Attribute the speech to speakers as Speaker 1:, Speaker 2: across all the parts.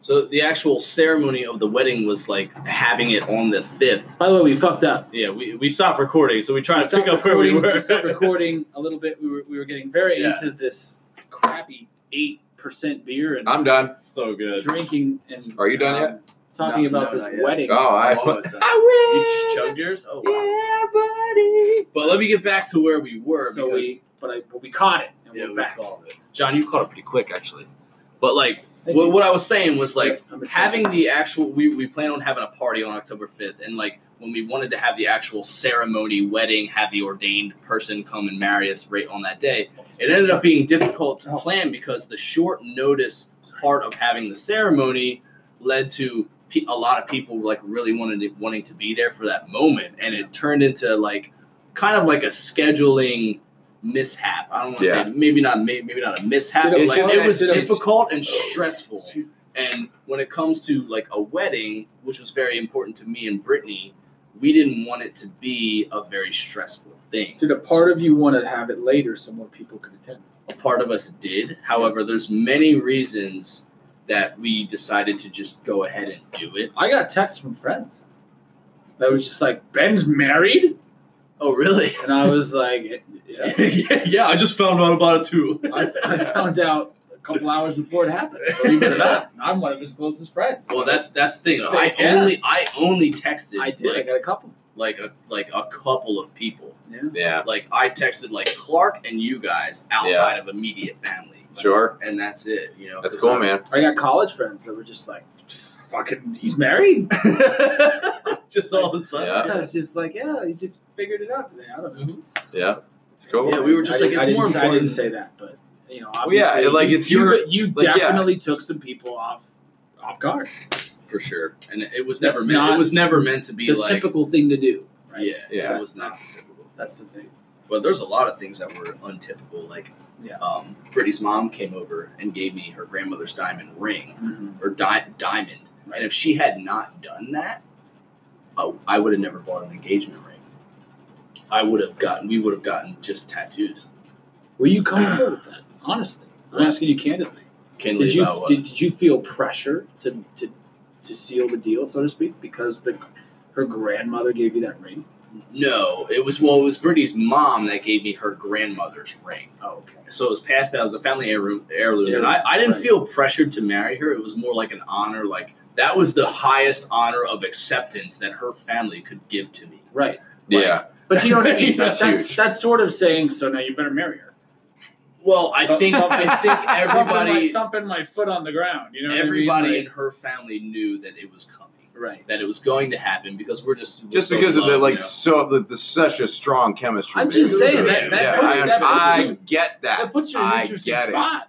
Speaker 1: So the actual ceremony of the wedding was like having it on the fifth.
Speaker 2: By the way, we fucked up.
Speaker 1: Yeah, we, we stopped recording, so we tried
Speaker 2: We
Speaker 1: to pick
Speaker 2: stopped
Speaker 1: up where we
Speaker 2: recording-
Speaker 1: were.
Speaker 2: stopped recording a little bit. We were we were getting very
Speaker 1: Yeah.
Speaker 2: into this crappy eight percent beer and
Speaker 3: I'm done.
Speaker 1: so good.
Speaker 2: drinking and.
Speaker 3: Are you done
Speaker 2: um,
Speaker 3: yet?
Speaker 2: Talking
Speaker 4: No,
Speaker 2: about
Speaker 4: no,
Speaker 2: this
Speaker 4: not yet.
Speaker 2: wedding.
Speaker 3: Oh, I.
Speaker 4: Almost done. You
Speaker 3: I
Speaker 4: just
Speaker 3: win.
Speaker 4: chugged yours? Oh, wow.
Speaker 3: Yeah, buddy.
Speaker 1: But let me get back to where we were.
Speaker 2: so
Speaker 1: because,
Speaker 2: we, but I, but we caught it and
Speaker 4: Yeah,
Speaker 2: we're
Speaker 4: we
Speaker 2: back.
Speaker 4: called it.
Speaker 1: John, you caught it pretty quick actually. But like,
Speaker 2: Thank
Speaker 1: what,
Speaker 2: you.
Speaker 1: what I was saying was like,
Speaker 2: I'm a
Speaker 1: having the actual we, we plan on having a party on october 5th and like when we wanted to have the actual ceremony wedding have the ordained person come and marry us right on that day it ended up being difficult to plan because the short notice part of having the ceremony led to pe- a lot of people like really wanted to, wanting to be there for that moment and it turned into like kind of like a scheduling mishap i don't want to
Speaker 3: Yeah.
Speaker 1: say maybe not may- maybe not a mishap
Speaker 2: Did
Speaker 3: a
Speaker 1: but, like,
Speaker 3: fuck-
Speaker 1: it was
Speaker 3: did a-
Speaker 1: difficult and stressful
Speaker 2: Excuse
Speaker 1: and when it comes to like a wedding, which was very important to me and Brittany, we didn't want it to be a very stressful thing.
Speaker 2: Did a part of you want to have it later so more people could attend?
Speaker 1: A part of us did. However,
Speaker 2: Yes.
Speaker 1: there's many reasons that we decided to just go ahead and do it.
Speaker 2: I got texts from friends that was just like, Ben's married?
Speaker 1: Oh, really?
Speaker 2: And I was like, yeah.
Speaker 1: yeah, yeah, I just found out about it too.
Speaker 2: I, I found out a couple hours before it happened. Believe it or not, I'm one of his closest friends.
Speaker 1: well, that's that's the thing. I
Speaker 2: Yeah.
Speaker 1: only I only texted
Speaker 2: I did. I
Speaker 1: like
Speaker 2: got a couple.
Speaker 1: like a like a couple of people.
Speaker 3: Yeah,
Speaker 1: Like I texted like Clark and you guys outside of immediate family.
Speaker 3: sure.
Speaker 1: And that's it. You know,
Speaker 3: That's
Speaker 1: 'cause
Speaker 3: cool,
Speaker 1: I-
Speaker 3: man.
Speaker 2: I got college friends that were just like, fucking, he's married.
Speaker 1: just all of a sudden.
Speaker 3: Yeah.
Speaker 2: And I was just like, yeah, he just figured it out today. I don't know.
Speaker 3: Yeah, it's cool.
Speaker 1: Mm-hmm. Yeah, we were just
Speaker 2: I
Speaker 1: like,
Speaker 2: didn't-
Speaker 1: it's
Speaker 2: I didn't
Speaker 1: more
Speaker 2: say- I didn't
Speaker 1: important.
Speaker 2: say that, but you know,
Speaker 3: Well, yeah,
Speaker 2: obviously,
Speaker 3: like, it's
Speaker 2: you,
Speaker 3: your-
Speaker 2: you
Speaker 3: like, yeah.
Speaker 2: definitely took some people off off guard.
Speaker 1: for sure. And it was never
Speaker 2: That's
Speaker 1: meant.
Speaker 2: not
Speaker 1: it was never meant to be
Speaker 2: the
Speaker 1: like.
Speaker 2: typical thing to do, right?
Speaker 1: Yeah,
Speaker 3: Yeah.
Speaker 1: It was not.
Speaker 2: That's-
Speaker 1: typical.
Speaker 2: That's the thing.
Speaker 1: But there's a lot of things that were untypical. Like,
Speaker 2: Yeah.
Speaker 1: um, Brittany's mom came over and gave me her grandmother's diamond ring or di- diamond. And if she had not done that, oh, I would have never bought an engagement ring. I would have gotten. We would have gotten just tattoos.
Speaker 2: Were you comfortable with that? Honestly, I'm asking you candidly.
Speaker 1: Can
Speaker 2: Did you did, did you feel pressure to, to to seal the deal, so to speak, because the her grandmother gave you that ring?
Speaker 1: No, it was well, it was Brittany's mom that gave me her grandmother's ring.
Speaker 2: Oh, okay.
Speaker 1: So it was passed down as a family heirloom, heirloom and I, I didn't
Speaker 2: Right.
Speaker 1: feel pressured to marry her. It was more like an honor, like that was the highest honor of acceptance that her family could give to me.
Speaker 2: Right.
Speaker 3: Yeah,
Speaker 2: But you know what I mean?
Speaker 3: That's
Speaker 2: that's
Speaker 3: huge.
Speaker 2: that's sort of saying so now you better marry her.
Speaker 1: Well, I think I think everybody
Speaker 2: thumping my foot on the ground, you
Speaker 1: everybody in her family knew that it was coming.
Speaker 2: right.
Speaker 1: That it was going to happen because we're just we're
Speaker 3: just
Speaker 1: so
Speaker 3: because of the
Speaker 1: loved,
Speaker 3: like
Speaker 1: you know?
Speaker 3: so the, the such a strong chemistry.
Speaker 2: I'm
Speaker 3: between
Speaker 2: just
Speaker 3: the
Speaker 1: saying
Speaker 3: two of
Speaker 1: that-
Speaker 3: you.
Speaker 1: that
Speaker 3: Yeah,
Speaker 1: puts-
Speaker 3: I,
Speaker 1: that
Speaker 2: puts
Speaker 3: I
Speaker 2: you-
Speaker 3: get that.
Speaker 2: That puts you in an
Speaker 3: I
Speaker 2: interesting
Speaker 3: get it.
Speaker 2: spot.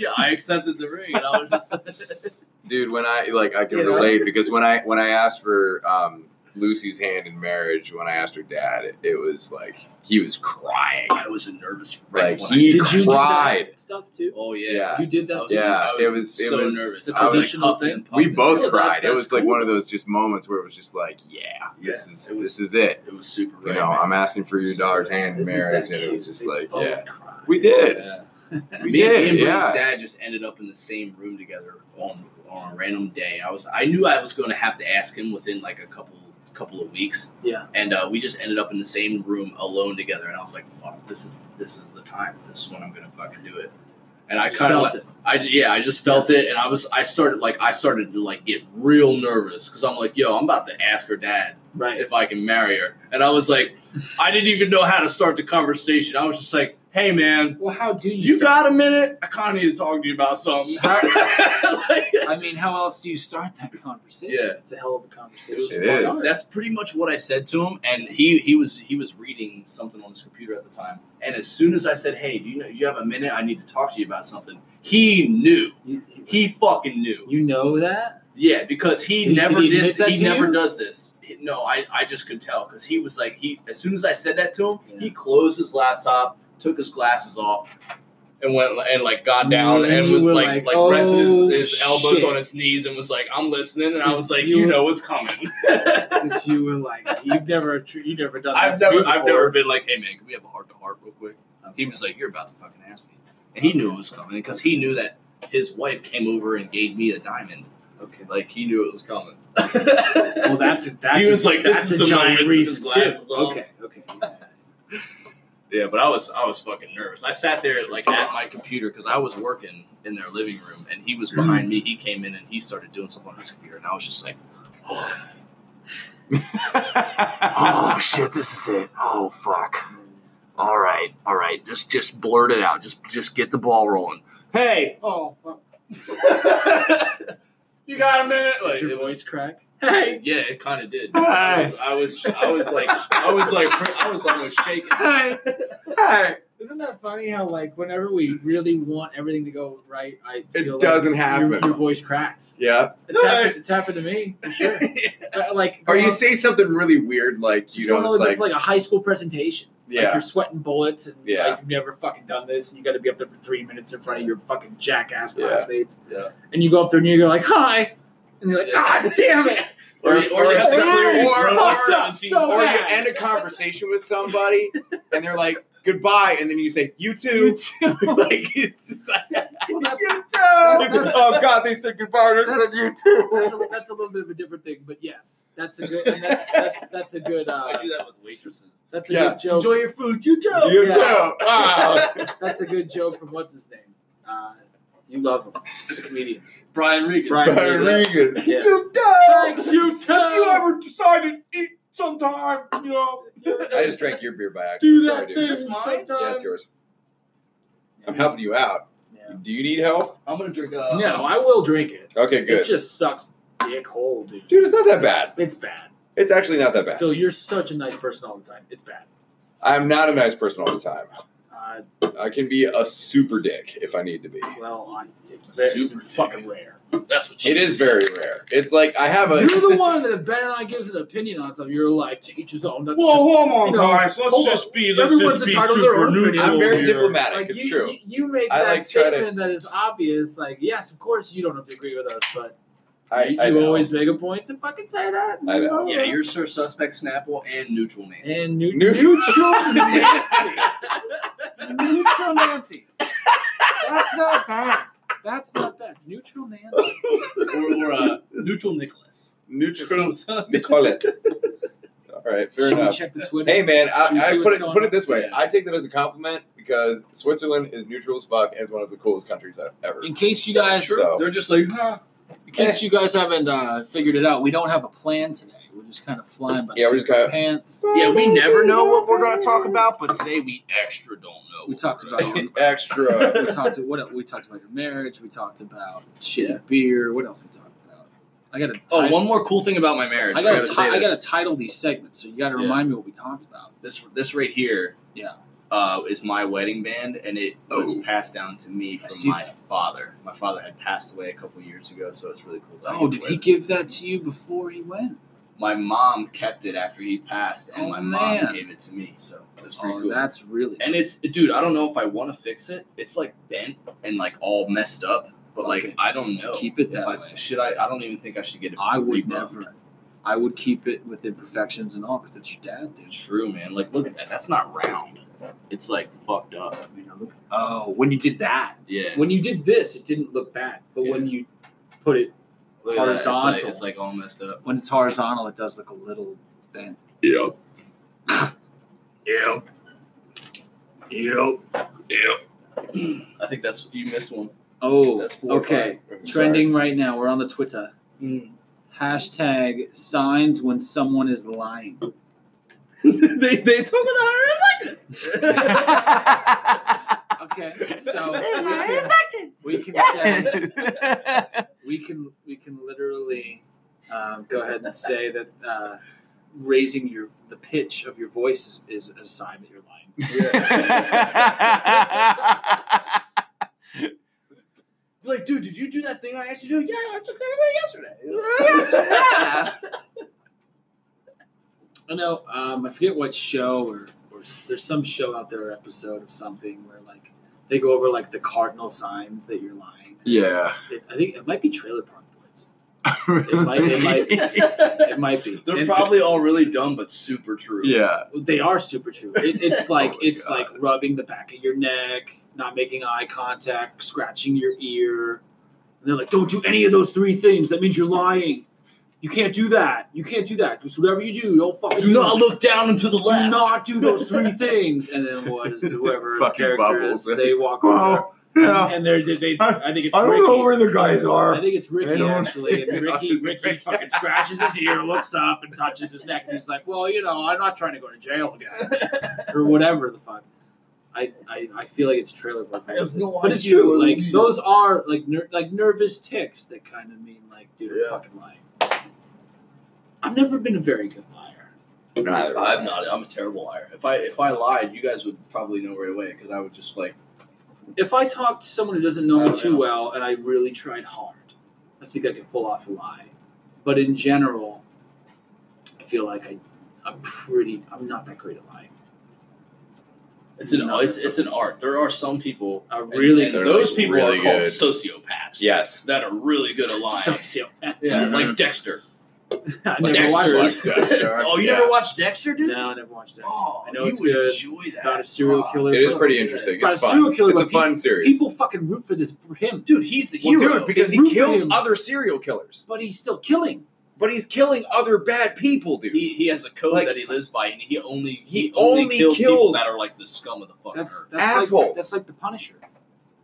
Speaker 1: yeah, I accepted the ring and I was just
Speaker 3: dude when i like i can
Speaker 2: You know?
Speaker 3: relate because when i when i asked for um lucy's hand in marriage when i asked her dad it, it was like he was crying
Speaker 1: I was a nervous wreck.
Speaker 3: like
Speaker 1: when I
Speaker 3: he
Speaker 2: Did you do
Speaker 3: cried
Speaker 2: that stuff too?
Speaker 1: Oh yeah.
Speaker 3: Yeah.
Speaker 2: You did that.
Speaker 1: I was-
Speaker 2: too?
Speaker 3: Yeah.
Speaker 1: I was
Speaker 3: it was- it
Speaker 1: so
Speaker 3: was-
Speaker 1: nervous.
Speaker 2: The
Speaker 1: I was, like,
Speaker 2: positional
Speaker 1: huffing
Speaker 2: thing.
Speaker 1: and
Speaker 3: we
Speaker 1: puffing.
Speaker 3: both
Speaker 2: Yeah, that-
Speaker 3: cried it
Speaker 2: that's
Speaker 3: was like
Speaker 2: cool,
Speaker 3: one of those just moments where it was just like yeah, this
Speaker 1: Yeah,
Speaker 3: is
Speaker 1: it was-
Speaker 3: this is it
Speaker 1: It was super.
Speaker 3: you
Speaker 1: rare,
Speaker 3: know
Speaker 1: man.
Speaker 3: i'm asking for your daughter's hand in
Speaker 2: Isn't
Speaker 3: marriage
Speaker 2: that
Speaker 3: and it was
Speaker 2: cute?
Speaker 3: just
Speaker 2: They
Speaker 3: like
Speaker 2: both
Speaker 3: yeah
Speaker 2: cried.
Speaker 3: we did
Speaker 1: Yeah.
Speaker 3: we
Speaker 1: me, and- me
Speaker 3: did
Speaker 1: and Brittany's
Speaker 3: yeah
Speaker 1: dad just ended up in the same room together on on a random day. I was I knew I was going to have to ask him within like a couple couple of weeks.
Speaker 2: Yeah.
Speaker 1: And uh, we just ended up in the same room alone together, and I was like, "Fuck, this is this is the time. This is when I'm gonna fucking do it." And I
Speaker 2: Just
Speaker 1: kind of
Speaker 2: felt
Speaker 1: like,
Speaker 2: it.
Speaker 1: I ju- yeah, I just felt it, and I was I started like I started to like get real nervous because I'm like, "Yo, I'm about to ask her dad."
Speaker 2: Right.
Speaker 1: if I can marry her. And I was like, I didn't even know how to start the conversation. I was just like, hey, man,
Speaker 2: Well, how do
Speaker 1: you
Speaker 2: start-
Speaker 1: got a minute? I kind of need to talk to you about something. Like,
Speaker 2: I mean, how else do you start that conversation?
Speaker 1: Yeah.
Speaker 2: It's a hell of a conversation.
Speaker 1: it was-
Speaker 3: It is.
Speaker 1: That's pretty much what I said to him, and he he was he was reading something on his computer at the time. And as soon as I said, "Hey, do you know do you have a minute? I need to talk to you about something," he knew.
Speaker 2: You,
Speaker 1: He fucking knew.
Speaker 2: you know that?
Speaker 1: Yeah, because he
Speaker 2: Did he-
Speaker 1: never
Speaker 2: did he
Speaker 1: did.
Speaker 2: admit that
Speaker 1: he
Speaker 2: to
Speaker 1: never
Speaker 2: you?
Speaker 1: does this. He- No, I, I just could tell because he was like he. As soon as I said that to him,
Speaker 2: Yeah.
Speaker 1: he closed his laptop, took his glasses off, and went and like got down
Speaker 2: And
Speaker 1: and,
Speaker 2: you
Speaker 1: was
Speaker 2: were
Speaker 1: like
Speaker 2: like,
Speaker 1: like, rested
Speaker 2: "Oh,
Speaker 1: his, his elbows
Speaker 2: shit."
Speaker 1: on his knees and was like, "I'm listening," and I
Speaker 2: Because
Speaker 1: was like,
Speaker 2: you
Speaker 1: "You
Speaker 2: were-
Speaker 1: know what's coming."
Speaker 2: 'Cause you were like, you've never, tr- you've never done that.
Speaker 1: I've
Speaker 2: to me
Speaker 1: never I've
Speaker 2: before.
Speaker 1: never been like, "Hey man, can we have a heart to heart real quick?" He was like, "You're about to fucking ask me," and he knew it was coming because he knew that his wife came over and gave me a diamond.
Speaker 2: Okay.
Speaker 1: Like he knew it was coming.
Speaker 2: Well, that's that's
Speaker 5: was like, this
Speaker 2: that's
Speaker 5: is
Speaker 2: a
Speaker 5: the moment,
Speaker 2: giant
Speaker 5: took his
Speaker 2: reason too.
Speaker 5: glasses off.
Speaker 2: Okay. Okay. yeah.
Speaker 1: Yeah, but I was I was fucking nervous. I sat there like at my computer because I was working in their living room, and he was behind me. He came in and he started doing something on his computer, and I was just like, "Oh shit, this is it. Oh fuck. All right, all right. Just just blurt it out. Just just get the ball rolling. Hey. Oh fuck. you got a minute? Like,
Speaker 2: Did your
Speaker 1: it was-
Speaker 2: voice crack?
Speaker 1: Hey. Yeah, it kind of did. I was, I was, I was like, I was like, I was almost shaking.
Speaker 2: Isn't that funny how like whenever we really want everything to go right, I
Speaker 3: It
Speaker 2: feel like
Speaker 3: doesn't
Speaker 2: your-
Speaker 3: happen.
Speaker 2: Your voice cracks.
Speaker 3: Yeah.
Speaker 2: It's,
Speaker 1: No,
Speaker 2: happened, it's happened to me for sure. Uh, like,
Speaker 3: Or you
Speaker 2: going-
Speaker 3: say something really weird, like you
Speaker 2: just
Speaker 3: know,
Speaker 2: going all
Speaker 3: it's
Speaker 2: the way back
Speaker 3: like,
Speaker 2: to like a high school presentation. Like
Speaker 3: yeah,
Speaker 2: you're sweating bullets and
Speaker 3: Yeah.
Speaker 2: like you've never fucking done this and you gotta be up there for three minutes in front of your fucking jackass
Speaker 3: Yeah.
Speaker 2: classmates.
Speaker 1: Yeah.
Speaker 2: And you go up there and you go like, hi. And you're like,
Speaker 1: Yeah.
Speaker 2: God damn it.
Speaker 1: Or,
Speaker 3: Or-
Speaker 1: or,
Speaker 3: or-
Speaker 1: if somebody-
Speaker 3: or-
Speaker 1: or-
Speaker 3: or-
Speaker 2: so
Speaker 1: or-
Speaker 3: or you
Speaker 2: bad.
Speaker 3: end a conversation with somebody, and they're like, "Goodbye," and then you say, "You too." like it's just like,
Speaker 2: That's,
Speaker 3: "You too."
Speaker 2: that's-
Speaker 3: oh God, they said goodbye. and I
Speaker 2: that's-
Speaker 3: said, "You too."
Speaker 2: that's, a, that's a little bit of a different thing, but yes, that's a good and that's that's that's a good uh,
Speaker 1: I do that with waitresses.
Speaker 2: that's a
Speaker 3: Yeah.
Speaker 2: good joke.
Speaker 1: your food. You too.
Speaker 3: You
Speaker 2: Yeah.
Speaker 3: too. Ah.
Speaker 2: That's a good joke from what's his name? Uh, you love him, the comedian.
Speaker 1: Brian Regan.
Speaker 2: Brian
Speaker 3: Brian Regan.
Speaker 2: Yeah.
Speaker 3: You too.
Speaker 2: you
Speaker 3: decide to eat sometime, you know. I just drank your beer by accident.
Speaker 2: do
Speaker 3: Sorry,
Speaker 2: that
Speaker 3: dude.
Speaker 2: thing
Speaker 1: That's mine?
Speaker 2: sometime.
Speaker 3: Yeah, it's yours. I'm helping you out.
Speaker 2: Yeah.
Speaker 3: Do you need help?
Speaker 1: I'm gonna drink. Uh,
Speaker 2: No, I will drink it.
Speaker 3: Okay,
Speaker 2: It
Speaker 3: good.
Speaker 2: just sucks dick hole, dude.
Speaker 3: Dude, it's not that bad.
Speaker 2: It's bad.
Speaker 3: It's actually not that bad.
Speaker 2: Phil, you're such a nice person all the time. It's bad.
Speaker 3: I'm not a nice person all the time.
Speaker 2: Uh,
Speaker 3: I can be a super dick if I need to be.
Speaker 2: well, I, it's, very,
Speaker 1: Super
Speaker 2: it's fucking rare.
Speaker 1: that's what she
Speaker 3: It is very rare. It's like I have a.
Speaker 2: You're the one that if Ben and I gives an opinion on something, you're like, to each his own. That's just
Speaker 5: hold
Speaker 2: you know,
Speaker 5: Let's
Speaker 2: hold
Speaker 5: just be. Let's
Speaker 2: Everyone's
Speaker 5: just be
Speaker 2: entitled to
Speaker 5: super
Speaker 2: their own opinion.
Speaker 5: neutral
Speaker 3: I'm very
Speaker 5: here.
Speaker 3: diplomatic.
Speaker 2: like
Speaker 3: it's
Speaker 2: you,
Speaker 3: true.
Speaker 2: you, you make
Speaker 3: I,
Speaker 2: that
Speaker 3: like, try to-
Speaker 2: statement that is obvious. Like, yes, of course, you don't have to agree with us, but
Speaker 3: I,
Speaker 2: you,
Speaker 3: I
Speaker 2: you
Speaker 3: know.
Speaker 2: always make a point to fucking say that.
Speaker 3: I know.
Speaker 1: Yeah, you're Sir Suspect, Snapple, and Neutral Nancy.
Speaker 2: and new,
Speaker 3: Neut-
Speaker 2: neutral Nancy. neutral Nancy. That's not bad. That's not bad. Neutral Nancy.
Speaker 1: or or uh, Neutral Nicholas.
Speaker 3: neutral.
Speaker 1: Something.
Speaker 3: Nicholas. all right, fair
Speaker 2: Should we
Speaker 3: enough.
Speaker 2: check the Twitter?
Speaker 3: Hey man,
Speaker 2: Should we see
Speaker 3: I, I
Speaker 2: what's
Speaker 3: put it
Speaker 2: going
Speaker 3: put
Speaker 2: on?
Speaker 3: it this way.
Speaker 1: Yeah.
Speaker 3: I take that as a compliment because Switzerland is neutral as fuck and is one of the coolest countries I've ever.
Speaker 2: In case you guys,
Speaker 3: Sure. So-
Speaker 1: They're just like, huh.
Speaker 2: in case you guys haven't uh, figured it out, we don't have a plan today. We're just kind of flying by
Speaker 3: Yeah, we're just
Speaker 2: seat of our
Speaker 3: kinda-
Speaker 2: pants.
Speaker 1: yeah, we never know what we're gonna talk about, but today we extra don't know.
Speaker 2: We
Speaker 1: what
Speaker 2: talked
Speaker 1: we're gonna
Speaker 2: about-
Speaker 1: talk
Speaker 3: Extra.
Speaker 2: we talked to, what else? we talked about your marriage. We talked about shitty beer. What else we talked about? I got to.
Speaker 1: Oh, one more cool thing about my marriage.
Speaker 2: I
Speaker 1: I
Speaker 2: gotta,
Speaker 1: gotta
Speaker 2: ti-
Speaker 1: say
Speaker 2: I
Speaker 1: this.
Speaker 2: gotta title these segments, so you gotta
Speaker 1: Yeah.
Speaker 2: remind me what we talked about.
Speaker 1: this this right here,
Speaker 2: Yeah.
Speaker 1: uh, is my wedding band, and it was passed down to me from
Speaker 2: see
Speaker 1: my father. My father had passed away a couple years ago, so it's really cool. that I
Speaker 2: Oh,
Speaker 1: get
Speaker 2: did
Speaker 1: to
Speaker 2: he
Speaker 1: wear this.
Speaker 2: give that to you before he went?
Speaker 1: My mom kept it after he passed, and
Speaker 2: Oh,
Speaker 1: my
Speaker 2: man.
Speaker 1: mom gave it to me, so that's pretty
Speaker 2: Oh,
Speaker 1: cool.
Speaker 2: that's really.
Speaker 1: and it's, dude, I don't know if I want to fix it. It's like bent and like all messed up, but like
Speaker 2: Fuck it.
Speaker 1: I don't know.
Speaker 2: Keep it
Speaker 1: if
Speaker 2: that
Speaker 1: I,
Speaker 2: way.
Speaker 1: Should I? I don't even think I should get it.
Speaker 2: I would
Speaker 1: rebuffed.
Speaker 2: never. I would keep it with imperfections and all, because that's your dad, dude.
Speaker 1: True, man. Like, look at that. That's not round. It's like fucked up.
Speaker 2: I mean, I look- Oh, when you did that,
Speaker 1: Yeah.
Speaker 2: when you did this, it didn't look bad, but when you put it,
Speaker 1: Look at that. It's, like,
Speaker 2: horizontal.
Speaker 1: it's like all messed up.
Speaker 2: when it's horizontal, it does look a little bent.
Speaker 1: Yep.
Speaker 2: Yep. Yep.
Speaker 1: I think that's you missed one.
Speaker 2: Oh,
Speaker 1: That's four. or
Speaker 2: okay.
Speaker 3: I'm sorry.
Speaker 2: Trending right now. We're on the Twitter. Hashtag signs when someone is lying.
Speaker 1: five. they they took it
Speaker 2: Okay, so we
Speaker 4: Hey,
Speaker 2: can,
Speaker 4: Imagine.
Speaker 2: we can send, we can we can literally um, go ahead and say that uh, raising your the pitch of your voice is, is a sign that you're lying.
Speaker 1: Like, dude, did you do that thing I asked you to do? Yeah, I took
Speaker 4: Yeah.
Speaker 1: that away
Speaker 2: I know um, I forget what show or, or s- there's some show out there or episode of something where like they go over like the cardinal signs that you're lying. It's-
Speaker 3: Yeah.
Speaker 2: it's, I think it might be Trailer Park Boys. It might, it might,
Speaker 1: yesterday.
Speaker 2: it might be.
Speaker 1: They're
Speaker 2: And-
Speaker 1: probably all really dumb, but super true.
Speaker 3: Yeah.
Speaker 2: They are super true. It, it's like
Speaker 3: Oh my
Speaker 2: it's
Speaker 3: God.
Speaker 2: like rubbing the back of your neck. not making eye contact, scratching your ear. And they're like, don't do any of those three things. That means you're lying. You can't do that. You can't do that. Just whatever you do, don't fucking
Speaker 1: Do not
Speaker 2: it.
Speaker 1: look down and to the
Speaker 2: Do
Speaker 1: left.
Speaker 2: not do those three things. And then what is whoever the
Speaker 3: Fucking
Speaker 2: character
Speaker 3: Bubbles.
Speaker 2: is, they walk over.
Speaker 5: Yeah.
Speaker 2: And they're they, I think it's
Speaker 5: I don't
Speaker 2: Ricky.
Speaker 5: know where the guys are.
Speaker 2: I think it's
Speaker 5: I
Speaker 2: Ricky
Speaker 5: don't-
Speaker 2: actually. And Ricky Ricky fucking scratches his ear, looks up, and touches his neck, and he's like, Well, you know, I'm not trying to go to jail again. or whatever the fuck. I, I, I feel like it's trailer park.
Speaker 5: I have no
Speaker 2: But it's
Speaker 5: idea
Speaker 2: true.
Speaker 5: what it
Speaker 2: Like
Speaker 5: means.
Speaker 2: those are like ner- like nervous ticks that kind of mean like, dude,
Speaker 5: Yeah.
Speaker 2: I'm fucking lying. I've never been a very good liar.
Speaker 3: Neither of
Speaker 1: I'm not. I'm a terrible liar. If I if I lied, you guys would probably know right away because I would just like.
Speaker 2: If I talk to someone who doesn't know
Speaker 1: I
Speaker 2: me
Speaker 1: don't
Speaker 2: too
Speaker 1: know.
Speaker 2: well and I really tried hard, I think I could pull off a lie. But in general, I feel like I, I'm pretty. I'm not that great at lying.
Speaker 1: It's an it's it's an art. There are some people.
Speaker 2: A
Speaker 1: and-
Speaker 2: really
Speaker 1: and
Speaker 2: good
Speaker 3: They're
Speaker 1: those
Speaker 3: like
Speaker 1: people
Speaker 3: really
Speaker 1: are called
Speaker 3: good.
Speaker 1: sociopaths.
Speaker 3: Yes.
Speaker 1: that are really good at lying.
Speaker 2: sociopath.
Speaker 1: Yeah,
Speaker 3: Mhm.
Speaker 1: like Dexter.
Speaker 2: I never
Speaker 1: Dexter
Speaker 2: watched
Speaker 1: is-
Speaker 2: it.
Speaker 3: watched Dexter.
Speaker 1: oh, you
Speaker 3: Yeah.
Speaker 1: never watched Dexter, dude?
Speaker 2: No, I never watched this.
Speaker 1: Oh,
Speaker 2: I know
Speaker 1: you
Speaker 2: it's
Speaker 1: would
Speaker 2: good.
Speaker 1: enjoy
Speaker 2: It's
Speaker 1: that.
Speaker 2: about a serial
Speaker 1: Oh.
Speaker 2: killer.
Speaker 3: It is pretty interesting.
Speaker 2: It's about a
Speaker 3: fun.
Speaker 2: serial killer,
Speaker 3: It's a
Speaker 2: but
Speaker 3: fun series.
Speaker 2: People fucking root for this for him,
Speaker 1: Dude, he's the
Speaker 3: well,
Speaker 1: hero.
Speaker 3: dude, because
Speaker 2: They
Speaker 3: he
Speaker 2: root for
Speaker 3: kills
Speaker 2: him.
Speaker 3: other serial killers,
Speaker 2: but he's still killing.
Speaker 3: but he's killing other bad people, dude.
Speaker 1: he, he has a code
Speaker 3: Like-
Speaker 1: that he lives by, and he only he,
Speaker 3: He
Speaker 1: only,
Speaker 3: only
Speaker 1: kills, people
Speaker 3: kills-
Speaker 1: that are like the scum of the fucking
Speaker 2: That's
Speaker 1: earth.
Speaker 2: that's Like,
Speaker 3: Assholes.
Speaker 2: that's like the Punisher,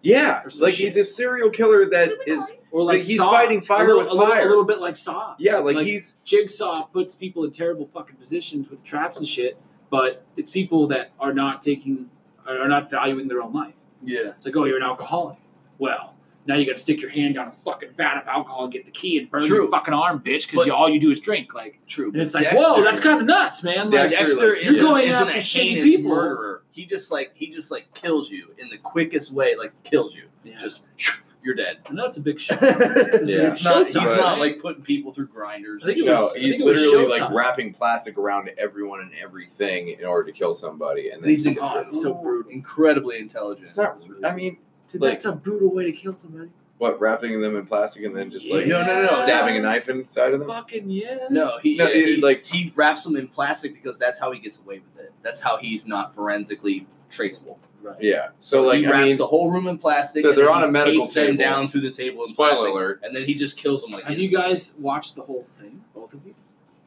Speaker 3: yeah,
Speaker 2: Or some
Speaker 3: like
Speaker 2: shit.
Speaker 3: he's a serial killer that is.
Speaker 2: or
Speaker 3: Like,
Speaker 2: like,
Speaker 3: he's
Speaker 2: Saw.
Speaker 3: fighting fire
Speaker 2: a little,
Speaker 3: with
Speaker 2: a little-
Speaker 3: fire.
Speaker 2: a little bit like Saw.
Speaker 3: Yeah, like,
Speaker 2: Like-
Speaker 3: he's
Speaker 2: Jigsaw puts people in terrible fucking positions with traps and shit, but it's people that are not taking are not valuing their own life.
Speaker 1: Yeah,
Speaker 2: It's like, oh, you're an alcoholic. Well, now you got to stick your hand down a fucking vat of alcohol and get the key and burn
Speaker 1: True.
Speaker 2: your fucking arm, bitch, because
Speaker 1: But-
Speaker 2: you, all you do is drink. Like,
Speaker 1: true.
Speaker 2: and it's like, whoa, that's kind of nuts, man. Like,
Speaker 3: Dexter,
Speaker 1: Dexter
Speaker 3: like,
Speaker 1: is
Speaker 2: you're going
Speaker 1: isn't
Speaker 2: after
Speaker 1: a
Speaker 2: shitty
Speaker 1: heinous
Speaker 2: people.
Speaker 1: murderer. He just like he just like kills you in the quickest way, like kills you.
Speaker 2: yeah.
Speaker 1: Just you're dead.
Speaker 2: I know it's a big shit.
Speaker 3: Yeah.
Speaker 1: It's not, he's
Speaker 3: Showtime.
Speaker 1: not like putting people through grinders.
Speaker 2: I think it
Speaker 1: and
Speaker 2: was-
Speaker 3: no,
Speaker 2: I
Speaker 3: he's
Speaker 2: think it was
Speaker 3: literally like
Speaker 2: Showtime.
Speaker 3: wrapping plastic around everyone and everything in order to kill somebody, and
Speaker 1: shit.
Speaker 3: then
Speaker 1: He's like,
Speaker 3: he
Speaker 1: oh,
Speaker 3: kills
Speaker 1: it's
Speaker 3: them.
Speaker 1: so brutal. Incredibly intelligent.
Speaker 3: It's not.
Speaker 1: It's really
Speaker 3: I mean,
Speaker 2: Dude,
Speaker 3: Like-
Speaker 2: that's a brutal way to kill somebody.
Speaker 3: what wrapping them in plastic and then just like
Speaker 1: No, no, no.
Speaker 3: stabbing a knife inside of them.
Speaker 2: Fucking yeah.
Speaker 1: No, he,
Speaker 3: No,
Speaker 1: yeah,
Speaker 3: it-
Speaker 1: he-
Speaker 3: like-
Speaker 1: he wraps them in plastic because that's how he gets away with it. That's how he's not forensically traceable.
Speaker 2: Right.
Speaker 3: Yeah. So like,
Speaker 1: he
Speaker 3: I
Speaker 1: wraps
Speaker 3: mean,
Speaker 1: the whole room in plastic.
Speaker 3: So
Speaker 1: and
Speaker 3: they're
Speaker 1: then
Speaker 3: on
Speaker 1: he
Speaker 3: a medical
Speaker 1: tapes them
Speaker 3: table.
Speaker 1: down to the table. In
Speaker 3: spoiler
Speaker 1: plastic,
Speaker 3: alert.
Speaker 1: And then he just kills them like.
Speaker 2: Have you
Speaker 1: instantly.
Speaker 2: guys watched the whole thing, both of you?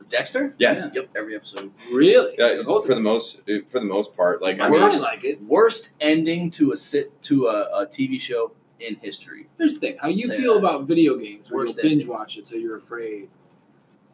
Speaker 1: Dexter?
Speaker 3: Yes.
Speaker 1: Yep. Every episode.
Speaker 2: Really?
Speaker 3: Uh,
Speaker 2: both
Speaker 3: for
Speaker 2: of
Speaker 3: the most, for the most part, like
Speaker 2: you? I
Speaker 3: I
Speaker 1: mean,
Speaker 3: mean,
Speaker 2: really
Speaker 1: worst-
Speaker 2: like it.
Speaker 1: Worst ending to a sit to a, a TV show in history.
Speaker 2: Here's the thing: how you
Speaker 1: Say
Speaker 2: feel
Speaker 1: that.
Speaker 2: about video games, where
Speaker 1: Worst
Speaker 2: you'll
Speaker 1: thing.
Speaker 2: binge watch it, so you're afraid.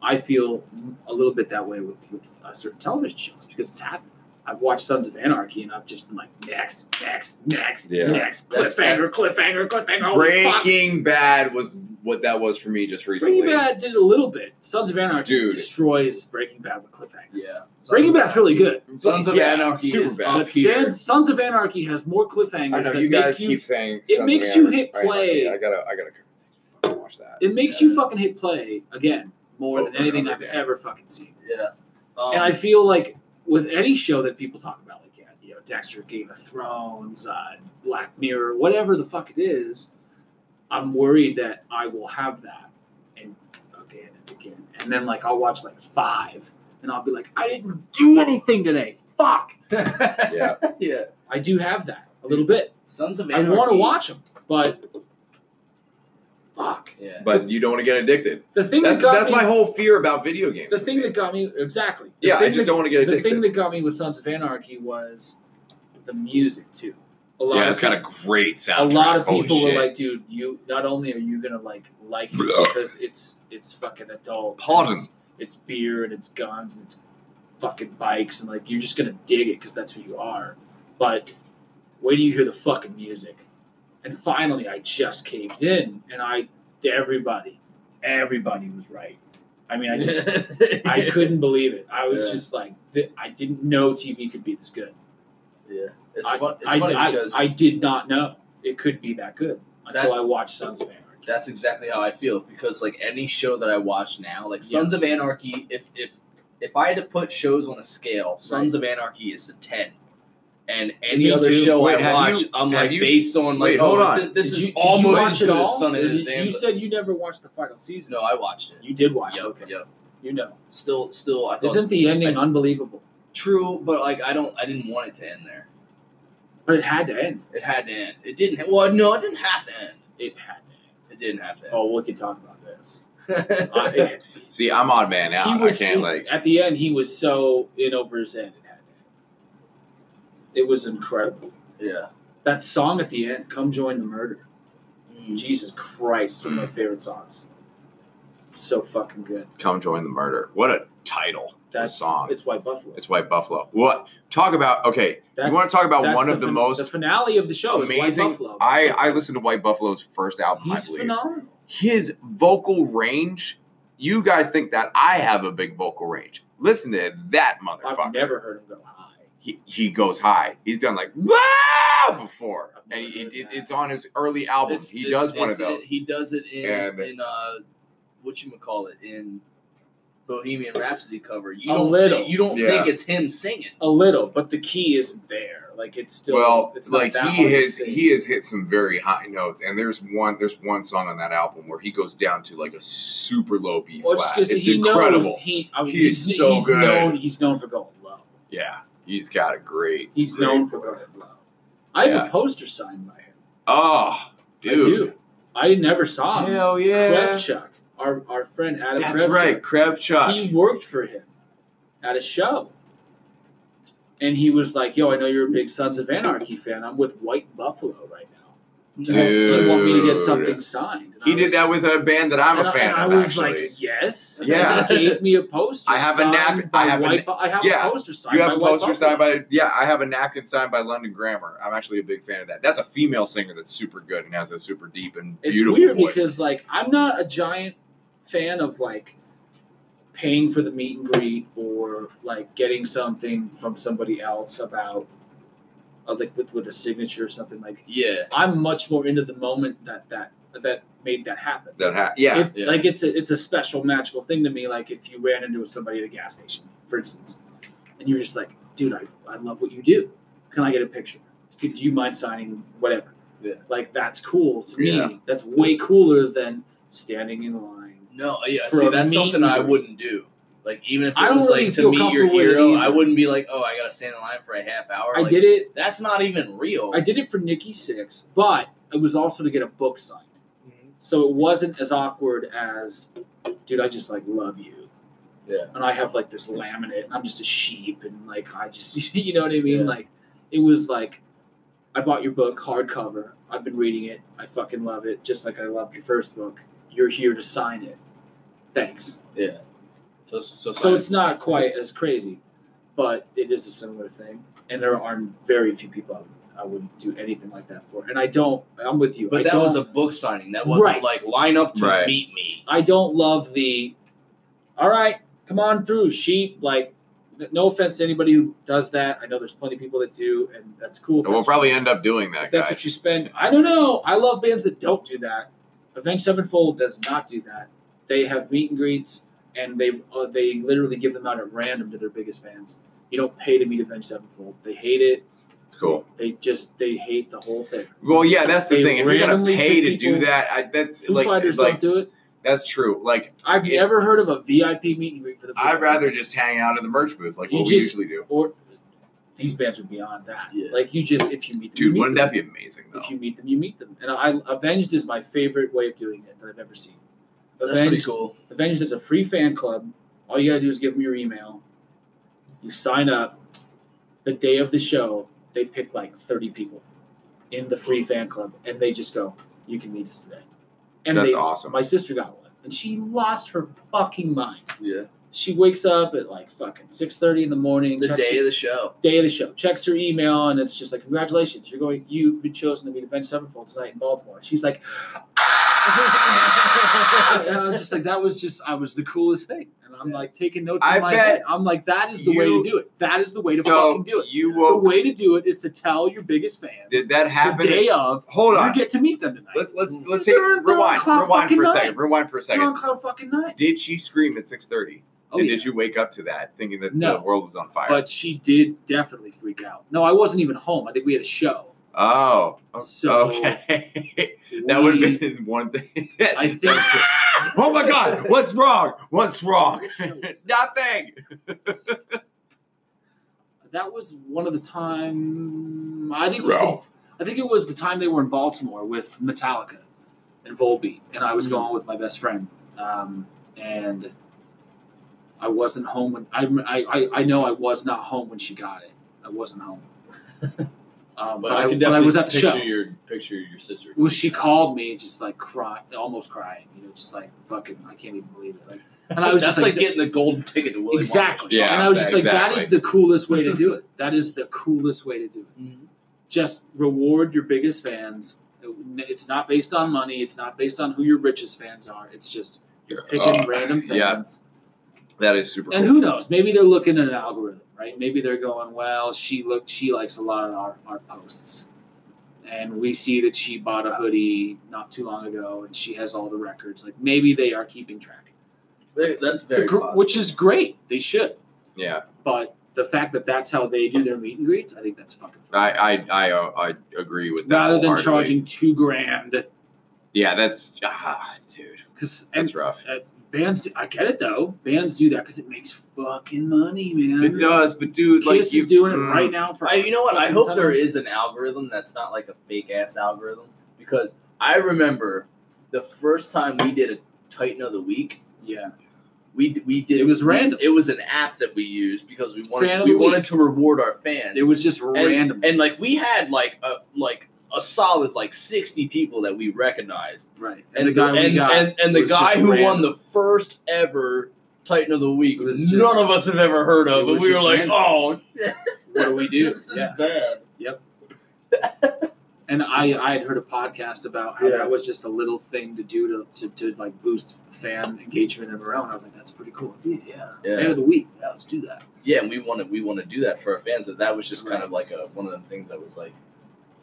Speaker 2: I feel a little bit that way with with uh, certain television shows because it's happened. I've watched Sons of Anarchy and I've just been like, next, next, next,
Speaker 3: Yeah.
Speaker 2: next,
Speaker 1: That's
Speaker 2: cliffhanger, cliffhanger, cliffhanger. holy fuck.
Speaker 3: Breaking Bad was what that was for me just recently.
Speaker 2: Breaking Bad did a little bit. Sons of Anarchy
Speaker 3: Dude.
Speaker 2: destroys Breaking Bad with cliffhangers.
Speaker 1: Yeah.
Speaker 2: Breaking Bad's really good,
Speaker 1: Sons of
Speaker 3: Yeah,
Speaker 1: Anarchy
Speaker 3: super
Speaker 1: is
Speaker 3: bad.
Speaker 1: up
Speaker 2: but
Speaker 1: here.
Speaker 2: Sons, Sons of Anarchy has more cliffhangers
Speaker 3: I know
Speaker 2: that
Speaker 3: you
Speaker 2: make
Speaker 3: guys
Speaker 2: you
Speaker 3: keep saying
Speaker 2: it
Speaker 3: Sons of
Speaker 2: makes you
Speaker 3: Anarchy.
Speaker 2: hit
Speaker 3: I know,
Speaker 2: play.
Speaker 3: yeah, I gotta, I gotta fucking watch that.
Speaker 2: It makes
Speaker 1: Yeah.
Speaker 2: you fucking hit play again more
Speaker 3: Over
Speaker 2: than
Speaker 3: and
Speaker 2: anything
Speaker 3: over
Speaker 2: I've
Speaker 3: again.
Speaker 2: ever fucking seen.
Speaker 1: Yeah. Um,
Speaker 2: and I feel like with any show that people talk about, like yeah, you know, Dexter, Game of Thrones, uh, Black Mirror, whatever the fuck it is, I'm worried that I will have that and again and again, and then like I'll watch like five, and I'll be like, I didn't do anything today. Fuck.
Speaker 3: Yeah,
Speaker 1: Um, yeah.
Speaker 2: I do have that a little bit.
Speaker 1: Sons of
Speaker 2: I
Speaker 1: Anarchy.
Speaker 2: want to watch them, but fuck.
Speaker 1: Yeah.
Speaker 3: but you don't want to get addicted.
Speaker 2: The thing
Speaker 3: That's,
Speaker 2: that got
Speaker 3: that's
Speaker 2: me,
Speaker 3: my whole fear about video games.
Speaker 2: the thing that got me exactly. The
Speaker 3: yeah, I
Speaker 2: thing
Speaker 3: just
Speaker 2: that-
Speaker 3: don't want to get
Speaker 2: the
Speaker 3: addicted.
Speaker 2: thing that got me with Sons of Anarchy was the music too. A lot
Speaker 3: yeah,
Speaker 2: of
Speaker 3: it's got a great soundtrack.
Speaker 2: a lot of
Speaker 3: Holy
Speaker 2: people
Speaker 3: shit.
Speaker 2: were like, "Dude, you not only are you gonna like like it
Speaker 3: Blah.
Speaker 2: because it's it's fucking adult, and
Speaker 3: Pardon.
Speaker 2: It's, it's beer and it's guns and it's fucking bikes and like you're just gonna dig it because that's who you are." But wait do you hear the fucking music? And finally, I just caved in, and I everybody, everybody was right. I mean, I just I couldn't believe it. I was
Speaker 1: Yeah.
Speaker 2: just like, th- I didn't know TV could be this good.
Speaker 1: Yeah. It's,
Speaker 2: I,
Speaker 1: fun, it's
Speaker 2: I,
Speaker 1: funny
Speaker 2: I,
Speaker 1: because
Speaker 2: I did not know it could be that good until I watched Sons of Anarchy.
Speaker 1: That's exactly how I feel because like any show that I watch now, like Sons of Anarchy, if if if I had to put shows on a scale, Sons of Anarchy is a ten. And any
Speaker 2: Me
Speaker 1: other
Speaker 2: too.
Speaker 1: show
Speaker 3: Wait,
Speaker 1: I
Speaker 3: have
Speaker 1: watch,
Speaker 3: you-
Speaker 1: I'm
Speaker 3: have
Speaker 1: like
Speaker 3: you-
Speaker 1: based on like
Speaker 3: wait,
Speaker 1: oh this
Speaker 3: hold on.
Speaker 1: is, this
Speaker 2: Did
Speaker 1: is
Speaker 2: you, did you
Speaker 1: almost
Speaker 2: watch
Speaker 1: as
Speaker 2: it
Speaker 1: good
Speaker 2: all?
Speaker 1: as Son of
Speaker 2: Did you-
Speaker 1: Zamba.
Speaker 2: You said you never watched the final season.
Speaker 1: no, I watched it.
Speaker 2: You did watch
Speaker 1: Yep,
Speaker 2: it. Okay.
Speaker 1: yep.
Speaker 2: You know.
Speaker 1: Still still I thought
Speaker 2: Isn't the ending unbelievable?
Speaker 1: true, but like I don't I didn't want it to end there.
Speaker 2: But it had to end.
Speaker 1: It had to end. It didn't. ha- Well, no, it didn't have to end.
Speaker 2: It had to
Speaker 1: It didn't have to
Speaker 2: end. Oh, we can talk about this.
Speaker 1: end.
Speaker 2: Uh, it-
Speaker 3: See, I'm odd man
Speaker 2: he
Speaker 3: out. I
Speaker 2: was
Speaker 3: can't
Speaker 2: so-
Speaker 3: like.
Speaker 2: at the end. He was so in over his head. It had to end. It was incredible.
Speaker 1: yeah.
Speaker 2: That song at the end, "Come Join the Murder."
Speaker 1: Mm.
Speaker 2: Jesus Christ, one of
Speaker 3: Mm.
Speaker 2: my favorite songs. It's so fucking good.
Speaker 3: Come join the murder. What a title!
Speaker 2: That's
Speaker 3: song.
Speaker 2: It's White Buffalo.
Speaker 3: It's White Buffalo. What? Talk about okay.
Speaker 2: That's,
Speaker 3: you want to talk about
Speaker 2: that's
Speaker 3: one of the
Speaker 2: fin-
Speaker 3: most
Speaker 2: the finale of the show is
Speaker 3: amazing?
Speaker 2: White Buffalo.
Speaker 3: I I listened to White Buffalo's first album.
Speaker 2: He's
Speaker 3: I believe
Speaker 2: phenomenal.
Speaker 3: his vocal range. You guys think that I have a big vocal range? Listen to that motherfucker.
Speaker 2: I've never heard him go high.
Speaker 3: he, he goes high. He's done like wow before,
Speaker 2: I've
Speaker 3: and
Speaker 2: never
Speaker 3: it,
Speaker 2: heard
Speaker 3: it,
Speaker 2: that.
Speaker 3: it's on his early
Speaker 1: It's-
Speaker 3: albums. he
Speaker 1: it's-
Speaker 3: does one of
Speaker 1: it's-
Speaker 3: those.
Speaker 1: it- he does it in
Speaker 3: And-
Speaker 1: in uh, what you call it in Bohemian Rhapsody cover. You
Speaker 2: A
Speaker 1: don't
Speaker 2: little.
Speaker 1: Think, you don't
Speaker 3: Yeah.
Speaker 1: think it's him singing.
Speaker 2: A little, but the key isn't there. Like it's still
Speaker 3: well,
Speaker 2: it's not
Speaker 3: like
Speaker 2: that
Speaker 3: he
Speaker 2: hard to
Speaker 3: has
Speaker 2: sing.
Speaker 3: he has hit some very high notes, and there's one there's one song on that album where he goes down to like a super low B
Speaker 2: Well,
Speaker 3: flat.
Speaker 2: just 'cause
Speaker 3: It's
Speaker 2: he
Speaker 3: incredible.
Speaker 2: knows he. I mean,
Speaker 3: He is
Speaker 2: he's,
Speaker 3: so
Speaker 2: he's
Speaker 3: good.
Speaker 2: known. He's known for going low.
Speaker 3: yeah, he's got a great.
Speaker 2: He's
Speaker 3: great
Speaker 2: known for going
Speaker 3: voice.
Speaker 2: low. I have
Speaker 3: Yeah.
Speaker 2: a poster signed by him.
Speaker 3: Oh, dude,
Speaker 2: I do. Oh. I never saw him.
Speaker 3: hell yeah,
Speaker 2: Krevchuk, our our friend Adam
Speaker 3: that's
Speaker 2: Krevchuk.
Speaker 3: right, Krevchuk.
Speaker 2: He worked for him at a show. And he was like, Yo, I know you're a big Sons of Anarchy fan. I'm with White Buffalo right now. Do you- do you want me to get
Speaker 3: Dude.
Speaker 2: something signed? And
Speaker 3: he
Speaker 2: I
Speaker 3: did
Speaker 2: was-
Speaker 3: that with a band that I'm
Speaker 2: and
Speaker 3: a
Speaker 2: I-
Speaker 3: fan
Speaker 2: and I
Speaker 3: of.
Speaker 2: was
Speaker 3: actually.
Speaker 2: like, Yes.
Speaker 3: Yeah.
Speaker 2: And he gave me a poster.
Speaker 3: I have a
Speaker 2: signed
Speaker 3: nap-
Speaker 2: by
Speaker 3: I have a
Speaker 2: White Bu- I have
Speaker 3: yeah.
Speaker 2: a poster signed.
Speaker 3: You have a
Speaker 2: by White
Speaker 3: poster signed
Speaker 2: Buffalo.
Speaker 3: by yeah. I have a napkin signed by London Grammar. I'm actually a big fan of that. That's a female singer that's super good and has a super deep and
Speaker 2: It's
Speaker 3: beautiful
Speaker 2: weird
Speaker 3: voice.
Speaker 2: because like I'm not a giant fan of like paying for the meet and greet or like getting something from somebody else about uh, like with with a signature or something like
Speaker 1: Yeah.
Speaker 2: I'm much more into the moment that that that made that happen.
Speaker 3: that ha- yeah,
Speaker 2: It-
Speaker 1: yeah.
Speaker 2: Like it's a it's a special magical thing to me. Like if you ran into somebody at a gas station, for instance, and you're just like, dude, I, I love what you do. Can I get a picture? Could do you mind signing whatever?
Speaker 1: Yeah.
Speaker 2: Like that's cool to me.
Speaker 3: Yeah.
Speaker 2: That's way cooler than standing in line.
Speaker 1: No. uh, Yeah.
Speaker 2: For
Speaker 1: see,
Speaker 2: a
Speaker 1: that's
Speaker 2: meet
Speaker 1: something I
Speaker 2: and greet.
Speaker 1: wouldn't do. Like even if it
Speaker 2: I don't
Speaker 1: was
Speaker 2: really
Speaker 1: like to
Speaker 2: feel
Speaker 1: meet your
Speaker 2: comfortable with it
Speaker 1: hero,
Speaker 2: either.
Speaker 1: I wouldn't be like, oh, I gotta stand in line for a half hour.
Speaker 2: I
Speaker 1: Like,
Speaker 2: did it.
Speaker 1: That's not even real.
Speaker 2: I did it for Nikki Six, but it was also to get a book signed. So it wasn't as awkward as, dude, I just like love you.
Speaker 1: Yeah.
Speaker 2: And I have like this laminate and I'm just a sheep and like I just you know what I mean? Like it was like I bought your book hardcover. I've been reading it. I fucking love it. Just like I loved your first book. You're here to sign it. Thanks.
Speaker 1: Yeah. So so
Speaker 2: So it's not quite as crazy, but it is a similar thing. And there are very few people I would, I would do anything like that for. And I don't I'm with you.
Speaker 1: But
Speaker 2: I
Speaker 1: that
Speaker 2: don't
Speaker 1: was a book signing. That wasn't
Speaker 2: Right.
Speaker 1: like line up to
Speaker 3: Right.
Speaker 1: meet me.
Speaker 2: I don't love the. All right, come on through, sheep. Like, th- no offense to anybody who does that. I know there's plenty of people that do, and that's cool.
Speaker 3: we'll probably end up doing
Speaker 2: if
Speaker 3: that,
Speaker 2: that's
Speaker 3: guys.
Speaker 2: what you spend. I don't know. I love bands that don't do that. Avenged Sevenfold does not do that. They have meet and greets, and they uh, they literally give them out at random to their biggest fans. You don't pay to meet Avenged Sevenfold. They hate it.
Speaker 3: It's cool.
Speaker 2: They just they hate the whole thing.
Speaker 3: Well, yeah, that's the
Speaker 2: They
Speaker 3: thing. If you're gonna
Speaker 2: randomly
Speaker 3: pay
Speaker 2: pick
Speaker 3: to do
Speaker 2: people-
Speaker 3: that, I, that's
Speaker 2: Foo
Speaker 3: like,
Speaker 2: Fighters
Speaker 3: like
Speaker 2: don't do it.
Speaker 3: that's true. Like
Speaker 2: I've
Speaker 3: it-
Speaker 2: never heard of a VIP meet and greet for the. Foo
Speaker 3: I'd rather
Speaker 2: Fighters.
Speaker 3: just hang out at the merch booth, like
Speaker 2: You
Speaker 3: what we
Speaker 2: just-
Speaker 3: usually do.
Speaker 2: or these bands are beyond that.
Speaker 1: Yeah.
Speaker 2: Like you just if you meet them, you
Speaker 3: Dude,
Speaker 2: meet
Speaker 3: wouldn't
Speaker 2: them.
Speaker 3: that be amazing though?
Speaker 2: if you meet them, you meet them. And I Avenged is my favorite way of doing it that I've ever seen.
Speaker 1: That's
Speaker 2: Avenged,
Speaker 1: pretty cool.
Speaker 2: Avenged is a free fan club. All you gotta do is give them your email. You sign up. The day of the show, they pick like thirty people in the free fan club, and they just go, "You can meet us today." And
Speaker 3: that's
Speaker 2: they,
Speaker 3: awesome.
Speaker 2: my sister got one, and she lost her fucking mind.
Speaker 1: Yeah.
Speaker 2: She wakes up at like fucking six thirty in the morning.
Speaker 1: The
Speaker 2: checks
Speaker 1: day of the show.
Speaker 2: day of the show, checks her email, and it's just like, congratulations, you're going, you've been chosen to be the Avenged Sevenfold tonight in Baltimore. And she's like, and I'm uh, just like, that was just, I was the coolest thing. And I'm like taking notes
Speaker 3: I
Speaker 2: in my
Speaker 3: bet
Speaker 2: head. I'm like, that is the way to
Speaker 3: you-
Speaker 2: do it. That is the way to
Speaker 3: so
Speaker 2: fucking do it.
Speaker 3: you
Speaker 2: The
Speaker 3: will.
Speaker 2: way to do it is to tell your biggest fans
Speaker 3: Did that
Speaker 2: the
Speaker 3: happen?
Speaker 2: day of,
Speaker 3: Hold on.
Speaker 2: you get to meet them tonight.
Speaker 3: Let's let's let's
Speaker 2: They're
Speaker 3: take
Speaker 2: on- they're on
Speaker 3: rewind
Speaker 2: cloud
Speaker 3: rewind for
Speaker 2: fucking
Speaker 3: a
Speaker 2: nine.
Speaker 3: second. Rewind for a
Speaker 2: You're on
Speaker 3: second.
Speaker 2: cloud fucking night.
Speaker 3: Did she scream at six thirty?
Speaker 2: Oh,
Speaker 3: and
Speaker 2: yeah.
Speaker 3: did you wake up to that thinking that
Speaker 2: No.
Speaker 3: the world was on fire?
Speaker 2: But she did definitely freak out. No, I wasn't even home. I think we had a show.
Speaker 3: oh, o-
Speaker 2: So
Speaker 3: okay. that would
Speaker 2: we-
Speaker 3: have been one thing.
Speaker 2: I think.
Speaker 3: oh my God, what's wrong? What's wrong? Nothing.
Speaker 2: that that was one of the time I think it was
Speaker 3: Ralph.
Speaker 2: The, I think it was the time they were in Baltimore with Metallica and Volbeat, and I was
Speaker 1: Mhm.
Speaker 2: going with my best friend, um, and I wasn't home when I, I I- I know I was not home when she got it. I wasn't home, um, but,
Speaker 1: But I,
Speaker 2: I,
Speaker 1: could
Speaker 2: but I
Speaker 1: definitely
Speaker 2: was at the
Speaker 1: picture
Speaker 2: show.
Speaker 1: your picture your sister.
Speaker 2: Well, she called me just like crying, almost crying, you know, just like fucking, I can't even believe it. Like, and I was
Speaker 1: That's
Speaker 2: just like,
Speaker 1: getting the golden ticket to Willy Wonka.
Speaker 2: exactly.
Speaker 3: Yeah,
Speaker 2: and I was just like, that
Speaker 3: exactly.
Speaker 2: is the coolest way to do it. That is the coolest way to do it.
Speaker 1: Mhm.
Speaker 2: Just reward your biggest fans. It- It's not based on money. It's not based on who your richest fans are. It's just you're picking
Speaker 3: Uh,
Speaker 2: random
Speaker 3: yeah.
Speaker 2: fans.
Speaker 3: That is super.
Speaker 2: And
Speaker 3: cool.
Speaker 2: who knows? Maybe they're looking at an algorithm, right? Maybe they're going, well, she looked, she likes a lot of our, our posts, and we see that she bought a hoodie not too long ago, and she has all the records. Like maybe they are keeping track,
Speaker 1: They- That's
Speaker 2: The
Speaker 1: very
Speaker 2: gr-
Speaker 1: possible.
Speaker 2: which is great. They should,
Speaker 3: Yeah,
Speaker 2: but the fact that that's how they do their meet and greets, I think that's fucking. fun.
Speaker 3: I I I, I agree with that.
Speaker 2: Rather than
Speaker 3: wholeheartedly.
Speaker 2: charging two grand,
Speaker 3: Yeah, that's ah, dude.
Speaker 2: because
Speaker 3: That's rough.
Speaker 2: uh, bands, I get it though. Bands do that because it makes fucking money, man.
Speaker 3: It does, but dude, like
Speaker 2: Kiss
Speaker 3: you,
Speaker 2: is doing it
Speaker 3: mm,
Speaker 2: right now for.
Speaker 1: I, you know what? I
Speaker 2: fucking
Speaker 1: hope
Speaker 2: ton
Speaker 1: there
Speaker 2: of-
Speaker 1: is an algorithm that's not like a fake ass algorithm because I remember the first time we did a Titan of the Week,
Speaker 2: Yeah.
Speaker 1: we d- we did
Speaker 2: It was random.
Speaker 1: It was an app that we used because we
Speaker 2: Fan
Speaker 1: wanted
Speaker 2: of
Speaker 1: we
Speaker 2: the
Speaker 1: wanted
Speaker 2: Week.
Speaker 1: to reward our fans.
Speaker 2: It was just
Speaker 1: and,
Speaker 2: random.
Speaker 1: and like we had like a like a solid like sixty people that we recognized,
Speaker 2: right,
Speaker 1: and,
Speaker 2: the guy we
Speaker 1: and,
Speaker 2: got,
Speaker 1: and, and the
Speaker 2: was just
Speaker 1: guy who won
Speaker 2: random.
Speaker 1: the first ever Titan of the Week
Speaker 2: It was
Speaker 1: none
Speaker 2: just-
Speaker 1: of us have ever heard
Speaker 2: it
Speaker 1: of, and
Speaker 2: was
Speaker 1: we were
Speaker 2: just
Speaker 1: like,
Speaker 2: random.
Speaker 1: oh shit,
Speaker 2: what do we do?
Speaker 1: this is
Speaker 2: yeah,
Speaker 1: bad.
Speaker 2: and I I had heard a podcast about how
Speaker 1: Yeah.
Speaker 2: that was just a little thing to do to, to, to like boost fan engagement and morale. And I was like, that's a pretty cool. idea. Yeah,
Speaker 1: Yeah.
Speaker 2: fan of the week. Yeah, let's do that.
Speaker 1: yeah, and we want to we want to do that for our fans. That that was just kind of like a one of them things that was like,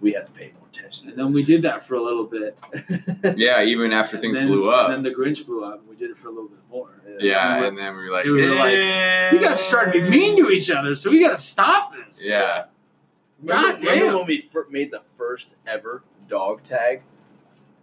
Speaker 1: we have to pay more attention.
Speaker 2: And then we did that for a little bit.
Speaker 1: did.
Speaker 3: Yeah, even after
Speaker 2: and
Speaker 3: things
Speaker 2: then,
Speaker 3: blew up.
Speaker 2: and then the Grinch blew up. and We did it for a little bit more.
Speaker 3: yeah,
Speaker 2: we
Speaker 3: and then we were like,
Speaker 2: we were like,
Speaker 3: "Eh."
Speaker 2: We gotta start to be mean to each other, so we gotta stop this.
Speaker 3: Yeah,
Speaker 1: Remember,
Speaker 2: God
Speaker 1: remember
Speaker 2: damn.
Speaker 1: when we fir- made the first ever dog tag?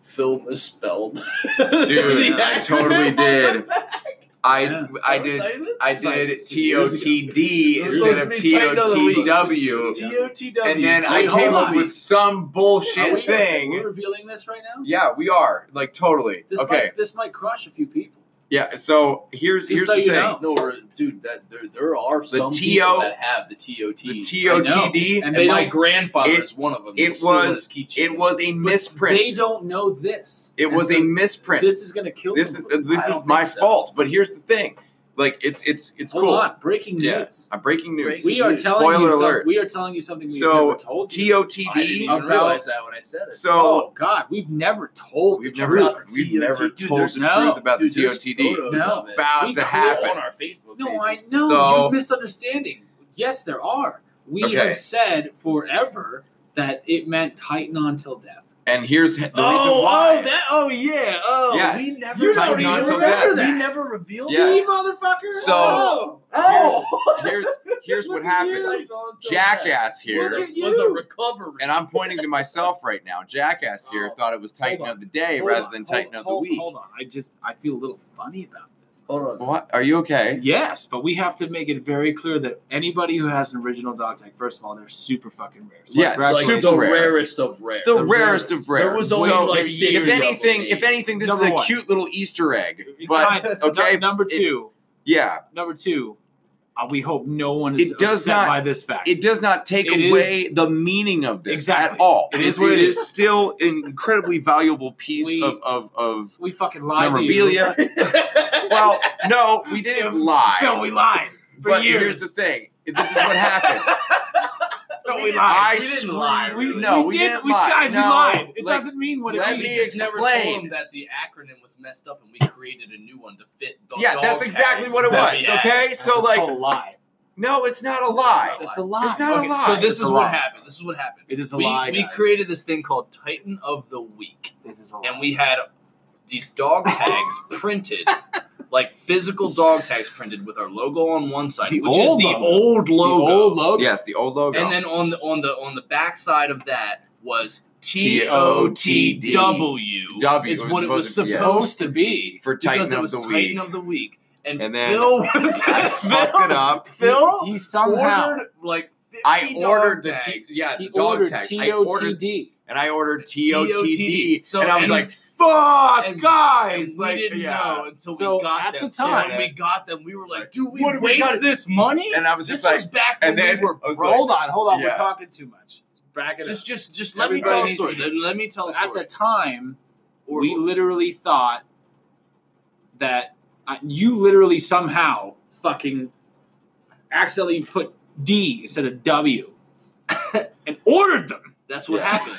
Speaker 1: Phil misspelled.
Speaker 3: Dude,
Speaker 1: the
Speaker 3: I
Speaker 1: acronym
Speaker 3: totally
Speaker 1: on the
Speaker 3: did.
Speaker 1: back.
Speaker 3: I
Speaker 2: Yeah.
Speaker 3: I
Speaker 1: Remember
Speaker 3: did
Speaker 1: signing this?
Speaker 3: I
Speaker 1: Sign-
Speaker 3: did
Speaker 2: six
Speaker 3: T
Speaker 2: years
Speaker 3: O
Speaker 2: ago.
Speaker 3: T D
Speaker 1: It was supposed
Speaker 3: instead of
Speaker 1: to
Speaker 3: T
Speaker 1: be Titan of
Speaker 3: O
Speaker 1: the
Speaker 3: T
Speaker 1: Week.
Speaker 3: W,
Speaker 1: TOTW.
Speaker 3: and then I
Speaker 2: Wait, hold
Speaker 3: came up
Speaker 2: on.
Speaker 3: with some
Speaker 2: Are
Speaker 3: bullshit
Speaker 2: we-
Speaker 3: thing.
Speaker 2: We're revealing this right now.
Speaker 3: Yeah, we are like totally
Speaker 2: This
Speaker 3: okay.
Speaker 2: might this might crush a few people.
Speaker 3: Yeah, so here's
Speaker 2: Just
Speaker 3: here's
Speaker 2: so
Speaker 3: the
Speaker 2: you
Speaker 3: thing.
Speaker 2: know.
Speaker 1: No, we're- dude, that there, there are some
Speaker 3: TO
Speaker 1: people that have the TOT.
Speaker 3: The
Speaker 2: I
Speaker 3: TOTD,
Speaker 2: know. And
Speaker 1: and
Speaker 2: they
Speaker 1: my
Speaker 2: don't-
Speaker 1: grandfather
Speaker 3: it-
Speaker 1: is one of them.
Speaker 3: it
Speaker 1: It's still in
Speaker 3: was-
Speaker 1: his keychain.
Speaker 3: it was a
Speaker 2: But
Speaker 3: misprint.
Speaker 2: They don't know this.
Speaker 3: It
Speaker 2: And
Speaker 3: was
Speaker 2: so
Speaker 3: a misprint.
Speaker 2: This is gonna kill.
Speaker 3: this
Speaker 2: them.
Speaker 3: is uh, this
Speaker 1: I don't
Speaker 3: is
Speaker 1: think
Speaker 3: my
Speaker 1: so.
Speaker 3: fault. But here's the thing, like it's it's it's
Speaker 2: Hold
Speaker 3: cool.
Speaker 2: on, breaking
Speaker 3: Yeah.
Speaker 2: news.
Speaker 3: I'm breaking news.
Speaker 2: We are
Speaker 1: news.
Speaker 2: telling
Speaker 3: Spoiler
Speaker 2: you. some-
Speaker 3: alert.
Speaker 2: we are telling you something we've
Speaker 3: So,
Speaker 2: never told you.
Speaker 1: I didn't
Speaker 3: TOTD.
Speaker 1: even
Speaker 2: About-
Speaker 1: realize that when I said it.
Speaker 3: So
Speaker 2: oh God, we've never told
Speaker 3: we've
Speaker 2: Oh, the
Speaker 3: never
Speaker 2: truth.
Speaker 1: truth.
Speaker 3: we've never
Speaker 1: Dude,
Speaker 3: told
Speaker 2: there's
Speaker 3: the
Speaker 2: no-
Speaker 3: truth about
Speaker 1: Dude,
Speaker 3: the
Speaker 1: there's
Speaker 3: TOTD.
Speaker 1: photos
Speaker 2: No.
Speaker 1: of it.
Speaker 3: About
Speaker 2: We
Speaker 3: to
Speaker 2: clear
Speaker 1: on
Speaker 3: happen.
Speaker 1: our Facebook.
Speaker 2: No, I
Speaker 1: pages.
Speaker 2: know
Speaker 3: So-
Speaker 2: you're misunderstanding. Yes, there are. We
Speaker 3: Okay.
Speaker 2: have said forever that it meant Titan on till death.
Speaker 3: And here's the reason
Speaker 1: oh,
Speaker 3: why.
Speaker 1: oh, that, oh yeah, oh,
Speaker 3: Yes.
Speaker 1: we never,
Speaker 2: You
Speaker 1: told
Speaker 2: don't even
Speaker 1: you.
Speaker 2: remember that.
Speaker 1: We never revealed
Speaker 3: Yes.
Speaker 2: See, motherfucker.
Speaker 3: So-
Speaker 2: oh,
Speaker 1: Oh,
Speaker 3: here's here's what
Speaker 2: Look at
Speaker 3: happened.
Speaker 2: you.
Speaker 3: Jackass
Speaker 2: Look
Speaker 3: here,
Speaker 2: at
Speaker 1: was a
Speaker 2: you.
Speaker 1: recovery.
Speaker 3: and I'm pointing to myself right now. Jackass here
Speaker 2: Oh.
Speaker 3: thought it was Titan
Speaker 2: Hold
Speaker 3: of the day
Speaker 2: Hold
Speaker 3: rather
Speaker 2: on,
Speaker 3: than
Speaker 2: hold-
Speaker 3: Titan of the
Speaker 2: hold-
Speaker 3: week.
Speaker 2: Hold on, I just I feel a little funny about this.
Speaker 1: Hold
Speaker 3: What? Are you okay?
Speaker 2: Yes, but we have to make it very clear that anybody who has an original dog tag, first of all, they're super fucking rare. So
Speaker 3: Yeah,
Speaker 1: like
Speaker 2: congratulations.
Speaker 1: the
Speaker 3: super rare.
Speaker 1: rarest of rare.
Speaker 3: The,
Speaker 2: The
Speaker 3: rarest,
Speaker 2: rarest.
Speaker 3: of rare.
Speaker 1: There was only,
Speaker 3: so
Speaker 1: like,
Speaker 3: if,
Speaker 1: years
Speaker 3: if anything,
Speaker 1: of
Speaker 3: if
Speaker 1: it.
Speaker 3: anything, this
Speaker 2: Number
Speaker 3: is a
Speaker 2: one.
Speaker 3: cute little Easter egg. But
Speaker 2: Kind of.
Speaker 3: okay,
Speaker 2: Nu- number
Speaker 3: it-
Speaker 2: two,
Speaker 3: yeah,
Speaker 2: number two, uh, we hope no one is
Speaker 3: It does
Speaker 2: upset
Speaker 3: not-
Speaker 2: by this fact.
Speaker 3: it does not take
Speaker 2: It is-
Speaker 3: away the meaning of this
Speaker 2: Exactly.
Speaker 3: at all.
Speaker 2: It is what it
Speaker 3: It is still an incredibly valuable piece
Speaker 2: We-
Speaker 3: of of of
Speaker 2: We fucking lied to you.
Speaker 3: memorabilia. well, no, we didn't lie.
Speaker 2: Phil, we lied for
Speaker 3: but
Speaker 2: years.
Speaker 3: here's the thing: this is what happened.
Speaker 2: Phil, we, lied.
Speaker 3: I
Speaker 2: we didn't
Speaker 3: screwed-
Speaker 2: lie.
Speaker 3: we-
Speaker 2: really.
Speaker 3: no,
Speaker 2: we,
Speaker 3: we
Speaker 2: did.
Speaker 3: didn't
Speaker 2: we,
Speaker 3: lie.
Speaker 2: Guys, we
Speaker 3: No,
Speaker 2: lied. It
Speaker 3: like,
Speaker 2: doesn't mean what
Speaker 3: let
Speaker 2: it
Speaker 1: Let
Speaker 3: me
Speaker 1: me
Speaker 2: means.
Speaker 1: just never
Speaker 3: explain.
Speaker 1: told him that the acronym was messed up, and we created a new one to fit the.
Speaker 3: yeah,
Speaker 1: dog
Speaker 3: that's exactly
Speaker 1: tags.
Speaker 3: what it was.
Speaker 1: Yeah.
Speaker 3: Okay,
Speaker 2: That's
Speaker 3: so
Speaker 2: a
Speaker 3: like,
Speaker 2: whole lie.
Speaker 3: no, it's not a lie.
Speaker 2: It's a lie.
Speaker 3: It's not a
Speaker 1: Okay,
Speaker 3: lie.
Speaker 1: So this
Speaker 2: It's
Speaker 1: is
Speaker 2: a
Speaker 1: what
Speaker 2: lie.
Speaker 1: happened. This is what happened.
Speaker 2: It is a
Speaker 1: we
Speaker 2: lie.
Speaker 1: we
Speaker 2: guys.
Speaker 1: created this thing called Titan of the Week,
Speaker 2: It is a lie.
Speaker 1: and we had these dog tags printed, like physical dog tags printed with our logo on one side,
Speaker 2: The
Speaker 1: which is
Speaker 2: old
Speaker 1: the
Speaker 2: logo.
Speaker 1: old
Speaker 2: The
Speaker 1: logo.
Speaker 2: old logo.
Speaker 3: Yes, the old logo.
Speaker 1: And then on the on the on the back side of that was T O T
Speaker 3: TOTD.
Speaker 1: W
Speaker 3: W
Speaker 1: is
Speaker 3: was
Speaker 1: what it was
Speaker 3: supposed to- yeah.
Speaker 1: supposed to be
Speaker 3: for Titan
Speaker 1: because it
Speaker 3: of
Speaker 1: was
Speaker 3: the
Speaker 1: Titan
Speaker 3: Week.
Speaker 1: of the week. And,
Speaker 3: And then
Speaker 1: Phil was
Speaker 3: I
Speaker 1: Phil
Speaker 3: fucked it up.
Speaker 1: Phil
Speaker 2: He somehow
Speaker 1: ordered like
Speaker 3: I
Speaker 6: dog
Speaker 3: ordered the t-
Speaker 6: tags.
Speaker 3: yeah
Speaker 2: He
Speaker 3: the dog
Speaker 2: ordered
Speaker 3: tags. I ordered
Speaker 2: TOTD.
Speaker 3: and I ordered
Speaker 1: TOTD.
Speaker 3: TOTD.
Speaker 1: So-
Speaker 3: and I was
Speaker 1: and-
Speaker 3: like, "Fuck,
Speaker 1: and-
Speaker 3: guys!"
Speaker 1: we
Speaker 3: like,
Speaker 1: didn't
Speaker 3: yeah.
Speaker 1: know until
Speaker 2: So
Speaker 1: we got
Speaker 2: at
Speaker 1: them.
Speaker 2: the
Speaker 1: So
Speaker 2: time-
Speaker 1: when we got them, we were like, "Do we
Speaker 3: What do we
Speaker 1: waste
Speaker 3: gotta-
Speaker 1: this money?"
Speaker 3: And I was
Speaker 1: this
Speaker 3: just like,
Speaker 1: was back
Speaker 3: and
Speaker 1: when
Speaker 3: then
Speaker 1: we were
Speaker 3: I was
Speaker 1: broke.
Speaker 3: like-
Speaker 2: Hold on, hold on.
Speaker 3: Yeah.
Speaker 2: We're talking too much. Back it
Speaker 1: just,
Speaker 2: up.
Speaker 1: just, just let me tell a
Speaker 2: Everybody
Speaker 1: story.
Speaker 2: needs
Speaker 1: Let, let me tell a
Speaker 2: So
Speaker 1: story.
Speaker 2: at the time,
Speaker 1: Or-
Speaker 2: we literally thought that uh, you literally somehow fucking accidentally put D instead of W and ordered them.
Speaker 1: that's what
Speaker 3: Yeah.
Speaker 1: happened.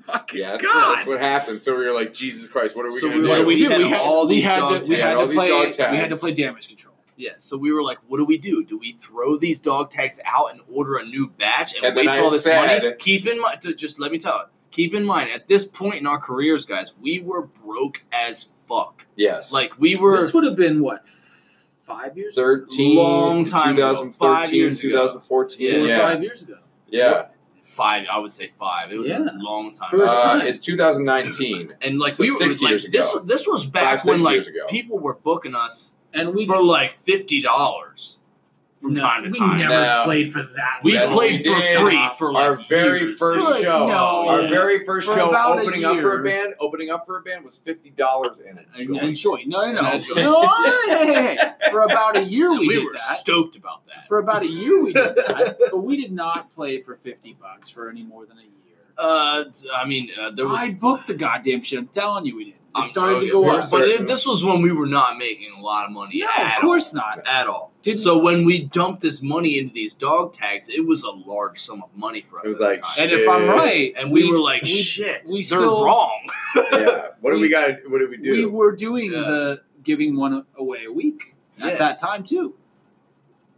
Speaker 5: Fucking
Speaker 3: Yeah, that's,
Speaker 5: God.
Speaker 3: that's what happened. So we were like, "Jesus Christ, what are we
Speaker 1: So
Speaker 3: gonna
Speaker 1: we were
Speaker 3: do?"
Speaker 1: like, we had all
Speaker 2: we
Speaker 1: these
Speaker 2: had
Speaker 1: dog
Speaker 2: to, we had
Speaker 3: tags.
Speaker 2: to
Speaker 3: All these
Speaker 2: play.
Speaker 3: dog
Speaker 2: We had to
Speaker 3: tags.
Speaker 2: play damage control.
Speaker 1: Yeah, so we were like, what do we do? Do we throw these dog tags out and order a new batch and,
Speaker 3: And then
Speaker 1: waste
Speaker 3: I
Speaker 1: all this
Speaker 3: said-
Speaker 1: money? Keep in mind, to just let me tell it. Keep in mind, at this point in our careers, guys, we were broke as fuck.
Speaker 3: yes,
Speaker 1: Like we were
Speaker 5: this would have been what f- five years, ago?
Speaker 3: thirteen,
Speaker 1: long time ago,
Speaker 3: 2013,
Speaker 1: five years ago.
Speaker 3: 2014.
Speaker 5: four
Speaker 1: Yeah.
Speaker 5: or
Speaker 3: yeah,
Speaker 5: five years ago.
Speaker 3: yeah.
Speaker 1: five. I would say five. It was
Speaker 5: Yeah.
Speaker 1: a long time.
Speaker 5: First
Speaker 1: ago.
Speaker 3: Uh,
Speaker 5: time.
Speaker 3: It's 2019.
Speaker 1: and like
Speaker 3: so
Speaker 1: we were
Speaker 3: six
Speaker 1: like
Speaker 3: years ago.
Speaker 1: this. This was back
Speaker 3: Five,
Speaker 1: when
Speaker 3: six
Speaker 1: like
Speaker 3: years ago.
Speaker 1: people were booking us
Speaker 5: And we
Speaker 1: for like fifty dollars from
Speaker 5: no,
Speaker 1: time to
Speaker 5: we
Speaker 1: time.
Speaker 5: never
Speaker 3: No.
Speaker 5: played for that.
Speaker 1: we
Speaker 3: Yes,
Speaker 1: played
Speaker 3: we
Speaker 1: for
Speaker 3: did.
Speaker 1: free for like
Speaker 3: our very
Speaker 1: years.
Speaker 3: first
Speaker 2: Like,
Speaker 3: show,
Speaker 2: no.
Speaker 3: our very first
Speaker 2: For
Speaker 3: show,
Speaker 2: about a
Speaker 3: opening up for a
Speaker 2: year.
Speaker 3: band, opening up for a band was fifty dollars in it.
Speaker 2: And joy. No, no, no.
Speaker 1: And joy.
Speaker 2: no hey, hey, hey. For about a year,
Speaker 1: And
Speaker 2: we,
Speaker 1: we,
Speaker 2: did
Speaker 1: were
Speaker 2: that.
Speaker 1: stoked about that.
Speaker 2: For about a year, we did that. But we did not play for fifty bucks for any more than a year.
Speaker 1: Uh, I mean, uh, there was.
Speaker 2: I booked the goddamn shit. I'm telling you, we did. It
Speaker 1: I'm-
Speaker 2: started
Speaker 1: okay,
Speaker 2: to go
Speaker 1: we're
Speaker 2: up.
Speaker 1: But
Speaker 3: certain.
Speaker 1: it, this was when we were not making a lot of money.
Speaker 2: No,
Speaker 1: at
Speaker 2: of course not.
Speaker 1: all, at all.
Speaker 2: Didn't-
Speaker 1: so when we dumped this money into these dog tags, it was a large sum of money for us.
Speaker 3: It was
Speaker 1: at the
Speaker 3: like,
Speaker 1: time.
Speaker 2: And if I'm
Speaker 3: Shit.
Speaker 2: right,
Speaker 1: and we, were like,
Speaker 2: we-
Speaker 1: shit,
Speaker 2: we
Speaker 1: they're
Speaker 2: still-
Speaker 1: wrong.
Speaker 3: yeah. What do
Speaker 2: We-
Speaker 3: we got? What did we do?
Speaker 2: we were doing
Speaker 1: Yeah.
Speaker 2: the giving one away a week
Speaker 1: Yeah.
Speaker 2: at that time too.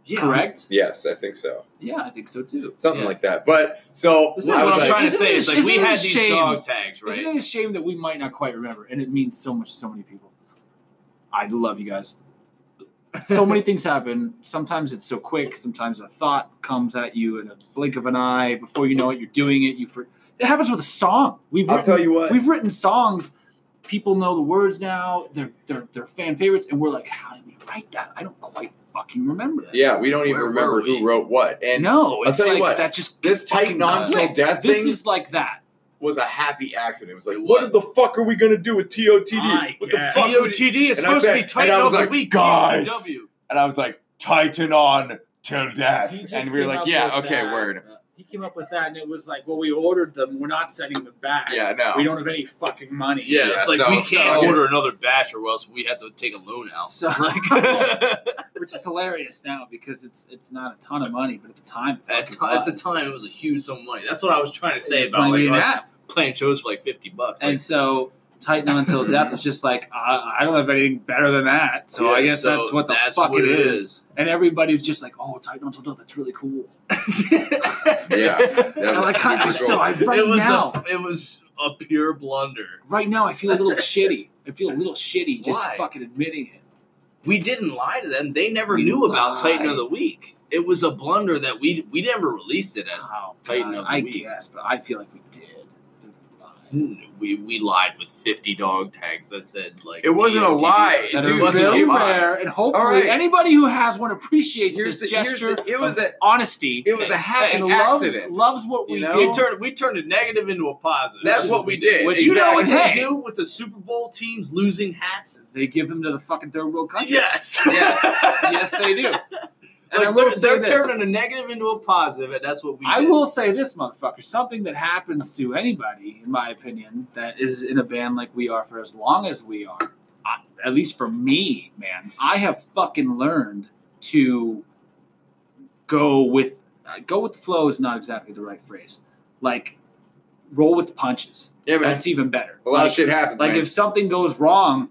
Speaker 1: Yeah.
Speaker 2: Correct?
Speaker 3: yes, I think so.
Speaker 2: Yeah, I think so too.
Speaker 3: Something
Speaker 1: Yeah.
Speaker 3: like that. But so
Speaker 2: This is
Speaker 1: That's
Speaker 3: I
Speaker 1: what
Speaker 3: was
Speaker 1: I'm
Speaker 3: like,
Speaker 1: trying to
Speaker 2: isn't
Speaker 1: say.
Speaker 2: it-
Speaker 1: Is like we
Speaker 2: isn't it
Speaker 1: had
Speaker 2: a
Speaker 1: these
Speaker 2: shame?
Speaker 1: dog tags, right?
Speaker 2: Isn't it a shame that we might not quite remember? And it means so much to so many people. I love you guys. So many things happen. Sometimes it's so quick. Sometimes a thought comes at you in a blink of an eye. Before you know it, you're doing it. You for it happens with a song. We've
Speaker 3: I'll
Speaker 2: written,
Speaker 3: tell you what.
Speaker 2: we've written songs. People know the words now. They're they're they're fan favorites, and we're like, how did we write that? I don't quite fucking remember.
Speaker 3: Yeah, we don't even
Speaker 1: Where
Speaker 3: remember
Speaker 1: were we?
Speaker 3: who wrote what. And
Speaker 2: no,
Speaker 3: I'll
Speaker 2: it's
Speaker 3: tell you
Speaker 2: like
Speaker 3: what,
Speaker 2: that just
Speaker 3: this
Speaker 2: fucking
Speaker 3: Titan on till
Speaker 2: clicked.
Speaker 3: death
Speaker 2: This
Speaker 3: thing
Speaker 2: is like that.
Speaker 3: was a happy accident. It was like,
Speaker 1: It
Speaker 3: what
Speaker 1: was.
Speaker 3: the fuck are we gonna do with TOTD?
Speaker 5: I
Speaker 3: what the
Speaker 5: guess.
Speaker 3: fuck?
Speaker 1: DOTD is
Speaker 3: And I
Speaker 1: supposed to
Speaker 3: said-
Speaker 1: be tight
Speaker 3: and I was
Speaker 1: over
Speaker 3: like,
Speaker 1: week.
Speaker 3: guys.
Speaker 1: TOTW.
Speaker 3: And I was like, Titan on till death.
Speaker 5: He just
Speaker 3: And we were
Speaker 5: came
Speaker 3: like,
Speaker 5: up
Speaker 3: yeah,
Speaker 5: with
Speaker 3: okay,
Speaker 5: that.
Speaker 3: word.
Speaker 2: uh,
Speaker 5: He came up with that, and it was like, well, we ordered them. We're not sending them back.
Speaker 3: Yeah, no.
Speaker 5: We don't have any fucking money.
Speaker 1: Yeah,
Speaker 3: Yeah,
Speaker 1: it's like
Speaker 3: so-
Speaker 1: we
Speaker 3: so-
Speaker 1: can't order another batch or else we have to take a loan out.
Speaker 2: So-
Speaker 1: Like,
Speaker 2: which is hilarious now because it's it's not a ton of money, but at the time, it
Speaker 1: at, ti
Speaker 2: fucking
Speaker 1: at the
Speaker 2: was.
Speaker 1: time, it was a huge sum of money. That's what I was trying to
Speaker 2: It
Speaker 1: say
Speaker 2: was
Speaker 1: about
Speaker 2: money
Speaker 1: like
Speaker 2: we
Speaker 1: us
Speaker 2: didn't have.
Speaker 1: playing shows for like fifty bucks. Like,
Speaker 2: and so Titan Until Death was just like I, I don't have anything better than that, so I
Speaker 1: yeah,
Speaker 2: guess
Speaker 1: so
Speaker 2: that's what the
Speaker 1: that's
Speaker 2: fuck
Speaker 1: what
Speaker 2: it is. And everybody was just like, "Oh, Titan Until Death, that's really cool."
Speaker 3: Yeah, that
Speaker 2: And I'm
Speaker 3: was
Speaker 2: like, I, I
Speaker 3: super
Speaker 2: still, I,
Speaker 1: it
Speaker 2: right
Speaker 1: was
Speaker 2: now,
Speaker 1: a, it was a pure blunder.
Speaker 2: right now, I feel a little shitty. I feel a little shitty just
Speaker 1: Why?
Speaker 2: fucking admitting it.
Speaker 1: We didn't lie to them. They never
Speaker 2: We
Speaker 1: knew about
Speaker 2: lied.
Speaker 1: Titan of the Week. It was a blunder that we we never released it as.
Speaker 2: Oh,
Speaker 1: Titan
Speaker 2: God,
Speaker 1: of the
Speaker 2: I
Speaker 1: week.
Speaker 2: guess, but I feel like we did.
Speaker 1: We we lied with fifty dog tags that said like
Speaker 3: It wasn't a
Speaker 1: TOTD.
Speaker 3: lie.
Speaker 2: That
Speaker 3: Dude,
Speaker 2: it was
Speaker 1: wasn't
Speaker 2: very
Speaker 1: a lie.
Speaker 2: rare, and hopefully,
Speaker 3: All right.
Speaker 2: anybody who has one appreciates
Speaker 3: Here's
Speaker 2: this
Speaker 3: the- here's
Speaker 2: gesture.
Speaker 3: the- it was
Speaker 2: of
Speaker 3: a-
Speaker 2: honesty.
Speaker 3: It was a happy
Speaker 2: and loves,
Speaker 3: accident.
Speaker 2: loves what
Speaker 3: you
Speaker 2: we
Speaker 3: know?
Speaker 1: We
Speaker 2: do.
Speaker 1: turned we turned a negative into a positive.
Speaker 3: That's
Speaker 1: Which is-
Speaker 3: what we did.
Speaker 2: Which
Speaker 1: Did you know what
Speaker 2: Exactly.
Speaker 1: they
Speaker 2: Hey.
Speaker 1: do with the Super Bowl teams losing hats?
Speaker 2: They give them to the fucking third world countries.
Speaker 1: Yes.
Speaker 3: Yes.
Speaker 2: yes, they do. And
Speaker 1: Like,
Speaker 2: I will
Speaker 1: they're,
Speaker 2: say
Speaker 1: they're
Speaker 2: this.
Speaker 1: turning a negative into a positive, and that's what we.
Speaker 2: I
Speaker 1: did.
Speaker 2: will say this, motherfucker. Something that happens to anybody, in my opinion, that is in a band like we are for as long as we are, I, at least for me, man, I have fucking learned to go with uh, go with the flow is not exactly the right phrase. Like roll with the punches.
Speaker 3: Yeah, man.
Speaker 2: That's even better.
Speaker 3: A lot
Speaker 2: Like,
Speaker 3: of shit happens.
Speaker 2: Like
Speaker 3: man.
Speaker 2: if something goes wrong,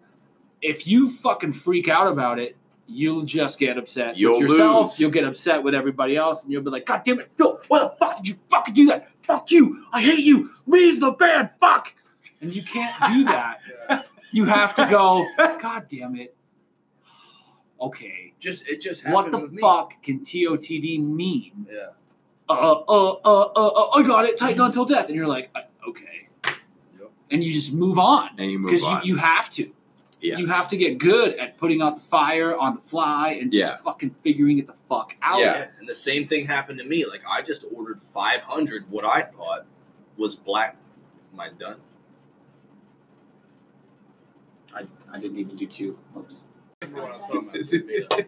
Speaker 2: if you fucking freak out about it, you'll just get upset
Speaker 3: You'll
Speaker 2: with yourself.
Speaker 3: lose.
Speaker 2: You'll get upset with everybody else, and you'll be like, "God damn it, Phil! Why the fuck did you fucking do that? Fuck you! I hate you! Leave the band! Fuck!" And you can't do that. You have to go. God damn it. Okay,
Speaker 1: just it just
Speaker 2: what
Speaker 1: happened
Speaker 2: the
Speaker 1: with me.
Speaker 2: fuck can TOTD mean?
Speaker 1: Yeah.
Speaker 2: Uh, uh, uh, uh, uh, I got it. Tighten until death, and you're like, uh, okay,
Speaker 1: Yep.
Speaker 2: and you just move on
Speaker 3: and you move
Speaker 2: because you,
Speaker 3: on.
Speaker 2: you have to.
Speaker 3: Yes.
Speaker 5: You have to get good at putting out the fire on the fly and just
Speaker 3: Yeah.
Speaker 5: fucking figuring it the fuck
Speaker 1: Oh,
Speaker 5: out.
Speaker 3: Yeah.
Speaker 1: And the same thing happened to me. Like I just ordered 500 what I thought was black. Am I done?
Speaker 5: I, I didn't even do two. Oops.
Speaker 1: Everyone else on my survey.
Speaker 2: All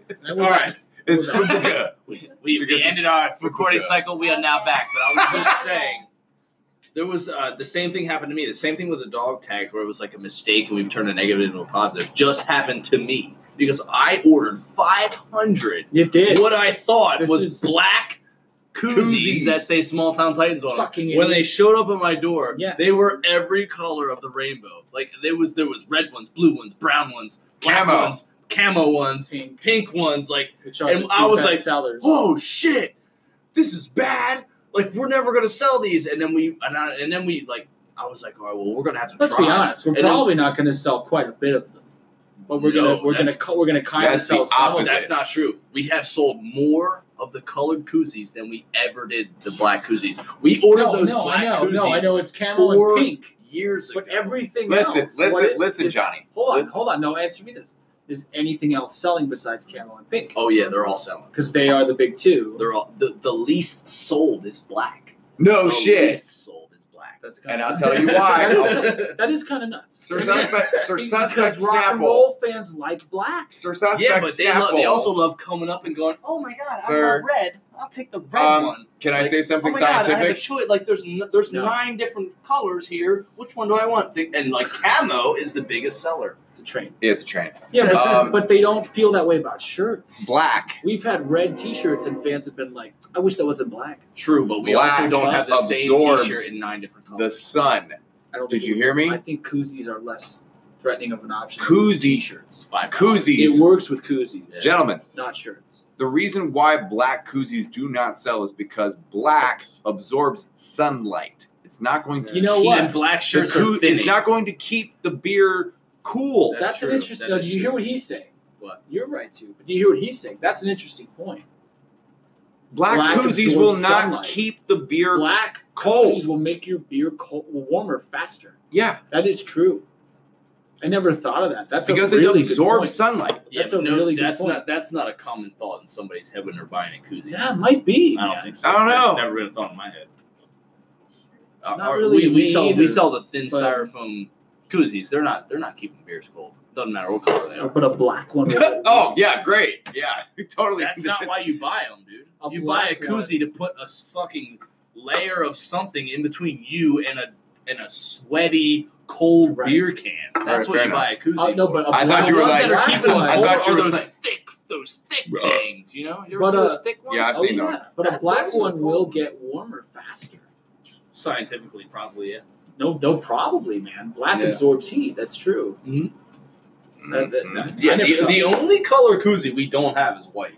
Speaker 1: All right,
Speaker 3: It's Fubuka.
Speaker 1: we, we,
Speaker 3: Because
Speaker 1: we ended our recording
Speaker 3: Yeah.
Speaker 1: cycle. We are now back. But I was just saying, there was uh, the same thing happened to me. The same thing with the dog tags, where it was like a mistake and we've turned a negative into a positive. Just happened to me because I ordered 500
Speaker 2: You did.
Speaker 1: what I thought
Speaker 2: This
Speaker 1: was
Speaker 2: is-
Speaker 1: black koozies,
Speaker 3: Koozies.
Speaker 1: that say "Small Town Titans" on them.
Speaker 2: Fucking
Speaker 1: when
Speaker 2: idiot.
Speaker 1: they showed up at my door,
Speaker 2: Yes.
Speaker 1: they were every color of the rainbow. Like there was there was red ones, blue ones, brown ones, black
Speaker 3: Camo.
Speaker 1: ones, camo ones,
Speaker 2: Pink.
Speaker 1: pink ones. Like
Speaker 2: Which are
Speaker 1: And
Speaker 2: the two
Speaker 1: I was
Speaker 2: best
Speaker 1: like,
Speaker 2: sellers.
Speaker 1: oh shit, this is bad. Like we're never gonna sell these. And then we and, I, and then we like I was like, all right, well we're gonna have to.
Speaker 2: Let's
Speaker 1: try.
Speaker 2: be honest. We're
Speaker 1: And then-
Speaker 2: probably not going to sell quite a bit of them, but we're
Speaker 1: No,
Speaker 2: gonna we're gonna
Speaker 1: that's-
Speaker 2: co- we're gonna kind of
Speaker 3: that's the
Speaker 2: sell some.
Speaker 3: opposite.
Speaker 1: That's not true. We have sold more of the colored koozies than we ever did the black koozies. We ordered
Speaker 2: No,
Speaker 1: those
Speaker 2: no,
Speaker 1: black
Speaker 2: I know,
Speaker 1: koozies
Speaker 2: no, I know. It's camel
Speaker 1: four-
Speaker 2: and pink,
Speaker 1: years ago.
Speaker 2: but everything
Speaker 3: Listen,
Speaker 2: else. what
Speaker 3: listen,
Speaker 2: it-
Speaker 3: listen,
Speaker 2: is-
Speaker 3: Johnny.
Speaker 2: Hold on,
Speaker 3: Listen.
Speaker 2: hold on. No, answer me this: Is anything else selling besides camel and pink?
Speaker 1: Oh yeah, they're all selling.
Speaker 2: Because they are the big two.
Speaker 1: They're all the, the least sold is black. the
Speaker 3: No Oh, shit.
Speaker 1: Least sold is black.
Speaker 2: That's kind
Speaker 3: And
Speaker 2: of
Speaker 3: I'll tell you why.
Speaker 2: That is
Speaker 3: I'll-
Speaker 2: that is kind of nuts.
Speaker 3: Sir Suspect, Sir Suspect
Speaker 2: because rock and
Speaker 3: Snapple.
Speaker 2: roll fans like black.
Speaker 3: Sir Suspect
Speaker 1: yeah, but they,
Speaker 3: Snapple.
Speaker 1: love, they also love coming up and going. Oh my god, I
Speaker 3: Sir.
Speaker 1: love red. I'll take the red
Speaker 3: Um,
Speaker 1: one.
Speaker 3: Can I
Speaker 1: like,
Speaker 3: say
Speaker 1: Oh
Speaker 3: something
Speaker 1: my god, I have a
Speaker 3: scientific?
Speaker 1: choice. Like there's n- there's
Speaker 2: No.
Speaker 1: nine different colors here. Which one do I want? They- And like camo is the biggest seller.
Speaker 2: It's a train.
Speaker 3: Yeah, it's a train.
Speaker 2: Yeah, but,
Speaker 3: Um,
Speaker 2: but they don't feel that way about shirts.
Speaker 3: Black.
Speaker 2: We've had red T-shirts and fans have been like, "I wish that wasn't black."
Speaker 1: True, but we
Speaker 3: Black
Speaker 1: also don't have the same
Speaker 3: absorbs
Speaker 1: T-shirt in nine different
Speaker 3: The
Speaker 1: colors.
Speaker 3: sun.
Speaker 2: I don't.
Speaker 3: Did
Speaker 2: think
Speaker 3: you hear me?
Speaker 2: I think koozies are less threatening of an option. than
Speaker 3: Koozie.
Speaker 2: T-shirts.
Speaker 1: Five
Speaker 3: Koozies.
Speaker 2: It works with koozies,
Speaker 3: Gentlemen,
Speaker 2: not shirts.
Speaker 3: the reason why black koozies do not sell is because black absorbs sunlight. It's not going to
Speaker 2: You know
Speaker 3: keep
Speaker 2: what?
Speaker 1: And black
Speaker 3: the
Speaker 1: shirts
Speaker 3: koo-
Speaker 1: are thinning.
Speaker 3: it's not going to keep the beer cool.
Speaker 1: That's
Speaker 2: That's,
Speaker 1: true.
Speaker 2: an interesting.
Speaker 1: That
Speaker 2: no,
Speaker 1: is
Speaker 2: do you
Speaker 1: true.
Speaker 2: hear what he's saying?
Speaker 1: What?
Speaker 2: You're right too. But do you hear what he's saying? That's an interesting point.
Speaker 3: Black,
Speaker 2: Black
Speaker 3: koozies
Speaker 2: absorbs
Speaker 3: will not
Speaker 2: sunlight.
Speaker 3: keep the beer
Speaker 2: Black
Speaker 3: cold.
Speaker 2: koozies will make your beer cold, warmer faster.
Speaker 3: Yeah,
Speaker 2: That is true. I never thought of that. That's a
Speaker 3: because
Speaker 2: really
Speaker 3: it absorbs
Speaker 2: good point.
Speaker 3: sunlight.
Speaker 1: Yeah,
Speaker 2: That's
Speaker 1: but
Speaker 2: a
Speaker 1: no,
Speaker 2: really good
Speaker 1: that's
Speaker 2: point.
Speaker 1: not that's not a common thought in somebody's head when they're buying a koozie.
Speaker 2: Yeah, it might be.
Speaker 1: I don't
Speaker 2: man.
Speaker 1: think so.
Speaker 3: I don't
Speaker 1: It's-
Speaker 3: know.
Speaker 1: It's never been a thought in my head. Uh,
Speaker 2: Not
Speaker 1: Our-
Speaker 2: really
Speaker 1: we,
Speaker 2: to
Speaker 1: we
Speaker 2: me
Speaker 1: sell we
Speaker 2: either,
Speaker 1: sell the thin
Speaker 2: but-
Speaker 1: styrofoam koozies. They're not they're not keeping beers cold. Doesn't matter what color they are.
Speaker 2: But a black one. will-
Speaker 3: oh yeah, great. Yeah, totally.
Speaker 1: That's not why you buy them, dude.
Speaker 2: A
Speaker 1: you buy a
Speaker 2: black one.
Speaker 1: koozie to put a s- fucking layer of something in between you and a and a sweaty cold
Speaker 2: Right.
Speaker 1: beer can. That's
Speaker 3: Alright,
Speaker 1: what
Speaker 3: fair
Speaker 1: you buy a koozie.
Speaker 2: Uh, no,
Speaker 1: for.
Speaker 2: but a
Speaker 3: I thought
Speaker 2: black-
Speaker 3: you were
Speaker 2: the ones
Speaker 3: like-
Speaker 2: that
Speaker 1: are
Speaker 2: are
Speaker 1: keeping
Speaker 2: keeping
Speaker 1: them
Speaker 2: them
Speaker 3: I
Speaker 1: cold
Speaker 3: thought you
Speaker 1: are
Speaker 3: were
Speaker 1: those
Speaker 3: like-
Speaker 1: thick those thick
Speaker 3: Bruh.
Speaker 1: things. You know, you ever
Speaker 2: But,
Speaker 1: see
Speaker 2: uh,
Speaker 1: those thick ones?
Speaker 3: Yeah, I've
Speaker 2: Oh,
Speaker 3: seen
Speaker 2: yeah.
Speaker 3: them.
Speaker 2: But a
Speaker 1: That-
Speaker 2: black
Speaker 1: those are
Speaker 2: one
Speaker 1: cool
Speaker 2: will
Speaker 1: ones.
Speaker 2: get warmer faster.
Speaker 1: Oh, Scientifically, probably yeah.
Speaker 2: No, no, probably, man. Black
Speaker 3: Yeah.
Speaker 2: absorbs heat. That's true. That- that-
Speaker 3: Mhm.
Speaker 2: that-
Speaker 1: Yeah,
Speaker 2: I never
Speaker 1: the,
Speaker 2: thought-
Speaker 1: the only color koozie we don't have is white.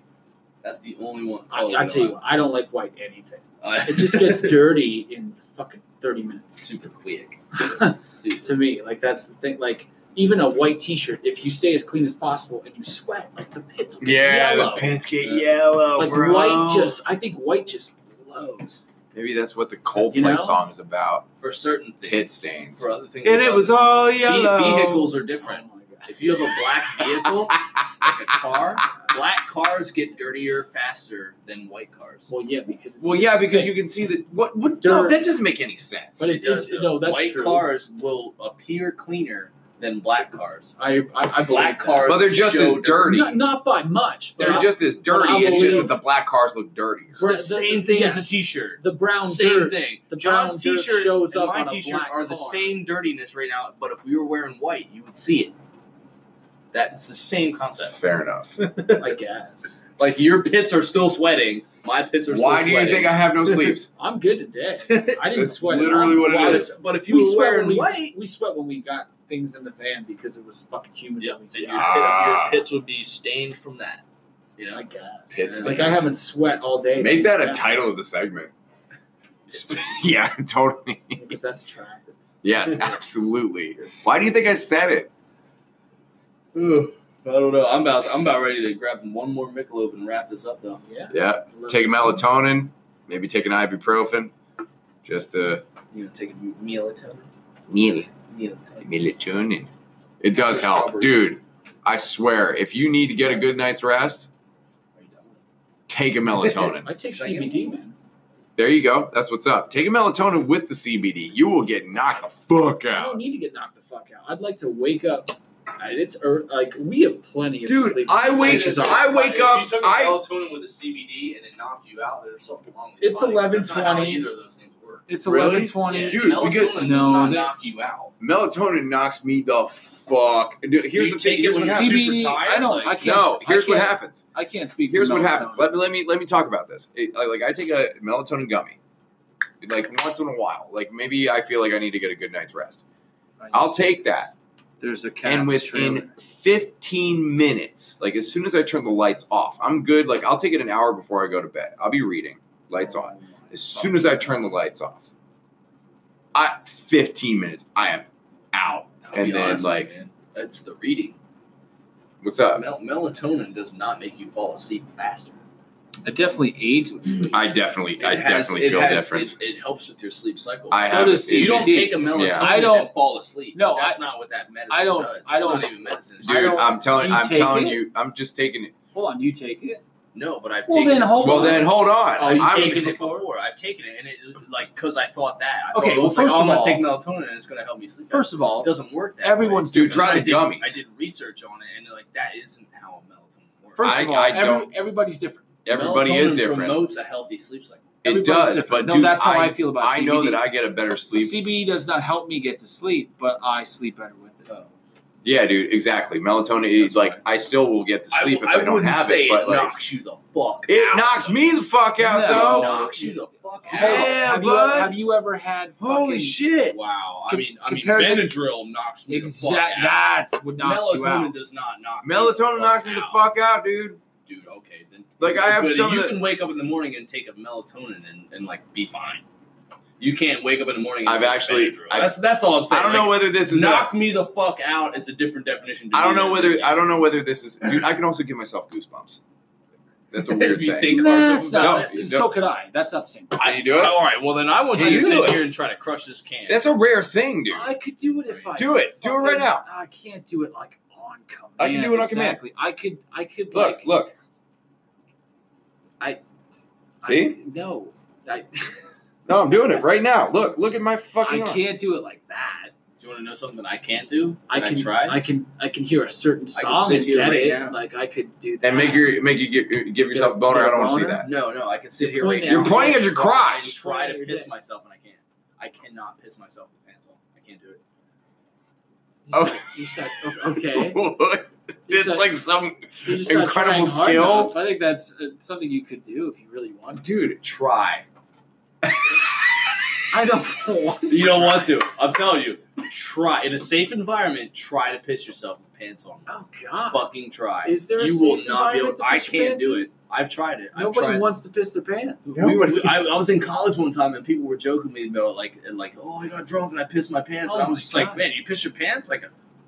Speaker 1: That's the only one.
Speaker 2: I,
Speaker 1: Color we
Speaker 2: I
Speaker 1: don't
Speaker 2: tell you,
Speaker 1: have.
Speaker 2: what, I don't like white anything.
Speaker 1: Uh,
Speaker 2: It just gets dirty in fucking thirty minutes.
Speaker 1: super quick.
Speaker 2: to
Speaker 1: Super.
Speaker 2: me, like that's the thing. Like even a white T-shirt, if you stay as clean as possible and you sweat, like the pits will get
Speaker 3: Yeah,
Speaker 2: yellow.
Speaker 3: the pins get
Speaker 1: Uh,
Speaker 3: yellow,
Speaker 2: like
Speaker 3: bro.
Speaker 2: white just, I think white just blows.
Speaker 3: Maybe that's what the Coldplay
Speaker 2: You know?
Speaker 3: song is about.
Speaker 1: For certain things.
Speaker 3: Pit stains.
Speaker 1: For other things.
Speaker 3: And it was
Speaker 1: doesn't.
Speaker 3: all
Speaker 1: Ve-
Speaker 3: yellow.
Speaker 1: Vehicles are different.
Speaker 2: Oh my god.
Speaker 1: If you have a black vehicle, like a car, black cars get dirtier faster than white cars.
Speaker 2: Well, yeah, because it's
Speaker 3: Well, yeah, because you can see that. What? What? No,
Speaker 2: Dirt.
Speaker 3: that doesn't make any sense.
Speaker 2: But it is
Speaker 1: though.
Speaker 2: no, that's
Speaker 1: white
Speaker 2: true.
Speaker 1: cars will appear cleaner than black cars.
Speaker 2: I, I, I
Speaker 1: Black
Speaker 2: believe that.
Speaker 1: cars.
Speaker 3: But they're just
Speaker 1: show
Speaker 3: as
Speaker 1: dirt.
Speaker 3: dirty.
Speaker 2: Not, not by much. But
Speaker 3: They're
Speaker 2: I-
Speaker 3: just as dirty.
Speaker 2: I
Speaker 3: It's just
Speaker 2: believe-
Speaker 3: that the black cars look dirty.
Speaker 1: It's
Speaker 2: We're-
Speaker 1: the
Speaker 2: the-
Speaker 1: same thing as
Speaker 2: yes.
Speaker 1: a t-shirt.
Speaker 2: the brown
Speaker 1: same
Speaker 2: dirt.
Speaker 1: thing.
Speaker 2: The
Speaker 1: John's
Speaker 2: brown dirt
Speaker 1: t-shirt
Speaker 2: shows
Speaker 1: and
Speaker 2: up
Speaker 1: my
Speaker 2: on a
Speaker 1: t-shirt
Speaker 2: black
Speaker 1: are the
Speaker 2: car.
Speaker 1: same dirtiness right now, but if we were wearing white, you would see it. That's the same concept.
Speaker 3: Fair enough.
Speaker 2: I guess
Speaker 1: Like your pits are still sweating, my pits are still
Speaker 3: Why do you think I have no sleeves?
Speaker 2: I'm good today.
Speaker 1: think
Speaker 2: I didn't
Speaker 3: That's
Speaker 2: sweat.
Speaker 3: literally
Speaker 2: at all.
Speaker 3: what it
Speaker 2: Well,
Speaker 1: but,
Speaker 3: is.
Speaker 2: I-
Speaker 1: if, but if you
Speaker 2: we
Speaker 1: were
Speaker 2: sweat
Speaker 1: wearing
Speaker 2: when we,
Speaker 1: white,
Speaker 2: we sweat when we got things in the van because it was fucking humid.
Speaker 1: yeah,
Speaker 2: and we
Speaker 1: then your,
Speaker 2: sweat.
Speaker 1: pits,
Speaker 3: Ah.
Speaker 1: your pits would be stained from that. You know,
Speaker 2: I guess.
Speaker 3: Pit
Speaker 2: like
Speaker 3: stains.
Speaker 2: I haven't sweat all day.
Speaker 3: Make
Speaker 2: since
Speaker 3: that a title of the segment. yeah, totally.
Speaker 2: because that's attractive.
Speaker 3: Yes, absolutely. Why do you think I said it?
Speaker 1: Ugh, I don't know. I'm about I'm about ready to grab one more Michelob and wrap this up
Speaker 7: Um,
Speaker 1: though.
Speaker 2: Yeah.
Speaker 3: Yeah.
Speaker 2: it's little
Speaker 3: Take a
Speaker 2: bit-
Speaker 3: melatonin, maybe take an ibuprofen, just a
Speaker 1: You gonna take a meal at
Speaker 3: meal,
Speaker 1: Meal
Speaker 3: melatonin. It does
Speaker 8: Just
Speaker 3: help,
Speaker 8: cover.
Speaker 3: dude. I swear, if you need to get a good night's rest, take a melatonin.
Speaker 7: I take
Speaker 8: Like,
Speaker 7: CBD, man.
Speaker 3: there you go. That's what's up. Take a melatonin with the CBD. You will get knocked the fuck
Speaker 7: I don't
Speaker 3: out,
Speaker 7: need to get knocked the fuck out. I'd like to wake up. I- It's er, like we have plenty of
Speaker 3: dude.
Speaker 7: sleep.
Speaker 3: I wake.
Speaker 7: Which is our-
Speaker 3: I wake up.
Speaker 1: If you took a
Speaker 3: I
Speaker 1: melatonin with a CBD and it knocked you out, there's something wrong with
Speaker 7: It's
Speaker 1: your body, 'cause That's not how
Speaker 7: 11:20.
Speaker 1: either of those things work.
Speaker 2: It's
Speaker 3: Really?
Speaker 2: eleven twenty.
Speaker 1: Yeah,
Speaker 3: Dude,
Speaker 1: melatonin
Speaker 3: because-
Speaker 1: does
Speaker 2: No,
Speaker 1: not
Speaker 2: that-
Speaker 1: knock you out.
Speaker 3: melatonin knocks me the fuck. Dude, here's
Speaker 1: you
Speaker 3: the thing.
Speaker 1: take it
Speaker 3: Here's
Speaker 1: when
Speaker 3: what
Speaker 1: you're
Speaker 3: happens.
Speaker 1: super
Speaker 2: CBD, I
Speaker 1: tired,
Speaker 2: don't.
Speaker 1: like-
Speaker 2: I can't.
Speaker 3: No, here's
Speaker 2: I
Speaker 3: what
Speaker 2: can't-
Speaker 3: happens.
Speaker 2: I can't speak. for
Speaker 3: Here's what
Speaker 2: melatonin.
Speaker 3: happens. Let me let me let me talk about this. It, like, like I take a melatonin gummy, like once in a while. Like maybe I feel like I need to get a good night's rest. I'll take that,
Speaker 2: There's a cat's
Speaker 3: and within
Speaker 2: trailer.
Speaker 3: 15 minutes, like as soon as I turn the lights off, I'm good. Like I'll take it an hour before I go to bed. I'll be reading, lights on. As soon as I turn the lights off, I 15 minutes, I am out.
Speaker 1: I'll
Speaker 3: And
Speaker 1: be
Speaker 3: then,
Speaker 1: honest with you,
Speaker 3: like-
Speaker 1: man. that's the reading.
Speaker 3: What's up?
Speaker 1: Mel- melatonin does not make you fall asleep faster.
Speaker 2: It definitely aids with sleep.
Speaker 3: I definitely, I
Speaker 1: It has-
Speaker 3: definitely
Speaker 1: it
Speaker 3: feel
Speaker 1: has-
Speaker 3: a difference.
Speaker 1: It, it helps with your sleep cycle.
Speaker 3: I
Speaker 2: So
Speaker 3: have
Speaker 2: does
Speaker 3: it-
Speaker 1: you don't
Speaker 2: CBD.
Speaker 1: take a melatonin
Speaker 3: Yeah.
Speaker 2: I don't-
Speaker 1: and fall asleep.
Speaker 2: No,
Speaker 1: that's not what that medicine
Speaker 2: I don't-
Speaker 1: does. It's
Speaker 2: I don't-
Speaker 1: not even medicine. It's
Speaker 3: Dude,
Speaker 1: just-
Speaker 3: I'm telling,
Speaker 2: Do you
Speaker 3: I'm
Speaker 2: take
Speaker 3: telling
Speaker 2: it?
Speaker 3: you, I'm just taking it.
Speaker 2: Hold on, you take it.
Speaker 1: no, but I've
Speaker 2: Well,
Speaker 1: taken
Speaker 2: then
Speaker 1: it.
Speaker 2: hold
Speaker 3: well,
Speaker 2: on.
Speaker 3: then hold on.
Speaker 1: I've
Speaker 3: I'm-
Speaker 1: taken it before. I've taken it, and it like because I thought that. I
Speaker 2: Okay,
Speaker 1: thought, it was like,
Speaker 2: well, first
Speaker 1: oh,
Speaker 2: of
Speaker 1: I'm
Speaker 2: all-
Speaker 1: gonna take melatonin, and it's gonna help me sleep.
Speaker 2: First of
Speaker 1: it
Speaker 2: all,
Speaker 1: doesn't work. That
Speaker 2: everyone's
Speaker 1: way.
Speaker 3: Dude, try
Speaker 1: I
Speaker 3: the
Speaker 1: did,
Speaker 3: gummies.
Speaker 1: I did research on it, and like that isn't how melatonin works.
Speaker 2: first
Speaker 3: I-
Speaker 2: of all,
Speaker 3: I
Speaker 2: every-
Speaker 3: don't-
Speaker 2: everybody's different.
Speaker 3: Everybody is
Speaker 1: Melatonin
Speaker 3: different.
Speaker 1: Promotes a healthy sleep cycle.
Speaker 3: it
Speaker 2: Everybody's
Speaker 3: does,
Speaker 2: different.
Speaker 3: but
Speaker 2: no,
Speaker 3: dude,
Speaker 2: that's how I,
Speaker 3: I,
Speaker 2: feel about.
Speaker 3: I know
Speaker 2: CBD.
Speaker 3: that I get a better sleep.
Speaker 2: CBD does not help me get to sleep, but I sleep better with it.
Speaker 1: Oh.
Speaker 3: yeah, dude, exactly. Melatonin is
Speaker 2: That's
Speaker 3: like I still will get to sleep
Speaker 1: I,
Speaker 3: if I, don't
Speaker 1: wouldn't
Speaker 3: have
Speaker 1: say
Speaker 3: it, but like
Speaker 1: knocks you the fuck.
Speaker 3: it
Speaker 1: out.
Speaker 3: knocks me the fuck out
Speaker 2: No.
Speaker 1: It
Speaker 3: though.
Speaker 1: knocks you the fuck
Speaker 3: Yeah,
Speaker 1: out.
Speaker 2: have, you,
Speaker 3: bud.
Speaker 2: have you ever had
Speaker 3: Holy
Speaker 2: fucking-
Speaker 3: shit!
Speaker 1: Wow. I
Speaker 2: Com-
Speaker 1: mean, I mean,
Speaker 2: compared to-
Speaker 1: Benadryl knocks me the fuck
Speaker 2: Exact.
Speaker 1: out.
Speaker 2: That's what knocks
Speaker 1: melatonin
Speaker 2: you out.
Speaker 1: does not knock. me
Speaker 3: Melatonin
Speaker 1: the
Speaker 3: knocks me the fuck out, dude.
Speaker 1: Dude, okay, then.
Speaker 3: Like, I have
Speaker 1: but
Speaker 3: some
Speaker 1: You
Speaker 3: that-
Speaker 1: can wake up in the morning and take a melatonin and, and like be fine. You can't wake up in the morning. And
Speaker 3: I've
Speaker 1: take
Speaker 3: actually-
Speaker 1: Benadryl.
Speaker 3: I've-
Speaker 1: that's that's all I'm saying.
Speaker 3: I don't
Speaker 1: Like,
Speaker 3: know whether this is.
Speaker 1: knock
Speaker 3: I
Speaker 1: me the fuck out is a different definition. To
Speaker 3: I don't
Speaker 1: me
Speaker 3: know
Speaker 1: than
Speaker 3: whether.
Speaker 1: just-
Speaker 3: I don't know whether this is. Dude, I can also give myself goosebumps. That's a weird
Speaker 1: If you
Speaker 3: thing.
Speaker 1: think
Speaker 2: That's
Speaker 1: hard
Speaker 2: not.
Speaker 3: No, you
Speaker 2: so could I. That's not the same.
Speaker 1: I,
Speaker 3: Can you do it?
Speaker 1: All right. Well, then I want
Speaker 3: Can
Speaker 1: you
Speaker 3: you
Speaker 1: to
Speaker 3: do
Speaker 1: sit
Speaker 3: it?
Speaker 1: here and try to crush this can.
Speaker 3: That's a rare thing, dude.
Speaker 2: I could do it if I
Speaker 3: Do it. Do it right
Speaker 2: fucking-
Speaker 3: now.
Speaker 2: I can't do it like on command.
Speaker 3: I can do it on command.
Speaker 2: exactly. I could. I could
Speaker 3: Look,
Speaker 2: like.
Speaker 3: look.
Speaker 2: I- I-
Speaker 3: See?
Speaker 2: no, I.
Speaker 3: No, I'm doing it right now. Look, look at my fucking.
Speaker 2: I
Speaker 3: arm.
Speaker 2: can't do it like that.
Speaker 1: Do you want to know something I can't do?
Speaker 2: I
Speaker 1: That
Speaker 2: can.
Speaker 1: try.
Speaker 2: I can. I can hear a certain
Speaker 1: I can
Speaker 2: song
Speaker 1: sit
Speaker 2: and
Speaker 1: here
Speaker 2: get
Speaker 1: right
Speaker 2: it.
Speaker 1: now.
Speaker 2: Like I could do. That.
Speaker 3: and make your make you give give yourself a boner. I don't want to see that.
Speaker 1: No, no, I can sit here
Speaker 2: You're
Speaker 1: right
Speaker 2: pointing
Speaker 1: now.
Speaker 2: at- You're
Speaker 3: pointing at your
Speaker 1: Try-
Speaker 3: crotch.
Speaker 1: I try to
Speaker 2: Your
Speaker 1: piss
Speaker 2: dick.
Speaker 1: myself and I can't. I cannot piss myself with pants on. I can't do it.
Speaker 2: You
Speaker 3: Oh.
Speaker 2: said, you said o- okay. You
Speaker 3: it's
Speaker 2: said-
Speaker 3: like some
Speaker 2: you're just not trying
Speaker 3: incredible
Speaker 2: hard
Speaker 3: skill.
Speaker 2: enough. I think that's uh, something you could do if you really want. to.
Speaker 3: dude. Try.
Speaker 2: I don't want.
Speaker 1: You don't want to. I'm telling you. Try in a safe environment. Try to piss yourself with pants on.
Speaker 2: Oh
Speaker 1: Just
Speaker 2: God!
Speaker 1: fucking try.
Speaker 2: Is there a
Speaker 1: you
Speaker 2: safe
Speaker 1: will not be able.
Speaker 2: environment to
Speaker 1: I
Speaker 2: piss your
Speaker 1: can't
Speaker 2: pants
Speaker 1: do
Speaker 2: in?
Speaker 1: it. I've tried it. I've
Speaker 2: Nobody
Speaker 1: tried
Speaker 2: wants to piss their pants.
Speaker 1: We were,
Speaker 3: Nobody-
Speaker 1: I, I was in college one time and people were joking with me about like and like oh I got drunk and I pissed my pants and
Speaker 2: Oh
Speaker 1: I was
Speaker 2: my
Speaker 1: just like
Speaker 2: God.
Speaker 1: man you pissed your pants like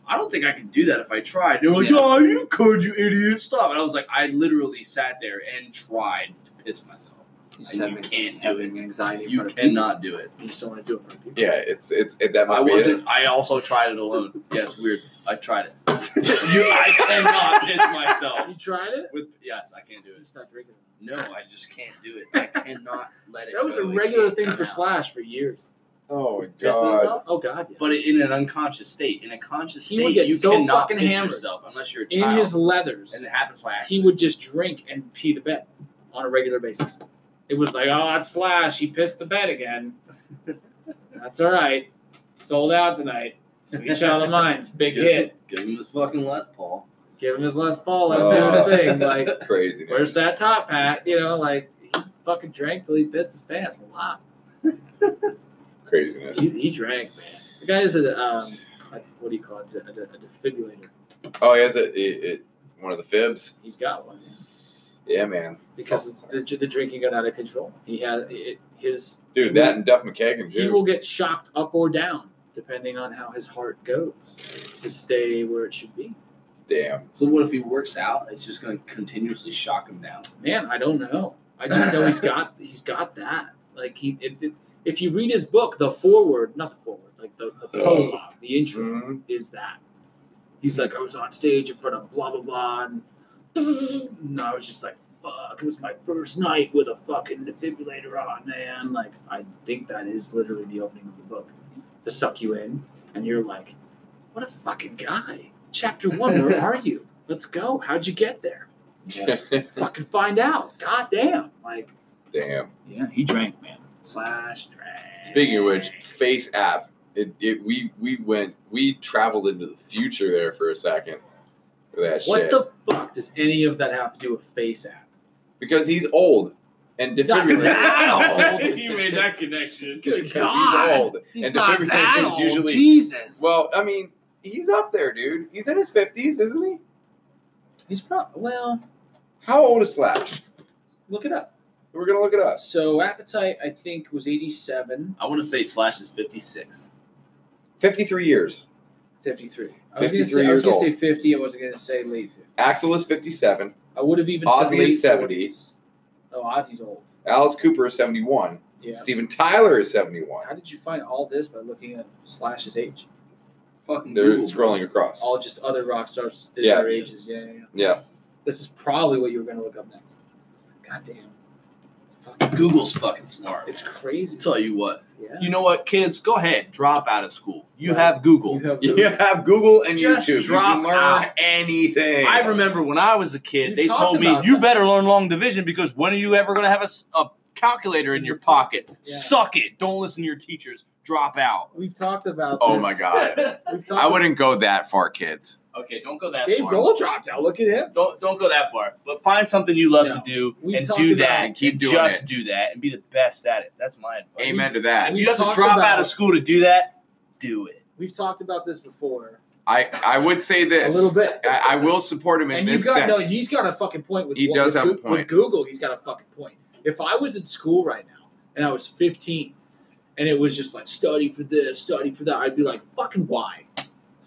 Speaker 1: I don't think I could do that if I tried. They were like
Speaker 2: Yeah.
Speaker 1: oh you could you idiot stop and I was like I literally sat there and tried to piss myself.
Speaker 2: You
Speaker 1: And you can't do it.
Speaker 2: having anxiety. in
Speaker 1: You
Speaker 2: front of
Speaker 1: cannot do it.
Speaker 2: people. You just don't want to do it in front of people.
Speaker 3: Yeah, it's it's it, that must
Speaker 1: I
Speaker 3: be
Speaker 1: wasn't.
Speaker 3: it.
Speaker 1: I also tried it alone. yeah, it's weird. I tried it. you, I cannot piss myself
Speaker 2: You tried it?
Speaker 1: with yes I can't do
Speaker 2: You
Speaker 1: it.
Speaker 2: stopped drinking.
Speaker 1: No I just can't do it. I cannot let it.
Speaker 2: That was a
Speaker 1: go. It
Speaker 2: regular
Speaker 1: can't
Speaker 2: thing
Speaker 1: come
Speaker 2: for
Speaker 1: out.
Speaker 2: Slash for years.
Speaker 3: Oh my
Speaker 1: Piss himself?
Speaker 2: Oh God! Yeah.
Speaker 1: but in an unconscious state. In a conscious
Speaker 2: He
Speaker 1: state,
Speaker 2: would get
Speaker 1: you
Speaker 2: so
Speaker 1: cannot
Speaker 2: fucking
Speaker 1: piss
Speaker 2: hammered.
Speaker 1: yourself unless you're a
Speaker 2: in
Speaker 1: child.
Speaker 2: his leathers,
Speaker 1: and it happens by
Speaker 2: he
Speaker 1: accident.
Speaker 2: would just drink and pee the bed on a regular basis. It was like, oh, that's Slash. He pissed the bed again. that's all right. Sold out tonight. Sweet Child of Mine's big hit.
Speaker 1: Give him his fucking Les Paul. Oh.
Speaker 2: Give him his last ball after his thing. Like,
Speaker 3: Crazy.
Speaker 2: where's that top hat? You know, like he fucking drank till he pissed his pants a lot.
Speaker 3: Craziness.
Speaker 2: He, he drank, man. The guy is a, um, a what do you call it? A, a, a defibrillator.
Speaker 3: Oh, he has a it, it, one of the fibs.
Speaker 2: He's got one man,
Speaker 3: Yeah, man,
Speaker 2: because the, the drinking got out of control. He had it, his.
Speaker 3: dude. That and Duff McKagan
Speaker 2: He
Speaker 3: too.
Speaker 2: will get shocked up or down depending on how his heart goes to stay where it should be.
Speaker 3: Damn.
Speaker 1: So what if he works out? It's just going to continuously shock him down.
Speaker 2: Man, I don't know. I just know he's got he's got that. Like he, it, it- if you read his book, the forward, not the forward, like the the prologue, the intro
Speaker 3: Mhm.
Speaker 2: is that. He's like, I was on stage in front of blah blah blah, and, and I was just like, fuck, it was my first night with a fucking defibrillator on, man. Like, I think that is literally the opening of the book to suck you in, and you're like, what a fucking guy. Chapter one, where are you? Let's go. How'd you get there? Fucking find out. God damn. Like,
Speaker 3: Damn.
Speaker 5: Yeah, he drank, man.
Speaker 2: slash drag.
Speaker 3: Speaking of which, Face App. It, it we we went we traveled into the future there for a second. For that
Speaker 2: What
Speaker 3: shit.
Speaker 2: the fuck does any of that have to do with face app?
Speaker 3: because he's old and
Speaker 2: He's not
Speaker 3: defibrillator.
Speaker 2: that old.
Speaker 5: you made that connection.
Speaker 3: Good
Speaker 5: God.
Speaker 3: He's old.
Speaker 5: He's
Speaker 3: And
Speaker 5: not
Speaker 3: defibrillator
Speaker 5: that
Speaker 3: is
Speaker 5: old.
Speaker 3: usually-
Speaker 5: Jesus.
Speaker 3: Well, I mean, he's up there, dude. He's in his fifties, isn't he?
Speaker 2: He's pro. Well,
Speaker 3: How old is Slash?
Speaker 2: look it up.
Speaker 3: We're gonna look it up.
Speaker 2: So appetite, I think, was 87,
Speaker 1: I want to say Slash is 56.
Speaker 3: Fifty-three years.
Speaker 2: 53. I was gonna
Speaker 3: 53
Speaker 2: say I was
Speaker 3: years
Speaker 2: gonna
Speaker 3: old.
Speaker 2: say 50. I wasn't gonna say late 50.
Speaker 3: Axel is fifty-seven.
Speaker 2: I would have even said
Speaker 3: Ozzy
Speaker 2: late
Speaker 3: is 70.
Speaker 2: 40s. Oh, Ozzy's old.
Speaker 3: Alice Cooper is seventy-one.
Speaker 2: Yeah.
Speaker 3: Steven Tyler is seventy-one.
Speaker 2: How did you find all this by looking at Slash's age?
Speaker 1: Fucking
Speaker 3: They're
Speaker 1: Google.
Speaker 3: scrolling across.
Speaker 2: All just other rock stars did
Speaker 3: Yeah.
Speaker 2: their ages. Yeah, yeah, yeah.
Speaker 3: Yeah.
Speaker 2: This is probably what you were gonna look up next. God damn. Fucking
Speaker 1: Google's fucking smart.
Speaker 2: It's crazy.
Speaker 1: tell you what.
Speaker 2: Yeah.
Speaker 1: You know what, kids? Go ahead, drop out of school. You
Speaker 2: Right.
Speaker 1: have Google.
Speaker 2: You have
Speaker 3: You have Google and
Speaker 1: Just
Speaker 3: YouTube.
Speaker 1: drop
Speaker 3: you can learn
Speaker 1: out.
Speaker 3: anything.
Speaker 1: I remember when I was a kid,
Speaker 2: We've
Speaker 1: they
Speaker 2: talked
Speaker 1: told me
Speaker 2: about
Speaker 1: you
Speaker 2: that."
Speaker 1: better learn long division because when are you ever going to have a, s- a calculator in your pocket?
Speaker 2: Yeah.
Speaker 1: Suck it! Don't listen to your teachers. Drop out.
Speaker 2: We've talked about.
Speaker 3: Oh
Speaker 2: this.
Speaker 3: my god.
Speaker 2: We've talked
Speaker 3: I wouldn't go that far, kids.
Speaker 1: Okay, don't go that
Speaker 2: Dave
Speaker 1: far.
Speaker 2: Grohl dropped out. Look at him.
Speaker 1: Don't don't go that far. But find something you love
Speaker 2: No.
Speaker 1: to do
Speaker 2: We've
Speaker 1: and
Speaker 2: talked
Speaker 1: do
Speaker 2: about
Speaker 1: that.
Speaker 3: it. Keep
Speaker 1: and
Speaker 3: doing
Speaker 1: just
Speaker 3: it.
Speaker 1: do that and be the best at it. That's my advice.
Speaker 3: Amen to that.
Speaker 1: If
Speaker 2: We've
Speaker 1: you have to
Speaker 2: talked
Speaker 1: drop out
Speaker 2: about-
Speaker 1: of school to do that, do it.
Speaker 2: We've talked about this before
Speaker 3: I, I would say this.
Speaker 2: a little bit.
Speaker 3: I, I will support him in
Speaker 2: and
Speaker 3: this
Speaker 2: you've got
Speaker 3: sense.
Speaker 2: no. He's got a fucking point with.
Speaker 3: He
Speaker 2: what-
Speaker 3: does
Speaker 2: with
Speaker 3: have a
Speaker 2: Goo-
Speaker 3: point.
Speaker 2: With Google, he's got a fucking point. If I was in school right now and I was 15, and it was just like study for this, study for that, I'd be like, fucking why?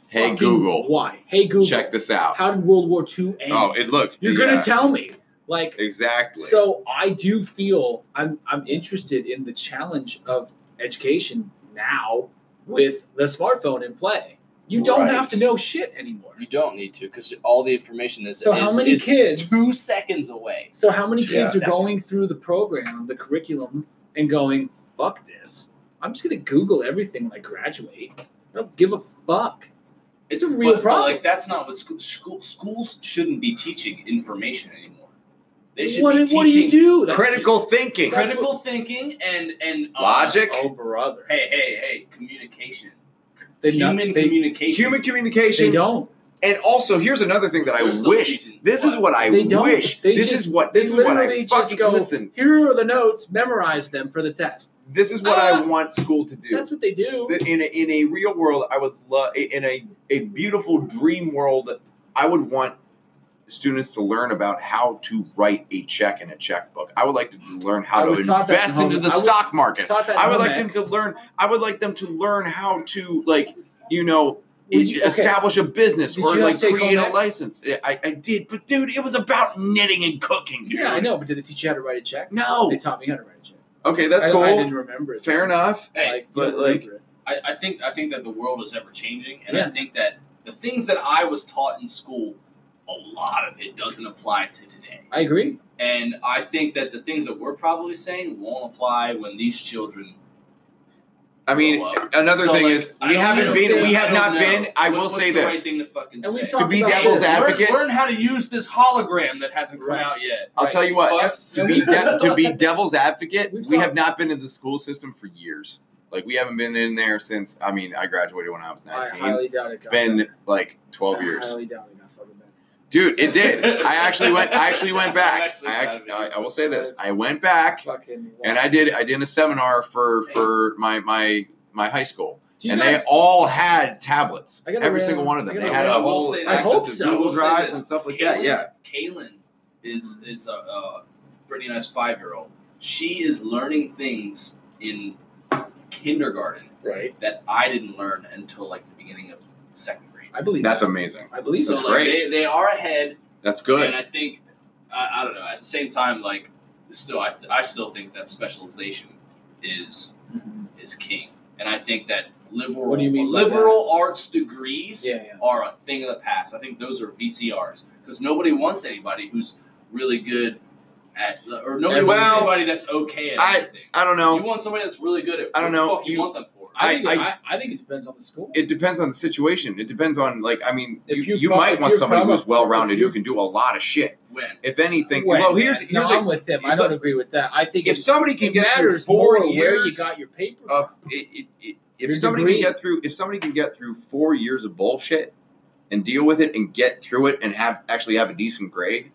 Speaker 3: Hey,
Speaker 2: Fucking
Speaker 3: Google.
Speaker 2: why? Hey Google,
Speaker 3: Check this out.
Speaker 2: how did World War II end?
Speaker 3: Oh, it look.
Speaker 2: You're
Speaker 3: yeah,
Speaker 2: gonna tell me, like,
Speaker 3: exactly.
Speaker 2: So I do feel I'm I'm interested in the challenge of education now with the smartphone in play. You don't
Speaker 1: Right.
Speaker 2: have to know shit anymore.
Speaker 1: You don't need to because all the information is
Speaker 2: So how
Speaker 1: is-
Speaker 2: many
Speaker 1: is
Speaker 2: kids-
Speaker 1: two seconds away.
Speaker 2: So how many kids
Speaker 1: Yeah.
Speaker 2: are going through the program, the curriculum, and going, fuck this. I'm just gonna Google everything when I graduate. I don't give a fuck. It's a real
Speaker 1: but- but,
Speaker 2: problem.
Speaker 1: Like that's not what school, school schools shouldn't be teaching information anymore. They should
Speaker 2: what,
Speaker 1: be
Speaker 2: what do you
Speaker 1: teaching
Speaker 2: do? That's-
Speaker 3: critical thinking,
Speaker 2: That's
Speaker 1: critical thinking and and uh,
Speaker 3: logic,
Speaker 2: Oh brother.
Speaker 1: Hey, hey, hey! Communication,
Speaker 2: They
Speaker 1: human
Speaker 2: not, they,
Speaker 1: communication.
Speaker 3: human
Speaker 2: they
Speaker 3: communication,
Speaker 2: don't.
Speaker 3: and also here's another thing that I
Speaker 1: We're still
Speaker 3: wish.
Speaker 1: teaching
Speaker 3: This is
Speaker 1: what?
Speaker 3: what I
Speaker 2: They don't.
Speaker 3: wish.
Speaker 2: They
Speaker 3: this
Speaker 2: just-
Speaker 3: is what this
Speaker 2: they
Speaker 3: is what I
Speaker 2: literally just
Speaker 3: fucking
Speaker 2: go-
Speaker 3: listen.
Speaker 2: Here are the notes, memorize them for the test.
Speaker 3: This is what I
Speaker 2: Ah!
Speaker 3: want school to do.
Speaker 2: That's what they do.
Speaker 3: That in a, in a real world, I would love in a a beautiful dream world. I would want students to learn about how to write a check in a checkbook. I would like to learn
Speaker 2: I
Speaker 3: how to
Speaker 2: was taught that in
Speaker 3: invest into
Speaker 2: home-
Speaker 3: the
Speaker 2: I was
Speaker 3: stock market.
Speaker 2: Taught that in
Speaker 3: I would
Speaker 2: home
Speaker 3: like
Speaker 2: ec.
Speaker 3: them to learn. I would like them to learn how to like you know e,
Speaker 2: Well, you- okay.
Speaker 3: establish a business
Speaker 2: Did
Speaker 3: or
Speaker 2: you not
Speaker 3: like
Speaker 2: take
Speaker 3: create
Speaker 2: home
Speaker 3: a
Speaker 2: ec?
Speaker 3: license. Yeah, I, I did, but dude, it was about knitting and cooking. Dude.
Speaker 2: Yeah, I know, but did they teach you how to write a check?
Speaker 3: No.
Speaker 2: They taught me how to write a check.
Speaker 3: Okay, that's
Speaker 2: I,
Speaker 3: cool.
Speaker 2: I didn't remember it.
Speaker 3: Fair enough.
Speaker 1: Hey,
Speaker 2: Like, you
Speaker 3: but,
Speaker 2: don't
Speaker 3: like,
Speaker 2: remember it.
Speaker 1: I, I think I think that the world is ever changing, and I
Speaker 2: Yeah.
Speaker 1: think that the things that I was taught in school, a lot of it doesn't apply to today.
Speaker 2: I agree.
Speaker 1: And I think that the things that we're probably saying won't apply when these children.
Speaker 3: I mean,
Speaker 1: grow up.
Speaker 3: another
Speaker 1: So,
Speaker 3: thing
Speaker 1: like,
Speaker 3: is
Speaker 1: I
Speaker 3: we
Speaker 1: don't
Speaker 3: haven't
Speaker 1: know.
Speaker 3: been. We
Speaker 1: I
Speaker 3: have
Speaker 1: don't
Speaker 3: not
Speaker 1: know.
Speaker 3: been. I
Speaker 1: What-
Speaker 3: will
Speaker 1: what's
Speaker 3: say
Speaker 1: the right
Speaker 3: this.
Speaker 1: thing to fucking
Speaker 2: And we've
Speaker 1: say?
Speaker 2: talked
Speaker 3: To be
Speaker 2: about
Speaker 3: devil's
Speaker 2: this.
Speaker 1: Learn-
Speaker 3: advocate-
Speaker 1: Learn, how to use this hologram that hasn't come
Speaker 2: Right.
Speaker 1: out yet.
Speaker 3: I'll
Speaker 2: Right.
Speaker 3: tell you what.
Speaker 1: Fuck.
Speaker 3: To be de- to be devil's advocate,
Speaker 2: We've
Speaker 3: we
Speaker 2: talked-
Speaker 3: have not been in the school system for years. Like we haven't been in there since. I mean, I graduated when I was
Speaker 2: I
Speaker 3: nineteen.
Speaker 2: highly doubt it.
Speaker 3: It's
Speaker 2: Got
Speaker 3: been
Speaker 2: better.
Speaker 3: like twelve
Speaker 2: I
Speaker 3: years.
Speaker 2: highly doubt it got fucking better.
Speaker 3: Dude, it did. I actually went. I actually went back.
Speaker 1: I'm actually
Speaker 3: I,
Speaker 1: proud of
Speaker 3: act,
Speaker 1: you.
Speaker 3: I, I will say this. I went back,
Speaker 2: Fucking.
Speaker 3: and I did. I did a seminar for for my my my high school,
Speaker 2: Do you
Speaker 3: and
Speaker 2: guys,
Speaker 3: they all had tablets.
Speaker 2: I gotta
Speaker 3: Every
Speaker 2: rant.
Speaker 3: single one of them.
Speaker 2: I
Speaker 3: They
Speaker 2: gotta
Speaker 3: had
Speaker 2: rant.
Speaker 3: a
Speaker 2: I will
Speaker 3: whole
Speaker 1: say
Speaker 2: this. I hope
Speaker 3: access to
Speaker 2: so. I
Speaker 3: Google
Speaker 1: will say
Speaker 3: Drives
Speaker 1: this.
Speaker 3: and stuff like that.
Speaker 1: Kaylin-
Speaker 3: Yeah.
Speaker 1: Kaylin is is a, a pretty nice five year old. She is learning things in kindergarten
Speaker 2: right.
Speaker 1: that I didn't learn until like the beginning of second grade.
Speaker 2: I believe
Speaker 3: That's
Speaker 2: that.
Speaker 3: amazing.
Speaker 2: I believe
Speaker 1: so
Speaker 2: so.
Speaker 3: that's
Speaker 1: like,
Speaker 3: great.
Speaker 1: They, they are ahead,
Speaker 3: That's
Speaker 1: and
Speaker 3: good.
Speaker 1: I think I, I don't know. At the same time, like still, I, I still think that specialization is is king. And I think that liberal
Speaker 2: What do you mean by
Speaker 1: liberal arts degrees
Speaker 2: Yeah, yeah.
Speaker 1: are a thing of the past. I think those are VCRs because nobody wants anybody who's really good at or nobody wants
Speaker 3: Well,
Speaker 1: anybody that's okay at
Speaker 3: I-
Speaker 1: everything.
Speaker 3: I don't know.
Speaker 1: You want somebody that's really good at
Speaker 3: I don't
Speaker 1: what the
Speaker 3: know,
Speaker 1: fuck you,
Speaker 3: you-
Speaker 1: want them for.
Speaker 3: I-
Speaker 2: think,
Speaker 3: I-
Speaker 2: I, I think it depends on the school.
Speaker 3: It depends on the situation. It depends on like I mean,
Speaker 2: If
Speaker 3: you,
Speaker 2: you're
Speaker 3: you
Speaker 2: from-
Speaker 3: might
Speaker 2: if
Speaker 3: want
Speaker 2: you're
Speaker 3: somebody
Speaker 2: from a-
Speaker 3: who's well rounded
Speaker 2: if you-
Speaker 3: who can do a lot of shit.
Speaker 1: when
Speaker 3: If anything,
Speaker 2: When,
Speaker 3: well, here's
Speaker 2: man.
Speaker 3: here's
Speaker 2: no,
Speaker 3: a-
Speaker 2: I'm with him. I
Speaker 3: but-
Speaker 2: don't agree with that. I think
Speaker 3: if
Speaker 2: it,
Speaker 3: somebody can
Speaker 2: it
Speaker 3: get through
Speaker 2: matters
Speaker 3: four
Speaker 2: more
Speaker 3: years
Speaker 2: where you got your paper. from.
Speaker 3: of it, it, it, if
Speaker 2: Your
Speaker 3: somebody
Speaker 2: degree.
Speaker 3: can get through if somebody can get through four years of bullshit and deal with it and get through it and have actually have a decent grade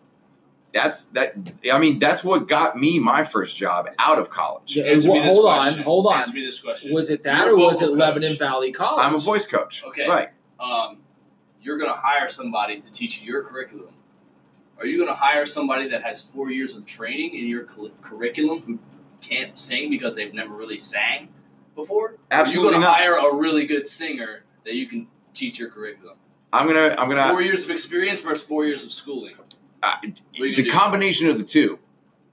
Speaker 3: that's that i mean that's what got me my first job out of college
Speaker 2: Yeah,
Speaker 1: Answer
Speaker 2: well,
Speaker 1: me this
Speaker 2: hold
Speaker 1: question.
Speaker 2: on, hold on.
Speaker 1: Answer me this question.
Speaker 2: Was it that,
Speaker 1: You're
Speaker 2: or
Speaker 1: a
Speaker 2: was it
Speaker 1: vocal coach.
Speaker 2: Lebanon Valley College?
Speaker 3: i'm a voice coach
Speaker 1: Okay.
Speaker 3: right
Speaker 1: um, you're going to hire somebody to teach you your curriculum. Are you going to hire somebody that has four years of training in your cul- curriculum who can't sing because they've never really sang before?
Speaker 3: Absolutely
Speaker 1: Are you going to
Speaker 3: not.
Speaker 1: hire a really good singer that you can teach your curriculum?
Speaker 3: i'm gonna i'm gonna
Speaker 1: four years of experience versus four years of schooling.
Speaker 3: uh,
Speaker 1: What are you
Speaker 3: the
Speaker 1: gonna do?
Speaker 3: combination of the two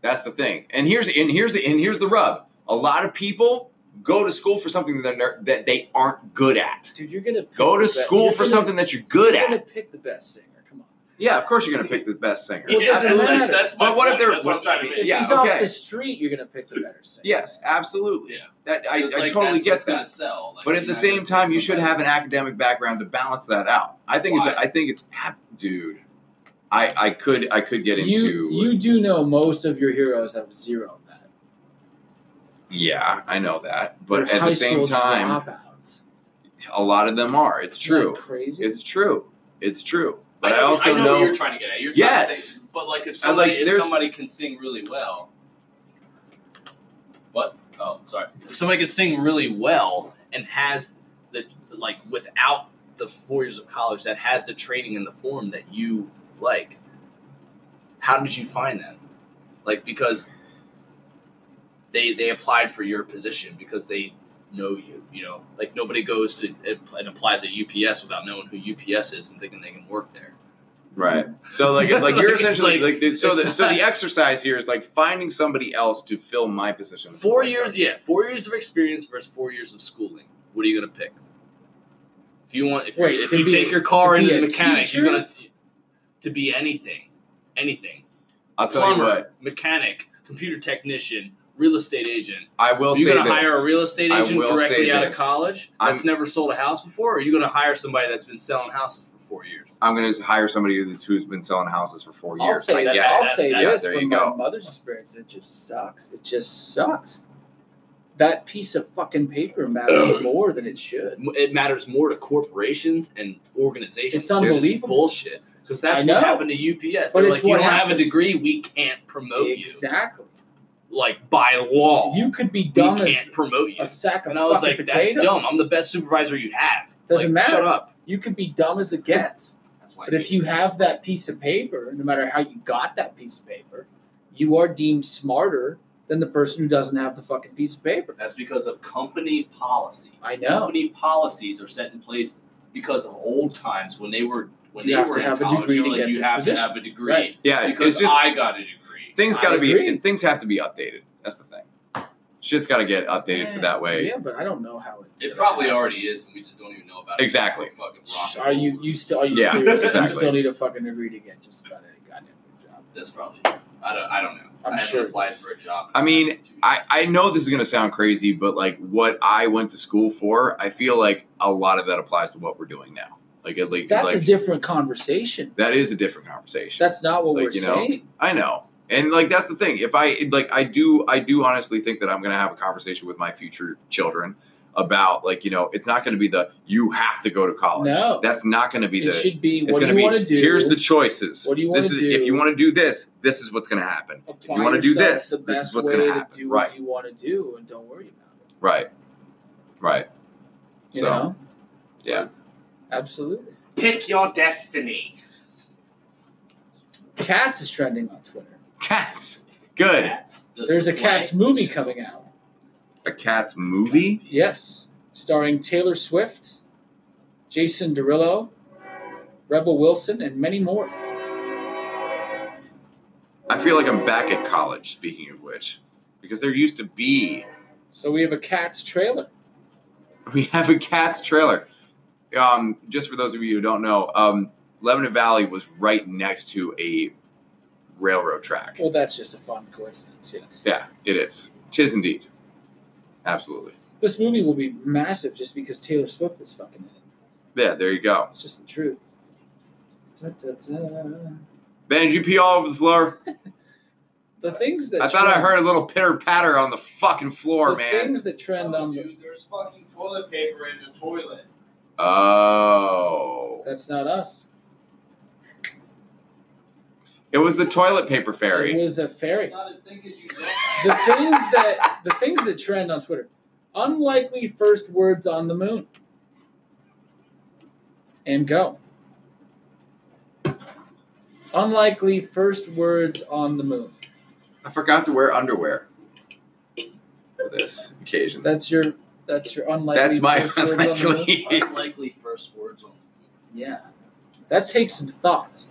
Speaker 3: that's the thing and here's and here's the and here's the rub a lot of people go to school for something that they're that they aren't good at
Speaker 2: Dude, you're gonna pick
Speaker 3: go
Speaker 2: the
Speaker 3: to
Speaker 2: best-
Speaker 3: school
Speaker 2: you're
Speaker 3: for
Speaker 2: gonna-
Speaker 3: something that you're good
Speaker 2: You're
Speaker 3: at
Speaker 2: gonna pick the best singer. Come on.
Speaker 3: Yeah, of course you're gonna pick the best singer.
Speaker 2: Well, it
Speaker 1: yeah,
Speaker 2: doesn't
Speaker 1: that's,
Speaker 2: matter.
Speaker 1: that's my
Speaker 3: But what if
Speaker 1: point.
Speaker 3: they're-
Speaker 1: That's what I'm trying to
Speaker 3: what-
Speaker 1: make.
Speaker 3: Yeah,
Speaker 2: if he's
Speaker 3: okay.
Speaker 2: off the street, you're gonna pick the better singer.
Speaker 3: Yes, absolutely.
Speaker 1: Yeah.
Speaker 3: That I,
Speaker 1: Just
Speaker 3: I
Speaker 1: like
Speaker 3: totally
Speaker 1: that's
Speaker 3: get
Speaker 1: what's Gonna
Speaker 3: that.
Speaker 1: sell. Like,
Speaker 3: But
Speaker 1: you're
Speaker 3: at the
Speaker 1: not
Speaker 3: same
Speaker 1: gonna
Speaker 3: time,
Speaker 1: pick
Speaker 3: you should
Speaker 1: somebody-
Speaker 3: have an academic background to balance that out. I think it's.
Speaker 1: Why?
Speaker 3: I think it's. ab- Dude, I I could I could get into.
Speaker 2: You you do know most of your heroes have zero of that.
Speaker 3: yeah, I know that. But
Speaker 2: They're
Speaker 3: at
Speaker 2: high
Speaker 3: the same
Speaker 2: school
Speaker 3: time,
Speaker 2: dropouts.
Speaker 3: a lot of them are. It's
Speaker 2: Isn't that
Speaker 3: true.
Speaker 2: Crazy.
Speaker 3: It's true. It's true.
Speaker 1: I
Speaker 3: But I,
Speaker 1: know-
Speaker 3: also
Speaker 1: I know,
Speaker 3: know.
Speaker 1: what you're trying to get at. You're trying
Speaker 3: Yes.
Speaker 1: To think, but like if
Speaker 3: And, like,
Speaker 1: somebody if
Speaker 3: there's-
Speaker 1: somebody can sing really well. What? Oh, sorry. If somebody can sing really well and has the like without the four years of college that has the training in the form that you like, how did you find them? Like because they they applied for your position because they know you. You know, like nobody goes to and applies at UPS without knowing who UPS is and thinking they can work there.
Speaker 3: Right. So like
Speaker 1: Like,
Speaker 3: like you're
Speaker 1: it's
Speaker 3: essentially
Speaker 1: like-
Speaker 3: like, the- so
Speaker 1: it's
Speaker 3: the, so
Speaker 1: not-
Speaker 3: the exercise here is like finding somebody else to fill my position. as a
Speaker 1: Four
Speaker 3: voice
Speaker 1: years,
Speaker 3: coach.
Speaker 1: yeah, four years of experience versus four years of schooling. What are you gonna pick? If you want, if,
Speaker 2: Wait,
Speaker 1: you if
Speaker 2: to
Speaker 1: you
Speaker 2: be-
Speaker 1: take your car
Speaker 2: to
Speaker 1: into
Speaker 2: be
Speaker 1: the
Speaker 2: a
Speaker 1: mechanic,
Speaker 2: teacher?
Speaker 1: you're gonna t- to be anything, anything.
Speaker 3: I'll tell
Speaker 1: Plumber,
Speaker 3: you what.
Speaker 1: mechanic, computer technician, real estate agent.
Speaker 3: I will
Speaker 1: Are you
Speaker 3: say
Speaker 1: gonna
Speaker 3: this.
Speaker 1: hire a real estate
Speaker 3: I
Speaker 1: agent
Speaker 3: will say
Speaker 1: directly out of
Speaker 3: this.
Speaker 1: college that's never sold a house before? Or are you gonna hire somebody that's been selling houses for four years?
Speaker 3: I'm going to hire somebody who's, who's been selling houses for four
Speaker 2: I'll
Speaker 3: years.
Speaker 2: say
Speaker 3: Like,
Speaker 2: that.
Speaker 3: yeah,
Speaker 2: I'll
Speaker 1: that-
Speaker 2: say
Speaker 1: that-
Speaker 2: this
Speaker 3: there you
Speaker 2: from
Speaker 3: go.
Speaker 2: my mother's experience. It just sucks. It just sucks. That piece of fucking paper matters more than it should.
Speaker 1: M- It matters more to corporations and organizations.
Speaker 2: It's
Speaker 1: which is
Speaker 2: unbelievable.
Speaker 1: bullshit. Because that's
Speaker 2: I know.
Speaker 1: what happened to UPS. They're
Speaker 2: But it's
Speaker 1: like, you
Speaker 2: what
Speaker 1: don't have a
Speaker 2: happens.
Speaker 1: degree, we can't promote Oh, you.
Speaker 2: Exactly.
Speaker 1: Like by law,
Speaker 2: You could be
Speaker 1: we
Speaker 2: dumb as
Speaker 1: can't promote you.
Speaker 2: a sack of
Speaker 1: And I was like,
Speaker 2: fucking
Speaker 1: that's
Speaker 2: potatoes.
Speaker 1: dumb. I'm the best supervisor you have.
Speaker 2: Doesn't
Speaker 1: Like, Shut
Speaker 2: matter.
Speaker 1: up.
Speaker 2: You could be dumb as it gets.
Speaker 1: That's why.
Speaker 2: But if you have that piece of paper, no matter how you got that piece of paper, you are deemed smarter than the person who doesn't have the fucking piece of paper.
Speaker 1: that's because of company policy.
Speaker 2: I know.
Speaker 1: Company policies are set in place because of old times when they were when
Speaker 2: You
Speaker 1: they
Speaker 2: have
Speaker 1: were
Speaker 2: to
Speaker 1: in
Speaker 2: have a
Speaker 1: college.
Speaker 2: degree
Speaker 1: they were
Speaker 2: to
Speaker 1: like,
Speaker 2: get
Speaker 1: you
Speaker 2: this
Speaker 1: have to
Speaker 2: position."
Speaker 1: have a degree
Speaker 2: Right.
Speaker 3: yeah,
Speaker 1: because
Speaker 3: it's just
Speaker 1: I got a degree.
Speaker 3: things
Speaker 1: I
Speaker 3: got to
Speaker 2: agree.
Speaker 3: be things have to be updated. That's the thing. Shit's got to get updated so that way.
Speaker 2: Yeah, but I don't know how it's.
Speaker 1: It
Speaker 2: gonna
Speaker 1: probably
Speaker 2: happen.
Speaker 1: already is, and we just don't even know about it.
Speaker 3: Exactly.
Speaker 1: We're Fucking rock and
Speaker 2: Are you
Speaker 1: rollers.
Speaker 2: you still are you
Speaker 3: Yeah,
Speaker 2: serious? You
Speaker 3: exactly.
Speaker 2: still need a fucking degree to get just about any goddamn good job.
Speaker 1: That's probably. true. I don't. I don't know.
Speaker 2: I'm
Speaker 1: I haven't
Speaker 2: sure
Speaker 1: applied
Speaker 2: it's-
Speaker 1: for a job. in
Speaker 3: I
Speaker 1: the
Speaker 3: mean,
Speaker 1: past two years.
Speaker 3: I, I know this is going to sound crazy, but like what I went to school for, I feel like a lot of that applies to what we're doing now. Like, it, like,
Speaker 2: That's
Speaker 3: like
Speaker 2: a different conversation.
Speaker 3: that is a different conversation.
Speaker 2: That's not what
Speaker 3: Like,
Speaker 2: we're
Speaker 3: you know,
Speaker 2: saying.
Speaker 3: I know. And like that's the thing. If I like I do I do honestly think that I'm going to have a conversation with my future children about like, you know, it's not going to be the you have to go to college.
Speaker 2: No.
Speaker 3: That's not going to be
Speaker 2: It
Speaker 3: the
Speaker 2: should be
Speaker 3: it's
Speaker 2: what do
Speaker 3: going
Speaker 2: you
Speaker 3: to be
Speaker 2: want to do.
Speaker 3: here's the choices.
Speaker 2: What do you
Speaker 3: This
Speaker 2: wanna
Speaker 3: is if
Speaker 2: do?
Speaker 3: you want to do this, this is what's going to happen. If
Speaker 2: apply
Speaker 3: you want to do
Speaker 2: yourself
Speaker 3: this,
Speaker 2: the
Speaker 3: this is
Speaker 2: best
Speaker 3: what's
Speaker 2: way
Speaker 3: going
Speaker 2: to
Speaker 3: to happen.
Speaker 2: do
Speaker 3: Right.
Speaker 2: what you want to do and don't worry about it.
Speaker 3: Right. Right.
Speaker 2: You
Speaker 3: so,
Speaker 2: know?
Speaker 3: yeah.
Speaker 2: Absolutely.
Speaker 1: pick your destiny.
Speaker 2: Cats is trending on Twitter.
Speaker 3: Cats. Good.
Speaker 1: Cats, the
Speaker 2: There's a
Speaker 1: play.
Speaker 2: Cats movie coming out.
Speaker 3: A Cats movie?
Speaker 2: Yes. Starring Taylor Swift, Jason Derulo, Rebel Wilson, and many more.
Speaker 3: I feel like I'm back at college speaking of which because there used to be
Speaker 2: So we have a Cats trailer.
Speaker 3: We have a Cats trailer. Um, just for those of you who don't know, um, Lebanon Valley was right next to a railroad track.
Speaker 2: Well, that's just a fun coincidence, yes.
Speaker 3: Yeah, it is. Tis indeed. Absolutely.
Speaker 2: This movie will be massive just because Taylor Swift is fucking in it.
Speaker 3: Yeah, there you go.
Speaker 2: It's just the truth. Da-da-da.
Speaker 3: Ben, did you pee all over the floor?
Speaker 2: The things that
Speaker 3: I thought I
Speaker 2: trend-
Speaker 3: heard a little pitter patter on the fucking floor,
Speaker 2: the
Speaker 3: man.
Speaker 2: things that trend on the,
Speaker 9: there's fucking toilet paper in the toilet.
Speaker 3: Oh.
Speaker 2: that's not us.
Speaker 3: It was the toilet paper
Speaker 2: It
Speaker 3: fairy.
Speaker 2: was a fairy.
Speaker 9: Not as thick as you
Speaker 2: The things that the things that trend on Twitter. Unlikely first words on the moon. And go. Unlikely first words on the moon.
Speaker 3: I forgot to wear underwear for this occasion.
Speaker 2: That's your that's your unlikely
Speaker 3: That's my
Speaker 2: first words on the moon.
Speaker 3: unlikely.
Speaker 1: Unlikely first words on
Speaker 2: Yeah. That takes some thought.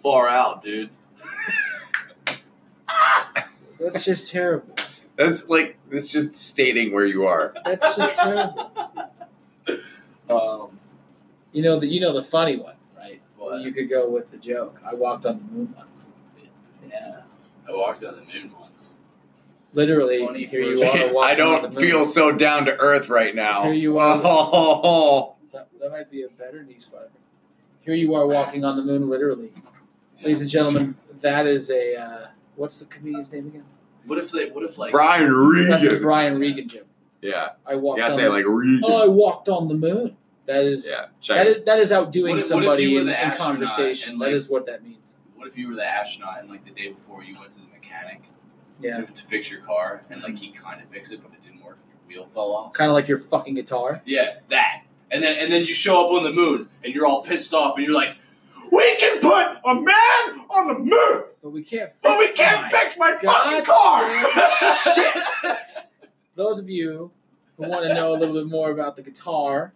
Speaker 1: far out, dude.
Speaker 2: That's just terrible.
Speaker 3: That's like it's just stating where you are.
Speaker 2: That's just terrible.
Speaker 1: Um,
Speaker 2: You know the you know the funny one, right?
Speaker 1: what?
Speaker 2: You could go with the joke. I walked on the moon once. Yeah.
Speaker 1: I walked on the moon once.
Speaker 2: Literally,
Speaker 1: Funny
Speaker 2: here you
Speaker 1: first-
Speaker 2: are. walking
Speaker 3: I
Speaker 2: on
Speaker 3: don't
Speaker 2: the moon.
Speaker 3: feel so down to earth right now.
Speaker 2: Here you are.
Speaker 3: Oh,
Speaker 2: That, that might be a better knee slapper. Here you are walking on the moon, literally. Ladies and gentlemen, that is a uh, what's the comedian's name again?
Speaker 1: What if they? What if like?
Speaker 3: Brian
Speaker 2: That's a
Speaker 3: Regan.
Speaker 2: Brian Regan joke.
Speaker 3: Yeah,
Speaker 2: I walked.
Speaker 3: yeah,
Speaker 2: on
Speaker 3: say
Speaker 2: the,
Speaker 3: it like Regan.
Speaker 2: Oh, I walked on the moon. That is
Speaker 3: yeah,
Speaker 2: that
Speaker 3: check.
Speaker 2: is that is
Speaker 1: What
Speaker 2: outdoing
Speaker 1: if- what if
Speaker 2: somebody
Speaker 1: you were
Speaker 2: in,
Speaker 1: the
Speaker 2: in
Speaker 1: astronaut
Speaker 2: conversation.
Speaker 1: and, like-
Speaker 2: that is what that means.
Speaker 1: What if you were the astronaut and like the day before you went to the mechanic
Speaker 2: Yeah,
Speaker 1: to, to fix your car and like he kind of fixed it but it didn't work and your wheel fell off?
Speaker 2: kind of like your fucking guitar.
Speaker 1: Yeah, that. And then and then you show up on the moon and you're all pissed off and you're like, we can put a man on the moon,
Speaker 2: But we can't. Fix
Speaker 1: but we can't
Speaker 2: mine.
Speaker 1: fix my
Speaker 2: God
Speaker 1: fucking car.
Speaker 2: Shit. Those of you who want to know a little bit more about the guitar,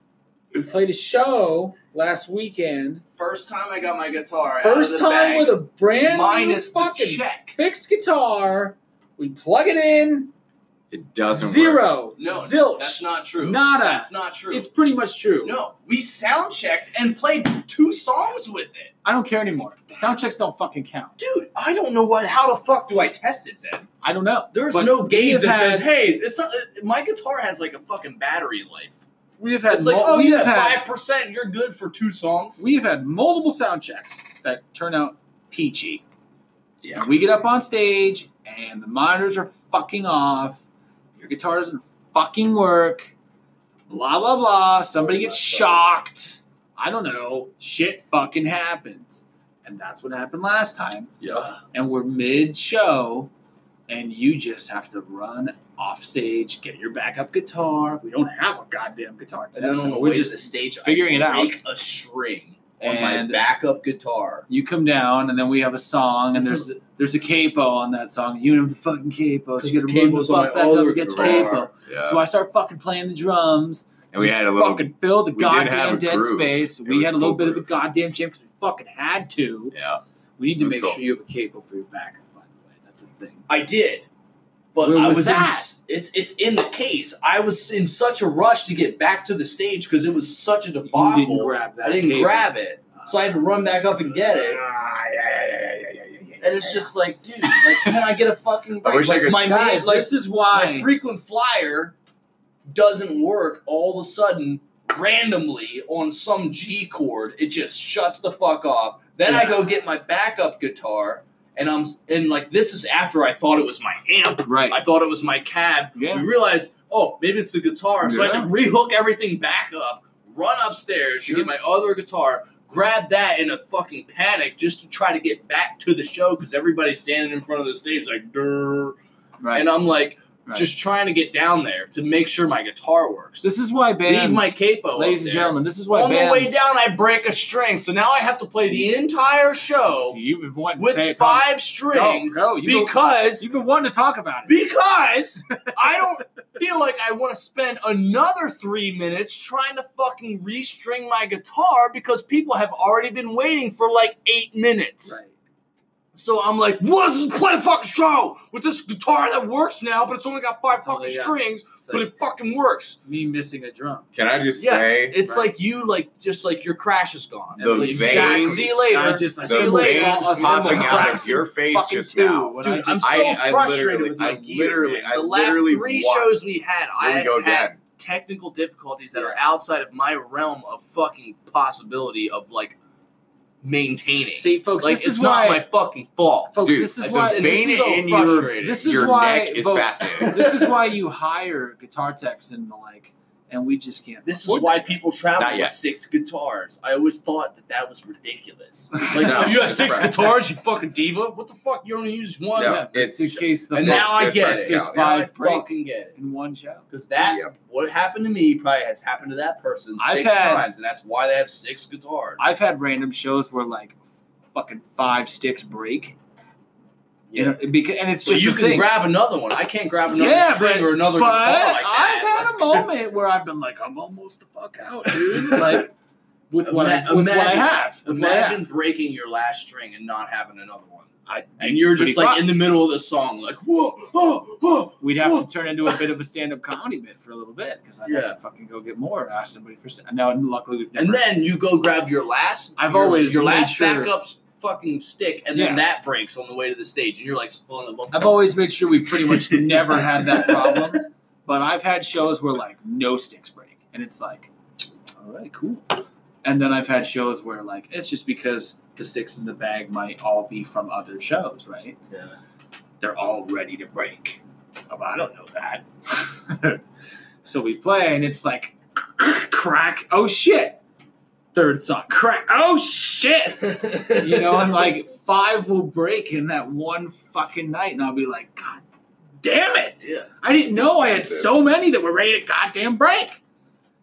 Speaker 2: we played a show last weekend.
Speaker 1: First time I got my guitar.
Speaker 2: First
Speaker 1: out of the
Speaker 2: time
Speaker 1: bag,
Speaker 2: with a brand
Speaker 1: minus
Speaker 2: new
Speaker 1: the
Speaker 2: fucking
Speaker 1: check.
Speaker 2: fixed guitar. We plug it in.
Speaker 3: It doesn't work.
Speaker 2: zero.
Speaker 1: No,
Speaker 2: Zilch.
Speaker 1: that's not true.
Speaker 2: Nada.
Speaker 1: That's not true.
Speaker 2: It's pretty much true.
Speaker 1: no, we sound checked and played two songs with it.
Speaker 2: I don't care anymore. Sound checks don't fucking count.
Speaker 1: Dude, I don't know what. How the fuck do I test it then?
Speaker 2: I don't know.
Speaker 1: There's
Speaker 2: But
Speaker 1: no gauge
Speaker 2: have
Speaker 1: that
Speaker 2: had-
Speaker 1: says, "Hey, it's not, uh, my guitar has like a fucking battery life."
Speaker 2: We have had.
Speaker 1: It's like,
Speaker 2: mul-
Speaker 1: "Oh
Speaker 2: we
Speaker 1: yeah,
Speaker 2: have had,
Speaker 1: five percent, you're good for two songs."
Speaker 2: we have had multiple sound checks that turn out peachy.
Speaker 3: Yeah.
Speaker 2: And we get up on stage and the monitors are fucking off. Your guitar doesn't fucking work. Blah blah blah. Somebody gets shocked. I don't know. Shit fucking happens. And that's what happened last time.
Speaker 1: Yeah.
Speaker 2: And we're mid show and you just have to run off stage, get your backup guitar. We don't have a goddamn guitar.
Speaker 1: And then
Speaker 2: today,
Speaker 1: on the
Speaker 2: so we're
Speaker 1: way
Speaker 2: just
Speaker 1: to the stage, I
Speaker 2: figuring it out.
Speaker 1: break a string on
Speaker 2: And-
Speaker 1: my backup guitar.
Speaker 2: You come down, and then we have a song, and
Speaker 1: This
Speaker 2: there's there's a capo on that song. You know the fucking capo. So you gotta run the
Speaker 1: capo's on
Speaker 2: fuck
Speaker 1: my
Speaker 2: back up
Speaker 1: other
Speaker 2: and get your
Speaker 1: guitar.
Speaker 2: capo.
Speaker 3: Yeah.
Speaker 2: So I start fucking playing the drums.
Speaker 3: and we
Speaker 2: just
Speaker 3: had a little.
Speaker 2: fucking fill the
Speaker 3: we did have
Speaker 2: goddamn
Speaker 3: a
Speaker 2: dead
Speaker 3: groove.
Speaker 2: space.
Speaker 3: It
Speaker 2: we
Speaker 3: was
Speaker 2: had a little
Speaker 3: cool
Speaker 2: bit of a
Speaker 3: groove.
Speaker 2: goddamn jam because we fucking had to.
Speaker 3: yeah.
Speaker 2: We need to
Speaker 3: It was
Speaker 2: make
Speaker 3: cool.
Speaker 2: sure you have a capo for your backup. By the way, that's the thing.
Speaker 1: I did, but
Speaker 2: Where
Speaker 1: I
Speaker 2: was
Speaker 1: was, in
Speaker 2: that?
Speaker 1: s- it's it's in the case. I was in such a rush to get back to the stage because it was such a
Speaker 2: You
Speaker 1: debacle.
Speaker 2: didn't grab that.
Speaker 1: I didn't
Speaker 2: capo.
Speaker 1: grab it, so I had to run back up and get it.
Speaker 2: Ah,
Speaker 1: And it's just like, dude, like, can I get a fucking break?
Speaker 3: I wish I
Speaker 1: Like,
Speaker 3: could
Speaker 1: my
Speaker 3: see-
Speaker 1: night,
Speaker 2: Guys,
Speaker 1: like,
Speaker 2: this is
Speaker 1: my
Speaker 2: why.
Speaker 1: frequent flyer doesn't work all of a sudden randomly on some G chord. It just shuts the fuck off. Then I
Speaker 2: Yeah.
Speaker 1: go get my backup guitar, and I'm s- and like this is after I thought it was my amp.
Speaker 2: right.
Speaker 1: I thought it was my cab.
Speaker 2: Yeah.
Speaker 1: We realized, oh, maybe it's the guitar. So I had to rehook everything back up, run upstairs to
Speaker 2: Sure.
Speaker 1: get my other guitar, grab that in a fucking panic just to try to get back to the show because everybody's standing in front of the stage like, "Durr."
Speaker 2: Right.
Speaker 1: and uh, I'm like,
Speaker 2: Right.
Speaker 1: just trying to get down there to make sure my guitar works.
Speaker 2: this is why bands.
Speaker 1: Leave my capo, up
Speaker 2: ladies
Speaker 1: there.
Speaker 2: and gentlemen, this is why
Speaker 1: On
Speaker 2: bands.
Speaker 1: the way down, I break a string, so now I have to play the entire show
Speaker 2: See, you've been wanting to
Speaker 1: with
Speaker 2: say it, Tom.
Speaker 1: five strings
Speaker 2: Go, go, you go-
Speaker 1: because
Speaker 2: You've been wanting to talk about it.
Speaker 1: because I don't feel like I want to spend another three minutes trying to fucking restring my guitar because people have already been waiting for like eight minutes.
Speaker 2: Right.
Speaker 5: So I'm like, what? Just play a fucking show with this guitar that works now, but it's only got five
Speaker 3: Oh,
Speaker 10: all they
Speaker 5: fucking
Speaker 10: got.
Speaker 5: strings,
Speaker 1: It's
Speaker 5: but
Speaker 1: like,
Speaker 5: it fucking works.
Speaker 10: me missing a drum.
Speaker 3: Can I just
Speaker 1: yes,
Speaker 3: say
Speaker 1: it's
Speaker 10: Right.
Speaker 1: like you like just like your crash is gone.
Speaker 3: The
Speaker 1: Like,
Speaker 3: veins-
Speaker 1: See you later.
Speaker 10: I just I
Speaker 3: the
Speaker 1: you later.
Speaker 10: I'll
Speaker 3: veins
Speaker 10: see you
Speaker 3: popping
Speaker 10: later.
Speaker 3: out of your face
Speaker 10: Fucking
Speaker 3: just
Speaker 10: two,
Speaker 3: now?
Speaker 10: when
Speaker 1: Dude,
Speaker 10: I just-
Speaker 1: I'm so
Speaker 3: I, I
Speaker 1: frustrated
Speaker 3: literally,
Speaker 1: with my
Speaker 3: I
Speaker 1: gear.
Speaker 3: literally,
Speaker 1: man.
Speaker 3: I
Speaker 1: the last
Speaker 3: literally
Speaker 1: three
Speaker 3: watched.
Speaker 1: shows we had, I
Speaker 3: Here we go
Speaker 1: had
Speaker 3: again.
Speaker 1: technical difficulties that are outside of my realm of fucking possibility of like maintaining.
Speaker 10: See, folks,
Speaker 1: like
Speaker 10: this
Speaker 1: it's
Speaker 10: is
Speaker 1: not
Speaker 10: why,
Speaker 1: my fucking fault.
Speaker 10: folks,
Speaker 5: Dude,
Speaker 10: this is
Speaker 1: It's
Speaker 10: why,
Speaker 1: the
Speaker 10: and
Speaker 1: vein
Speaker 10: this is so
Speaker 1: in your-
Speaker 10: frustrating.
Speaker 1: frustrating.
Speaker 2: This is
Speaker 5: Your
Speaker 2: why
Speaker 5: neck is
Speaker 2: vote-
Speaker 5: fascinating.
Speaker 2: this is why you hire guitar techs and the like, and we just can't.
Speaker 1: This is
Speaker 2: afford
Speaker 1: why
Speaker 2: that.
Speaker 1: people
Speaker 5: Not
Speaker 1: travel
Speaker 5: yet.
Speaker 1: with six guitars. I always thought that that was ridiculous. Like,
Speaker 5: No.
Speaker 1: oh, you have six
Speaker 5: Right.
Speaker 1: guitars, you fucking diva. What the fuck? You only use one.
Speaker 5: Yeah.
Speaker 2: Yeah, it's in
Speaker 5: It's-
Speaker 2: case the
Speaker 1: And
Speaker 2: fuck
Speaker 1: now I get
Speaker 2: gets
Speaker 1: it.
Speaker 2: goes
Speaker 5: Yeah.
Speaker 1: Now I
Speaker 2: five break
Speaker 1: fucking get it.
Speaker 2: in one show.
Speaker 1: Because that,
Speaker 5: Yep.
Speaker 1: what happened to me, probably has happened to that person
Speaker 2: I've
Speaker 1: six
Speaker 2: had-
Speaker 1: times, and that's why they have six guitars.
Speaker 2: I've had random shows where like fucking five sticks break. You
Speaker 1: Yeah.
Speaker 2: know, it beca- and it's
Speaker 1: so
Speaker 2: just
Speaker 1: you
Speaker 2: the
Speaker 1: can
Speaker 2: thing.
Speaker 1: grab another one. I can't grab another
Speaker 2: Yeah,
Speaker 1: string
Speaker 2: but-
Speaker 1: or another
Speaker 2: but
Speaker 1: guitar like
Speaker 2: I've
Speaker 1: that.
Speaker 2: had a moment where I've been like, I'm almost the fuck out, dude. Like with what, I,
Speaker 1: Ima-
Speaker 2: with what I
Speaker 1: imagine-
Speaker 2: have. With what I have.
Speaker 1: Imagine breaking your last string and not having another one.
Speaker 2: I'd
Speaker 1: and you're
Speaker 2: pretty
Speaker 1: just like in the
Speaker 2: fucked.
Speaker 1: middle of the song, like whoa, oh, oh.
Speaker 2: We'd have to turn into a bit of a stand-up comedy bit for a little bit because I'd have
Speaker 1: Yeah.
Speaker 2: to fucking go get more and ask somebody for. st- Now, luckily, we've never.
Speaker 1: and then you go grab your last.
Speaker 2: I've
Speaker 1: your-
Speaker 2: always
Speaker 1: your
Speaker 2: made
Speaker 1: last
Speaker 2: sure-
Speaker 1: backup fucking stick, and then that breaks on the way to the stage, and you're like, oh, no,
Speaker 2: I've always made sure we pretty much never had that problem. But I've had shows where like no sticks break, and it's like, all right, cool. And then I've had shows where like it's just because the sticks in the bag might all be from other shows, right?
Speaker 1: Yeah.
Speaker 2: They're all ready to break. I'm, I don't know that. so we play, and it's like, crack. Oh shit. Third song, crack. Oh shit you know, and like five will break in that one fucking night, and I'll be like, God damn it!
Speaker 1: Yeah.
Speaker 2: I didn't know I had so many that were ready to goddamn break.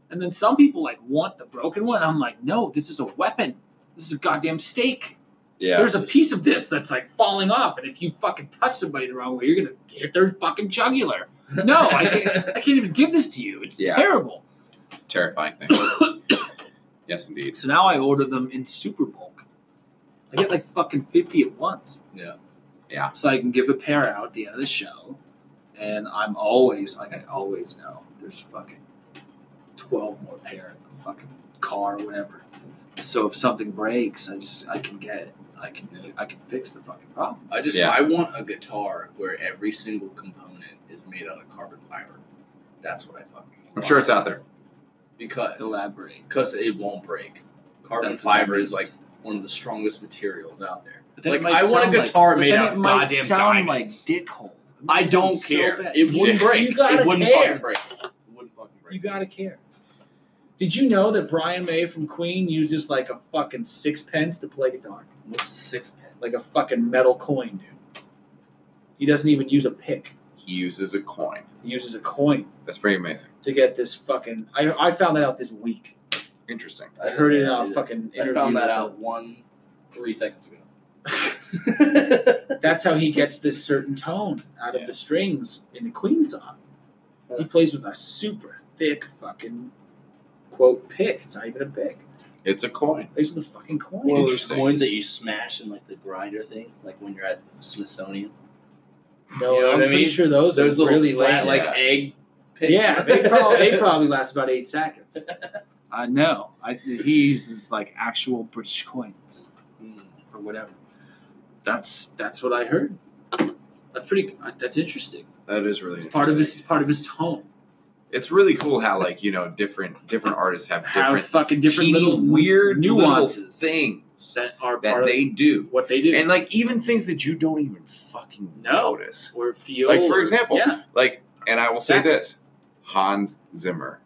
Speaker 2: And then some people like want the broken one. I'm like, no, this is a weapon. This is a goddamn stake.
Speaker 3: Yeah.
Speaker 2: There's a piece of this that's like falling off, and if you fucking touch somebody the wrong way, you're gonna hit their fucking jugular. No, I can't, I can't even give this to you. It's
Speaker 3: Yeah.
Speaker 2: terrible.
Speaker 3: terrifying thing. yes, indeed.
Speaker 2: So now I order them in super bulk. I get like fucking 50 at once.
Speaker 1: Yeah.
Speaker 3: Yeah.
Speaker 2: So I can give a pair out at the end of the show. And I'm always, like, I always know there's fucking 12 more pair in the fucking car or whatever. So if something breaks, I just, I can get it. I can, I can fix the fucking problem.
Speaker 1: I just
Speaker 3: Yeah.
Speaker 1: I want a guitar where every single component is made out of carbon fiber. That's what I fucking.
Speaker 3: I'm
Speaker 1: want.
Speaker 3: sure it's out there.
Speaker 1: because
Speaker 2: Elaborate.
Speaker 1: because it won't break. Carbon
Speaker 2: That's what
Speaker 1: fiber
Speaker 2: that
Speaker 1: is like
Speaker 2: means.
Speaker 1: one of the strongest materials out there.
Speaker 2: But then it
Speaker 1: like, I
Speaker 2: might
Speaker 1: want a
Speaker 2: sound like-
Speaker 1: guitar
Speaker 2: but
Speaker 1: made
Speaker 2: then
Speaker 1: out
Speaker 2: it
Speaker 1: of
Speaker 2: might
Speaker 1: goddamn
Speaker 2: sound
Speaker 1: diamonds.
Speaker 2: like dickhole. It might
Speaker 1: I
Speaker 2: sound
Speaker 1: don't
Speaker 2: so
Speaker 1: care.
Speaker 2: bad.
Speaker 1: it wouldn't
Speaker 3: You
Speaker 1: break.
Speaker 2: gotta
Speaker 1: it wouldn't
Speaker 2: care.
Speaker 1: fucking break. It wouldn't fucking break.
Speaker 2: You gotta care. Did you know that Brian May from Queen uses like a fucking sixpence to play guitar?
Speaker 1: What's the sixpence?
Speaker 2: Like a fucking metal coin, dude. He doesn't even use a pick.
Speaker 5: He uses a coin.
Speaker 2: He uses a coin
Speaker 3: That's pretty amazing.
Speaker 2: to get this fucking. I, I found that out this week.
Speaker 3: Interesting.
Speaker 2: I heard it
Speaker 1: Yeah,
Speaker 2: on
Speaker 1: I
Speaker 2: a
Speaker 1: did.
Speaker 2: fucking
Speaker 1: I
Speaker 2: interview.
Speaker 1: found
Speaker 2: or
Speaker 1: that out
Speaker 2: something.
Speaker 1: one three seconds ago.
Speaker 2: That's how he gets this certain tone out of
Speaker 1: Yeah.
Speaker 2: the strings in the Queen song. He plays with a super thick fucking quote pick. It's not even a pick.
Speaker 3: It's a coin.
Speaker 2: Plays with a fucking coin.
Speaker 1: One of those
Speaker 3: Interesting.
Speaker 1: coins that you smash in like the grinder thing, like when you're at the Smithsonian.
Speaker 2: No,
Speaker 1: You know
Speaker 2: I'm
Speaker 1: what I
Speaker 2: pretty
Speaker 1: mean?
Speaker 2: sure those,
Speaker 1: Those
Speaker 2: are
Speaker 1: little
Speaker 2: really
Speaker 1: flat,
Speaker 2: lame.
Speaker 1: like
Speaker 3: yeah.
Speaker 1: egg. Pit.
Speaker 2: yeah, they probably, they probably last about eight seconds. I know. I, he uses like actual British coins
Speaker 1: Mm.
Speaker 2: or whatever. That's that's what I heard. That's pretty. uh, That's interesting.
Speaker 3: That is really
Speaker 2: It's part of his.
Speaker 3: interesting.
Speaker 2: It's part of his tone.
Speaker 3: It's really cool how like you know different different artists have
Speaker 2: Have
Speaker 3: different,
Speaker 2: fucking different
Speaker 3: teeny
Speaker 2: little
Speaker 3: weird little
Speaker 2: nuances
Speaker 3: things
Speaker 2: that are
Speaker 3: that
Speaker 2: part
Speaker 3: they do,
Speaker 2: of what they do
Speaker 3: and like even things that you don't even fucking
Speaker 2: No.
Speaker 3: notice.
Speaker 2: or feel.
Speaker 3: Like, for
Speaker 2: or-
Speaker 3: example,
Speaker 2: yeah,
Speaker 3: Like, and I will say
Speaker 2: Exactly.
Speaker 3: this: Hans Zimmer,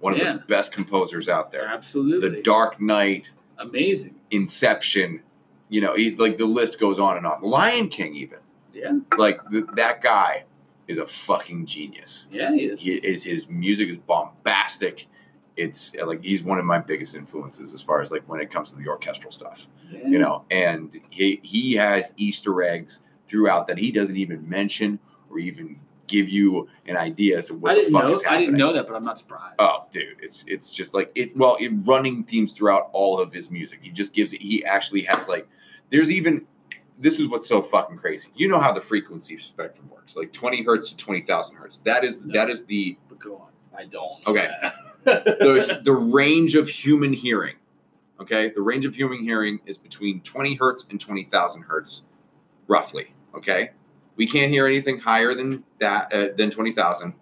Speaker 3: one of
Speaker 2: Yeah.
Speaker 3: the best composers out there.
Speaker 2: absolutely
Speaker 3: The Dark Knight,
Speaker 2: amazing.
Speaker 3: Inception, you know, he, like the list goes on and on. Lion King, even.
Speaker 2: Yeah.
Speaker 3: Like th- that guy is a fucking genius.
Speaker 2: Yeah, he is.
Speaker 3: He is his music is bombastic. It's uh, like he's one of my biggest influences as far as like when it comes to the orchestral stuff,
Speaker 2: Yeah.
Speaker 3: you know. And he he has Easter eggs throughout that he doesn't even mention or even give you an idea as to what
Speaker 2: I didn't
Speaker 3: the fuck
Speaker 2: know.
Speaker 3: is
Speaker 2: I
Speaker 3: happening.
Speaker 2: didn't know that, but I'm not surprised.
Speaker 3: Oh, dude, it's it's just like it. Well, it running themes throughout all of his music. He just gives it. He actually has like. There's even this is what's so fucking crazy. You know how the frequency spectrum works, like 20 hertz to 20,000 hertz. That is
Speaker 2: No.
Speaker 3: that is the
Speaker 2: But go on.
Speaker 1: I don't. know
Speaker 3: okay.
Speaker 1: that.
Speaker 3: the the range of human hearing. Okay, the range of human hearing is between 20 hertz and 20,000 hertz, roughly. Okay, we can't hear anything higher than that uh, than 20,000,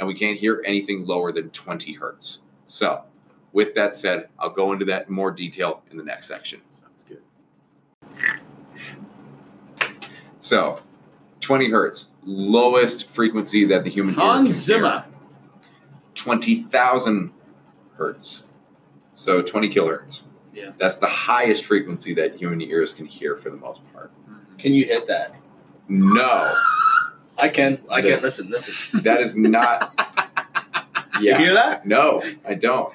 Speaker 3: and we can't hear anything lower than 20 hertz. So, with that said, I'll go into that in more detail in the next section.
Speaker 2: Sounds good.
Speaker 3: So, 20 hertz, lowest frequency that the human ear can
Speaker 2: Hans
Speaker 3: hear.
Speaker 2: Zimmer.
Speaker 3: 20,000 hertz. So 20 kilohertz.
Speaker 2: Yes.
Speaker 3: That's the highest frequency that human ears can hear for the most part.
Speaker 1: Can you hit that?
Speaker 3: No,
Speaker 1: I can. I
Speaker 3: Yeah.
Speaker 1: can. Listen, listen.
Speaker 3: that is not.
Speaker 1: You
Speaker 3: Yeah.
Speaker 1: hear that?
Speaker 3: No, I don't.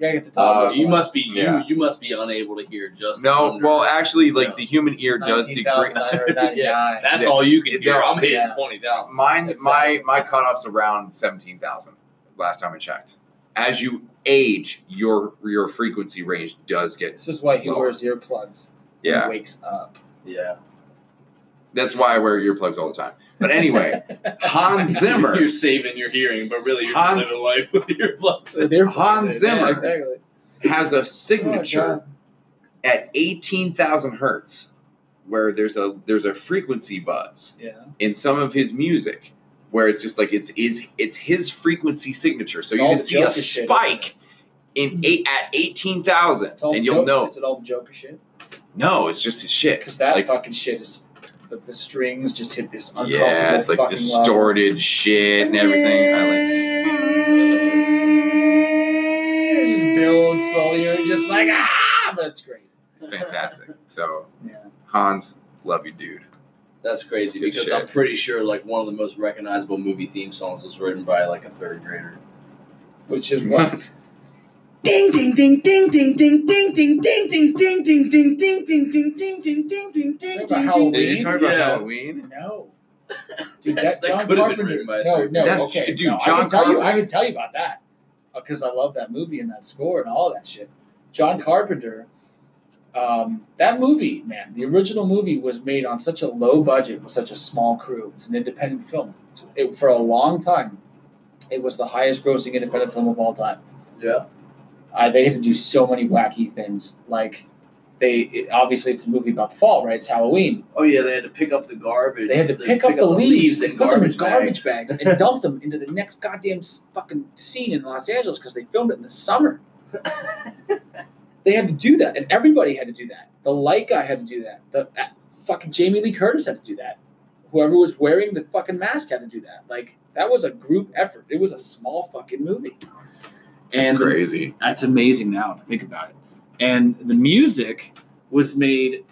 Speaker 11: gotta get the
Speaker 3: Uh,
Speaker 1: Oh, you must be you.
Speaker 3: Yeah.
Speaker 1: You must be unable to hear just.
Speaker 3: No,
Speaker 1: under.
Speaker 3: well, actually, like
Speaker 1: No.
Speaker 3: the human ear does degrade.
Speaker 1: 19,999.
Speaker 11: Yeah.
Speaker 1: that's
Speaker 3: yeah.
Speaker 1: all you can hear.
Speaker 3: No,
Speaker 1: I'm hitting
Speaker 11: yeah.
Speaker 1: twenty thousand.
Speaker 3: Mine, my
Speaker 1: Exactly.
Speaker 3: my cutoff's around seventeen thousand. Last time I checked. As you age, your your frequency range does get.
Speaker 11: This is why he
Speaker 3: Lower.
Speaker 11: wears earplugs. when
Speaker 3: Yeah,
Speaker 11: He wakes up.
Speaker 1: Yeah.
Speaker 3: that's why I wear earplugs all the time. But anyway, Hans Zimmer.
Speaker 1: You're saving your hearing, but really you're
Speaker 3: Hans-
Speaker 1: just living life with your plugs. in.
Speaker 3: Hans Zimmer.
Speaker 11: Yeah, exactly.
Speaker 3: has a
Speaker 11: Oh,
Speaker 3: signature
Speaker 11: God.
Speaker 3: at 18,000 hertz where there's a there's a frequency buzz
Speaker 11: Yeah.
Speaker 3: in some of his music where it's just like it's is it's his frequency signature so
Speaker 11: It's
Speaker 3: you
Speaker 11: all
Speaker 3: can
Speaker 11: the
Speaker 3: see a
Speaker 11: Joker shit, isn't
Speaker 3: spike in eight at 18,000
Speaker 11: It's all
Speaker 3: and
Speaker 11: the
Speaker 3: you'll
Speaker 11: Joker.
Speaker 3: know
Speaker 11: Is it all the Joker shit?
Speaker 3: no it's just his shit
Speaker 11: Because that
Speaker 3: like
Speaker 11: fucking shit is. The, the strings just hit this uncomfortable
Speaker 3: yeah it's like
Speaker 11: fucking
Speaker 3: distorted shit and everything I like
Speaker 11: level. It just builds slowly. You're just like ah, but it's great.
Speaker 3: it's fantastic so
Speaker 11: Yeah.
Speaker 3: Hans love you dude
Speaker 1: That's crazy
Speaker 3: Good
Speaker 1: because
Speaker 3: shit.
Speaker 1: I'm pretty sure like one of the most recognizable movie theme songs was written by like a third grader.
Speaker 11: Which is what
Speaker 12: Ding ding ding ding ding ding ding ding ding ding ding ding ding ding ding ding ding ding ding ding ding
Speaker 11: About
Speaker 12: ding
Speaker 3: Did you
Speaker 11: Halloween?
Speaker 3: talk about
Speaker 1: Yeah.
Speaker 3: Halloween
Speaker 11: No. Dude, that,
Speaker 1: That
Speaker 11: John
Speaker 1: could've been
Speaker 11: Carpenter.
Speaker 1: written by a
Speaker 11: No,
Speaker 1: third
Speaker 11: no,
Speaker 3: grader. That's-
Speaker 11: okay.
Speaker 3: dude,
Speaker 11: no, I
Speaker 3: John
Speaker 11: can tell you, I
Speaker 3: Carpenter-
Speaker 11: can tell you about that because I love that movie and that score and all that shit. John Carpenter. Um, that movie, man, the original movie was made on such a low budget with such a small crew. It's an independent film. It, for a long time, it was the highest-grossing independent film of all time.
Speaker 1: Yeah.
Speaker 11: Uh, they had to do so many wacky things. Like, they it, obviously it's a movie about the fall, right? It's Halloween.
Speaker 1: Oh yeah, they had to pick up the garbage.
Speaker 11: They had to pick, up the leaves and put them in garbage bags and dump them into the next goddamn s- fucking scene in Los Angeles because they filmed it in the summer. they had to do that, and everybody had to do that. The light guy had to do that. The uh, fucking Jamie Lee Curtis had to do that. Whoever was wearing the fucking mask had to do that. Like that was a group effort. It was a small fucking movie.
Speaker 3: it's
Speaker 2: and
Speaker 3: crazy
Speaker 2: that's amazing now to think about it. And the music was made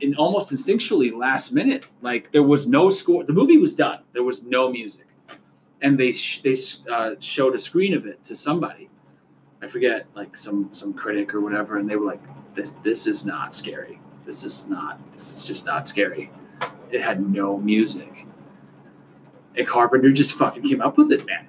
Speaker 2: in almost instinctually last minute. Like there was no score. The movie was done. There was no music, and they sh- they uh, showed a screen of it to somebody. I forget, like some some critic or whatever, and they were like, "This this is not scary. This is not. This is just not scary." It had no music. And Carpenter just fucking came up with it, man.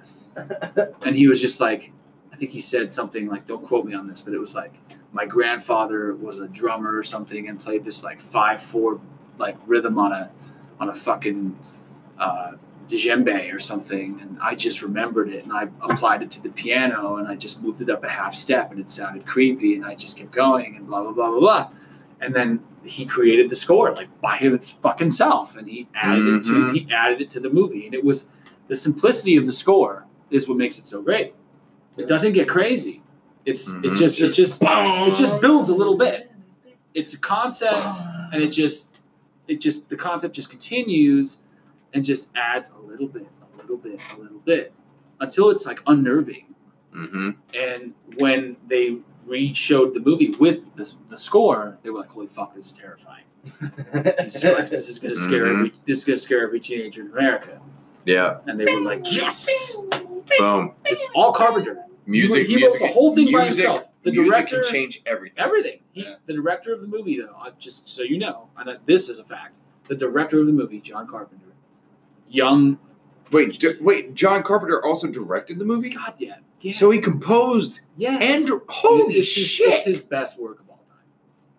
Speaker 2: and he was just like, I think he said something like, don't quote me on this, but it was like, my grandfather was a drummer or something and played this like five four like rhythm on a on a fucking uh, djembe or something, and I just remembered it and I applied it to the piano and I just moved it up a half step and it sounded creepy and I just kept going and blah blah blah blah blah, and then he created the score like by his fucking self and he added
Speaker 3: Mhm.
Speaker 2: it to he added it to the movie and it was the simplicity of the score is what makes it so great. It doesn't get crazy. It's it
Speaker 3: Mhm.
Speaker 2: just it just it just builds a little bit. It's a concept, and it just it just the concept just continues and just adds a little bit, a little bit, a little bit until it's like unnerving.
Speaker 3: Mm-hmm.
Speaker 2: And when they re-showed the movie with the, the score, they were like, "Holy fuck, this is terrifying! Jesus Christ, this is gonna scare every this is gonna scare every teenager in America."
Speaker 3: Yeah.
Speaker 2: And they were like, "Yes,
Speaker 3: Boom.
Speaker 2: it's all Carpenter."
Speaker 3: Music.
Speaker 2: he
Speaker 3: music,
Speaker 2: wrote the whole thing by
Speaker 3: music-
Speaker 2: himself. The
Speaker 3: music
Speaker 2: director-
Speaker 3: can change everything.
Speaker 2: everything. He,
Speaker 1: Yeah.
Speaker 2: The director of the movie, though, I- just so you know, and I- this is a fact. The director of the movie, John Carpenter, young
Speaker 3: Wait, d- wait. John Carpenter also directed the movie,
Speaker 2: God, yeah, yeah,
Speaker 3: so he composed
Speaker 2: yes,
Speaker 3: and
Speaker 2: It-
Speaker 3: holy
Speaker 2: it's his,
Speaker 3: shit.
Speaker 2: it's his best work of all time.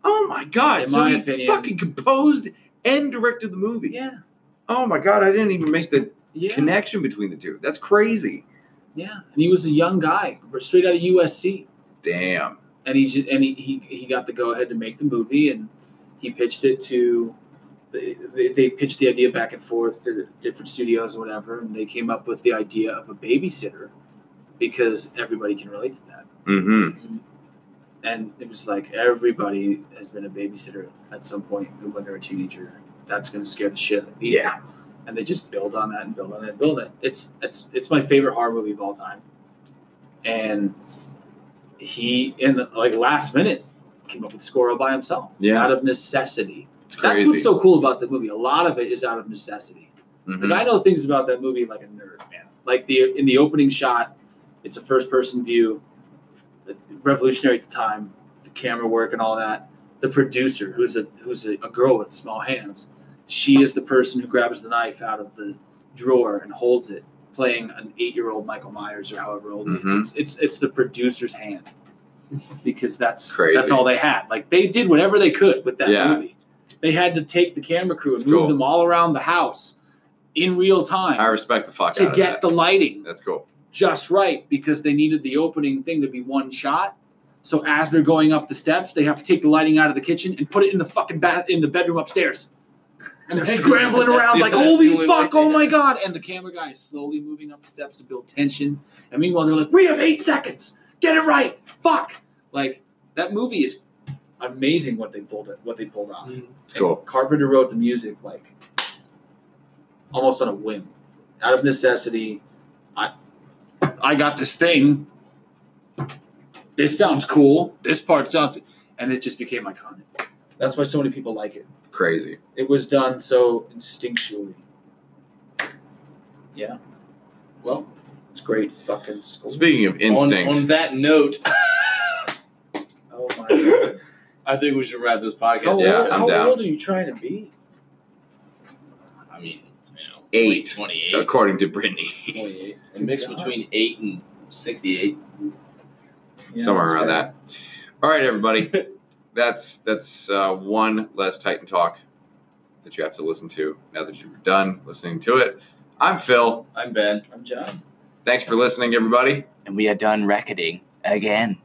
Speaker 3: Oh my god!
Speaker 2: In
Speaker 3: so
Speaker 2: my
Speaker 3: he
Speaker 2: opinion-
Speaker 3: fucking composed and directed the movie.
Speaker 2: Yeah.
Speaker 3: Oh my god! I didn't even make the
Speaker 2: Yeah.
Speaker 3: connection between the two. That's crazy.
Speaker 2: Yeah. And he was a young guy, straight out of USC.
Speaker 3: Damn.
Speaker 2: and he just, and he, he he got the go ahead to make the movie, and he pitched it to they, they pitched the idea back and forth to different studios or whatever, and they came up with the idea of a babysitter because everybody can relate to that,
Speaker 3: Mm-hmm.
Speaker 2: and it was like everybody has been a babysitter at some point when they're a teenager. That's going to scare the shit out of me.
Speaker 3: Yeah.
Speaker 2: And they just build on that and build on that, and build it. It's it's it's my favorite horror movie of all time. And he in the, like last minute came up with the score all by himself.
Speaker 3: Yeah.
Speaker 2: Out of necessity.
Speaker 3: It's
Speaker 2: That's
Speaker 3: crazy.
Speaker 2: what's so cool about the movie. A lot of it is out of necessity.
Speaker 3: Mhm.
Speaker 2: Like I know things about that movie like a nerd, man. Like the in the opening shot, it's a first person view, revolutionary at the time, the camera work and all that. The producer, who's a who's a, a girl with small hands, she is the person who grabs the knife out of the drawer and holds it, playing an eight year old Michael Myers or however old he
Speaker 3: Mhm.
Speaker 2: is. It's, it's it's the producer's hand. Because that's
Speaker 3: Crazy.
Speaker 2: that's all they had. Like they did whatever they could with that
Speaker 3: Yeah.
Speaker 2: movie. They had to take the camera crew and
Speaker 3: That's
Speaker 2: move
Speaker 3: cool.
Speaker 2: them all around the house in real
Speaker 3: I
Speaker 2: time
Speaker 3: respect the fuck
Speaker 2: to
Speaker 3: out
Speaker 2: get
Speaker 3: of that.
Speaker 2: the lighting
Speaker 3: That's cool.
Speaker 2: just right because they needed the opening thing to be one shot. So as they're going up the steps, they have to take the lighting out of the kitchen and put it in the fucking bath in the bedroom upstairs. And they're scrambling
Speaker 1: That's
Speaker 2: around
Speaker 1: the-
Speaker 2: like,
Speaker 1: that's the
Speaker 2: holy
Speaker 1: only way
Speaker 2: fuck,
Speaker 1: they
Speaker 2: oh
Speaker 1: know.
Speaker 2: my god! And the camera guy is slowly moving up the steps to build tension. And meanwhile, they're like, we have eight seconds. Get it right. Fuck. Like that movie is amazing what they pulled it, what they pulled off.
Speaker 3: It's cool.
Speaker 2: And Carpenter wrote the music like almost on a whim, out of necessity. I I got this thing. This sounds cool. This part sounds, and it just became iconic. That's why so many people like it.
Speaker 3: Crazy.
Speaker 2: It was done so instinctually. Yeah. Well, it's great fucking school.
Speaker 3: Speaking of
Speaker 1: On,
Speaker 3: instinct,
Speaker 1: on that note,
Speaker 2: Oh my god.
Speaker 1: I think we should wrap this podcast.
Speaker 2: How,
Speaker 1: up.
Speaker 3: Yeah,
Speaker 2: old,
Speaker 3: I'm
Speaker 2: how
Speaker 3: down.
Speaker 2: old are you trying to be?
Speaker 1: I mean, you know,
Speaker 3: Eight.
Speaker 1: 28.
Speaker 3: according to Brittany,
Speaker 1: 28. A mix
Speaker 2: God.
Speaker 1: between 8 and 68.
Speaker 2: Yeah,
Speaker 3: somewhere
Speaker 2: that's
Speaker 3: around
Speaker 2: fair.
Speaker 3: that. All right, everybody. that's that's uh, one less Titan talk that you have to listen to now that you're done listening to it. I'm Phil.
Speaker 1: I'm Ben.
Speaker 2: I'm John.
Speaker 3: Thanks for listening, everybody.
Speaker 13: And we are done recording again.